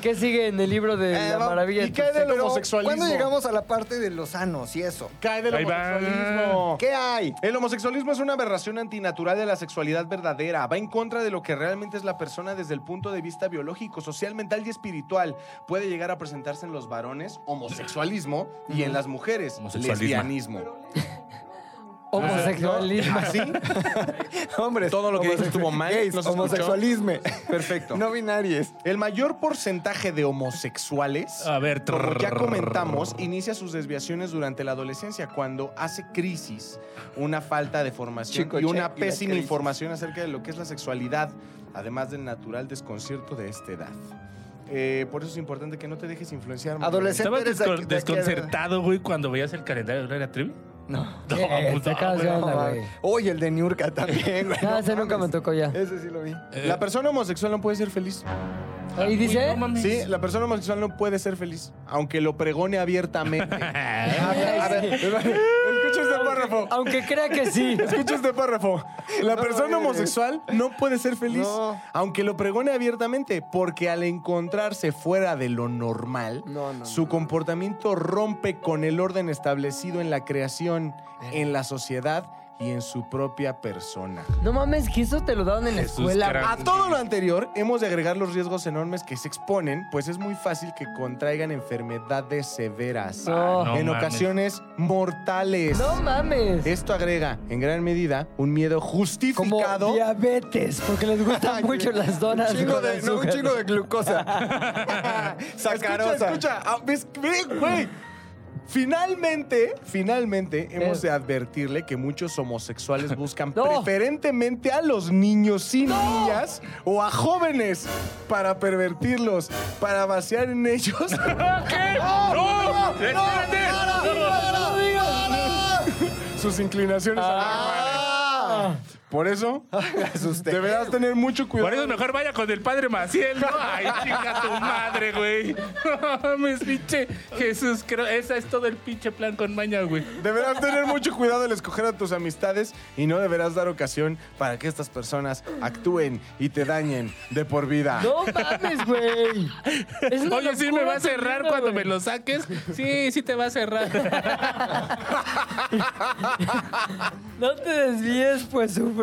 [SPEAKER 1] ¿Qué sigue en el libro de
[SPEAKER 2] Eh,
[SPEAKER 1] la
[SPEAKER 2] va-
[SPEAKER 1] maravilla?
[SPEAKER 4] ¿y qué hay de
[SPEAKER 1] Pero-
[SPEAKER 2] Pero,
[SPEAKER 4] homosexualismo.
[SPEAKER 2] ¿Cuándo llegamos a la parte de los sanos y eso?
[SPEAKER 4] Cae del
[SPEAKER 3] Ahí va.
[SPEAKER 4] homosexualismo.
[SPEAKER 2] ¿Qué hay?
[SPEAKER 4] El homosexualismo es una aberración antinatural de la sexualidad verdadera. Va en contra de lo que realmente es la persona desde el punto de vista biológico, social, mental y espiritual. Puede llegar a presentarse en los varones homosexualismo y en las mujeres
[SPEAKER 3] Homosexualismo.
[SPEAKER 4] lesbianismo.
[SPEAKER 1] Homosexualismo. Ah,
[SPEAKER 4] ¿Así?
[SPEAKER 2] Hombres.
[SPEAKER 4] Todo lo que dije estuvo mal,
[SPEAKER 2] Gays,
[SPEAKER 4] no se escuchó.
[SPEAKER 2] homosexualisme.
[SPEAKER 4] Perfecto.
[SPEAKER 2] No binarias.
[SPEAKER 4] El mayor porcentaje de homosexuales,
[SPEAKER 3] A ver,
[SPEAKER 4] como ya
[SPEAKER 3] trrr.
[SPEAKER 4] comentamos, inicia sus desviaciones durante la adolescencia, cuando hace crisis, una falta de formación
[SPEAKER 2] Chico
[SPEAKER 4] y una
[SPEAKER 2] check y la
[SPEAKER 4] pésima
[SPEAKER 2] crisis.
[SPEAKER 4] información acerca de lo que es la sexualidad, además del natural desconcierto de esta edad. Eh, por eso es importante que no te dejes influenciar. Manuel.
[SPEAKER 2] Adolescente.
[SPEAKER 3] Estaba
[SPEAKER 2] eres de aquí-
[SPEAKER 3] descon-
[SPEAKER 2] de aquí-
[SPEAKER 3] desconcertado, güey, cuando veías el calendario de Gloria Trevi.
[SPEAKER 2] No.
[SPEAKER 3] No,
[SPEAKER 1] Eh,
[SPEAKER 3] pues,
[SPEAKER 1] te
[SPEAKER 3] no,
[SPEAKER 1] acabas de
[SPEAKER 3] güey.
[SPEAKER 1] onda, güey.
[SPEAKER 2] Oye, el de Niurka también, güey.
[SPEAKER 1] No, ese nunca me
[SPEAKER 2] mames.
[SPEAKER 1] tocó Ah, ya.
[SPEAKER 2] Ese sí lo vi.
[SPEAKER 3] Eh.
[SPEAKER 4] La persona homosexual no puede ser feliz.
[SPEAKER 1] ¿Y
[SPEAKER 3] Uy,
[SPEAKER 1] dice?
[SPEAKER 3] no mames.
[SPEAKER 4] Sí, la persona homosexual no puede ser feliz, aunque lo pregone abiertamente.
[SPEAKER 3] Ah.
[SPEAKER 2] A ver, Ah, a ver,
[SPEAKER 4] Escucha este párrafo.
[SPEAKER 1] Aunque crea que sí.
[SPEAKER 4] Escucha este párrafo. La persona homosexual no puede ser feliz,
[SPEAKER 2] No.
[SPEAKER 4] aunque lo pregone abiertamente, porque al encontrarse fuera de lo normal,
[SPEAKER 1] No, no,
[SPEAKER 4] su
[SPEAKER 1] Eh.
[SPEAKER 4] comportamiento rompe con el orden establecido en la creación, en la sociedad y en su propia persona.
[SPEAKER 1] No mames, que eso te lo daban en la
[SPEAKER 3] Jesús
[SPEAKER 1] escuela.
[SPEAKER 3] Cristo.
[SPEAKER 4] A todo lo anterior, hemos de agregar los riesgos enormes que se exponen, pues es muy fácil que contraigan enfermedades severas,
[SPEAKER 1] No.
[SPEAKER 3] Ah, No
[SPEAKER 4] en
[SPEAKER 3] mames.
[SPEAKER 4] ocasiones mortales.
[SPEAKER 1] No mames.
[SPEAKER 4] Esto agrega, en gran medida, un miedo
[SPEAKER 1] como
[SPEAKER 4] justificado.
[SPEAKER 1] diabetes, porque les gustan mucho las donas.
[SPEAKER 2] Un chingo
[SPEAKER 1] con
[SPEAKER 2] de, no, un
[SPEAKER 1] azúcar.
[SPEAKER 2] chingo de glucosa.
[SPEAKER 4] Escucha,
[SPEAKER 2] Sacarosa.
[SPEAKER 4] escucha. Ah, ves, ve, güey. Finalmente, finalmente hemos de advertirle que muchos homosexuales buscan
[SPEAKER 1] No.
[SPEAKER 4] preferentemente a los niños y niñas o a jóvenes para pervertirlos, para vaciar en ellos.
[SPEAKER 3] ¿Qué?
[SPEAKER 4] ¡No!
[SPEAKER 3] ¡No!
[SPEAKER 4] ¡No!
[SPEAKER 3] ¡Espérate!
[SPEAKER 4] ¡No! Sus inclinaciones anormales. Por eso, deberás tener mucho cuidado.
[SPEAKER 3] Por eso mejor vaya con el padre Maciel, ¿no? Ay, chica tu madre, güey. No mames, pinche Jesús, creo, esa es todo el pinche plan con maña, güey.
[SPEAKER 4] Deberás tener mucho cuidado al escoger a tus amistades y no deberás dar ocasión para que estas personas actúen y te dañen de por vida.
[SPEAKER 1] No mames, güey. Es una
[SPEAKER 3] Oye, sí me
[SPEAKER 1] locura
[SPEAKER 3] va a cerrar
[SPEAKER 1] tremenda,
[SPEAKER 3] cuando
[SPEAKER 1] güey.
[SPEAKER 3] me lo saques. Sí, sí te va a cerrar.
[SPEAKER 1] No te desvíes, pues sufrirás.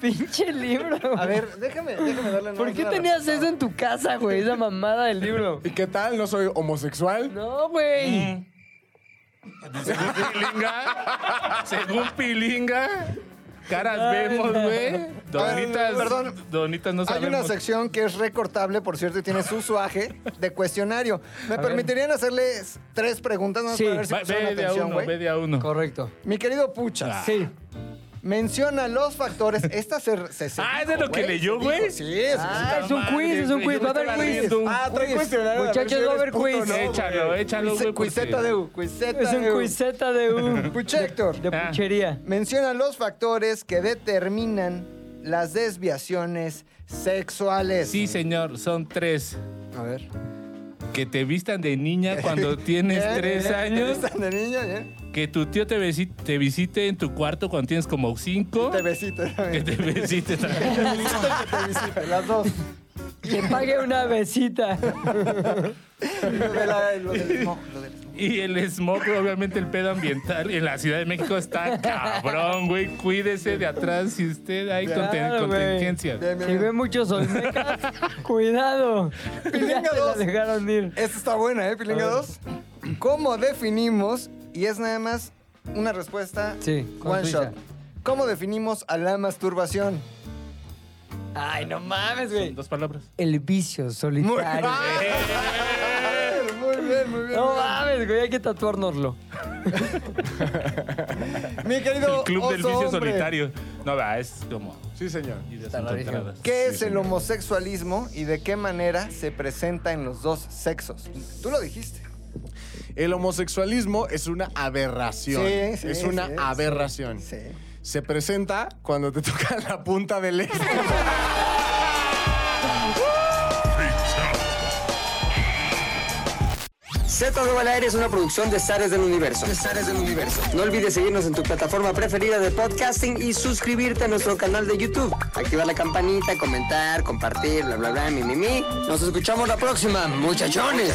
[SPEAKER 1] Pinche libro.
[SPEAKER 2] A ver, déjame, déjame darle
[SPEAKER 1] ¿Por qué tenías eso en tu casa, güey? Esa mamada del libro.
[SPEAKER 4] ¿Y qué tal? ¿No soy homosexual?
[SPEAKER 1] No, güey.
[SPEAKER 3] Según pilinga. Según pilinga. Caras vemos, güey. Donitas.
[SPEAKER 2] perdón.
[SPEAKER 3] Donitas no
[SPEAKER 2] Hay una
[SPEAKER 3] sabemos.
[SPEAKER 2] sección que es recortable, por cierto, y tiene su suaje de cuestionario. ¿Me permitirían hacerles tres preguntas? No,
[SPEAKER 1] Sí.
[SPEAKER 2] para ver si
[SPEAKER 3] Va-
[SPEAKER 2] pusieron
[SPEAKER 3] ve de a
[SPEAKER 2] atención,
[SPEAKER 3] uno,
[SPEAKER 2] güey.
[SPEAKER 3] ve de Ah. a uno.
[SPEAKER 1] Correcto.
[SPEAKER 2] Mi querido Puchas,
[SPEAKER 1] Sí.
[SPEAKER 2] menciona los factores. Esta se, se- se
[SPEAKER 3] Ah, ¿es
[SPEAKER 2] dijo,
[SPEAKER 3] de lo que
[SPEAKER 2] güey,
[SPEAKER 3] leyó,
[SPEAKER 2] se
[SPEAKER 3] güey?
[SPEAKER 4] Pues
[SPEAKER 2] dijo, Sí, es.
[SPEAKER 1] Ah, es un quiz, es un
[SPEAKER 3] Madre,
[SPEAKER 1] quiz. Va a haber
[SPEAKER 3] güey, yo me
[SPEAKER 1] quiz.
[SPEAKER 3] estaba riendo.
[SPEAKER 2] Ah, trae cuestionario.
[SPEAKER 1] Muchachos, va a haber quiz.
[SPEAKER 3] Sí, échalo, échalo, güey. porque-
[SPEAKER 2] Cuiseta de U, cuiseta
[SPEAKER 1] Es
[SPEAKER 2] de
[SPEAKER 1] un
[SPEAKER 2] U.
[SPEAKER 1] quizeta de un...
[SPEAKER 2] Pucha, Héctor.
[SPEAKER 1] De
[SPEAKER 3] Ah.
[SPEAKER 1] puchería.
[SPEAKER 2] Menciona los factores que determinan las desviaciones sexuales.
[SPEAKER 3] Sí, señor, son tres.
[SPEAKER 2] A ver.
[SPEAKER 3] Que te vistan de niña cuando tienes
[SPEAKER 2] Bien,
[SPEAKER 3] tres
[SPEAKER 2] bien,
[SPEAKER 3] años.
[SPEAKER 2] están de niño, eh? bien.
[SPEAKER 3] Que tu tío te, visi- te visite en tu cuarto cuando tienes como cinco.
[SPEAKER 2] Te besito.
[SPEAKER 3] Que
[SPEAKER 2] también.
[SPEAKER 3] te visite también.
[SPEAKER 2] Te visito, Las dos.
[SPEAKER 1] Que pague una besita.
[SPEAKER 2] Lo de la- lo del esmo- lo del esmo.
[SPEAKER 3] Y el smog, obviamente el pedo ambiental en la Ciudad de México está cabrón, güey. Cuídese de atrás si usted hay
[SPEAKER 1] Claro,
[SPEAKER 3] conten-
[SPEAKER 1] güey.
[SPEAKER 3] contingencias.
[SPEAKER 2] Bien, bien,
[SPEAKER 1] Si ve
[SPEAKER 2] bien.
[SPEAKER 1] muchos olmecas, cuidado. Ya
[SPEAKER 2] Pilinga
[SPEAKER 1] te la
[SPEAKER 2] dos.
[SPEAKER 1] dejaron ir.
[SPEAKER 2] Esta está buena, ¿eh, Pilinga 2? ¿Cómo definimos? Y es nada más una respuesta.
[SPEAKER 1] Sí,
[SPEAKER 2] One
[SPEAKER 1] concisa.
[SPEAKER 2] shot. ¿Cómo definimos a la masturbación?
[SPEAKER 1] Ay, no mames, güey.
[SPEAKER 3] Dos palabras.
[SPEAKER 1] El vicio
[SPEAKER 2] Muy
[SPEAKER 1] solitario.
[SPEAKER 2] bien, muy bien, muy bien.
[SPEAKER 1] No mames, güey, hay que tatuárnoslo.
[SPEAKER 2] Mi querido
[SPEAKER 3] El club del
[SPEAKER 2] oso
[SPEAKER 3] vicio
[SPEAKER 2] hombre,
[SPEAKER 3] solitario. No, va, es como.
[SPEAKER 4] Sí, señor.
[SPEAKER 3] ideas
[SPEAKER 1] Está rarísimo.
[SPEAKER 3] encontradas.
[SPEAKER 2] ¿Qué es el homosexualismo y de qué manera se presenta en los dos sexos? Tú lo dijiste.
[SPEAKER 4] El homosexualismo es una aberración.
[SPEAKER 2] Sí, sí,
[SPEAKER 4] es una
[SPEAKER 2] sí,
[SPEAKER 4] aberración.
[SPEAKER 2] Sí.
[SPEAKER 4] Se presenta cuando te toca la punta del eje.
[SPEAKER 7] Z al aire es una producción de Zares del Universo. del Universo. No olvides seguirnos en tu plataforma preferida de podcasting y suscribirte a nuestro canal de YouTube. Activar la campanita, comentar, compartir, bla bla bla, mi mi mi. Nos escuchamos la próxima, muchachones.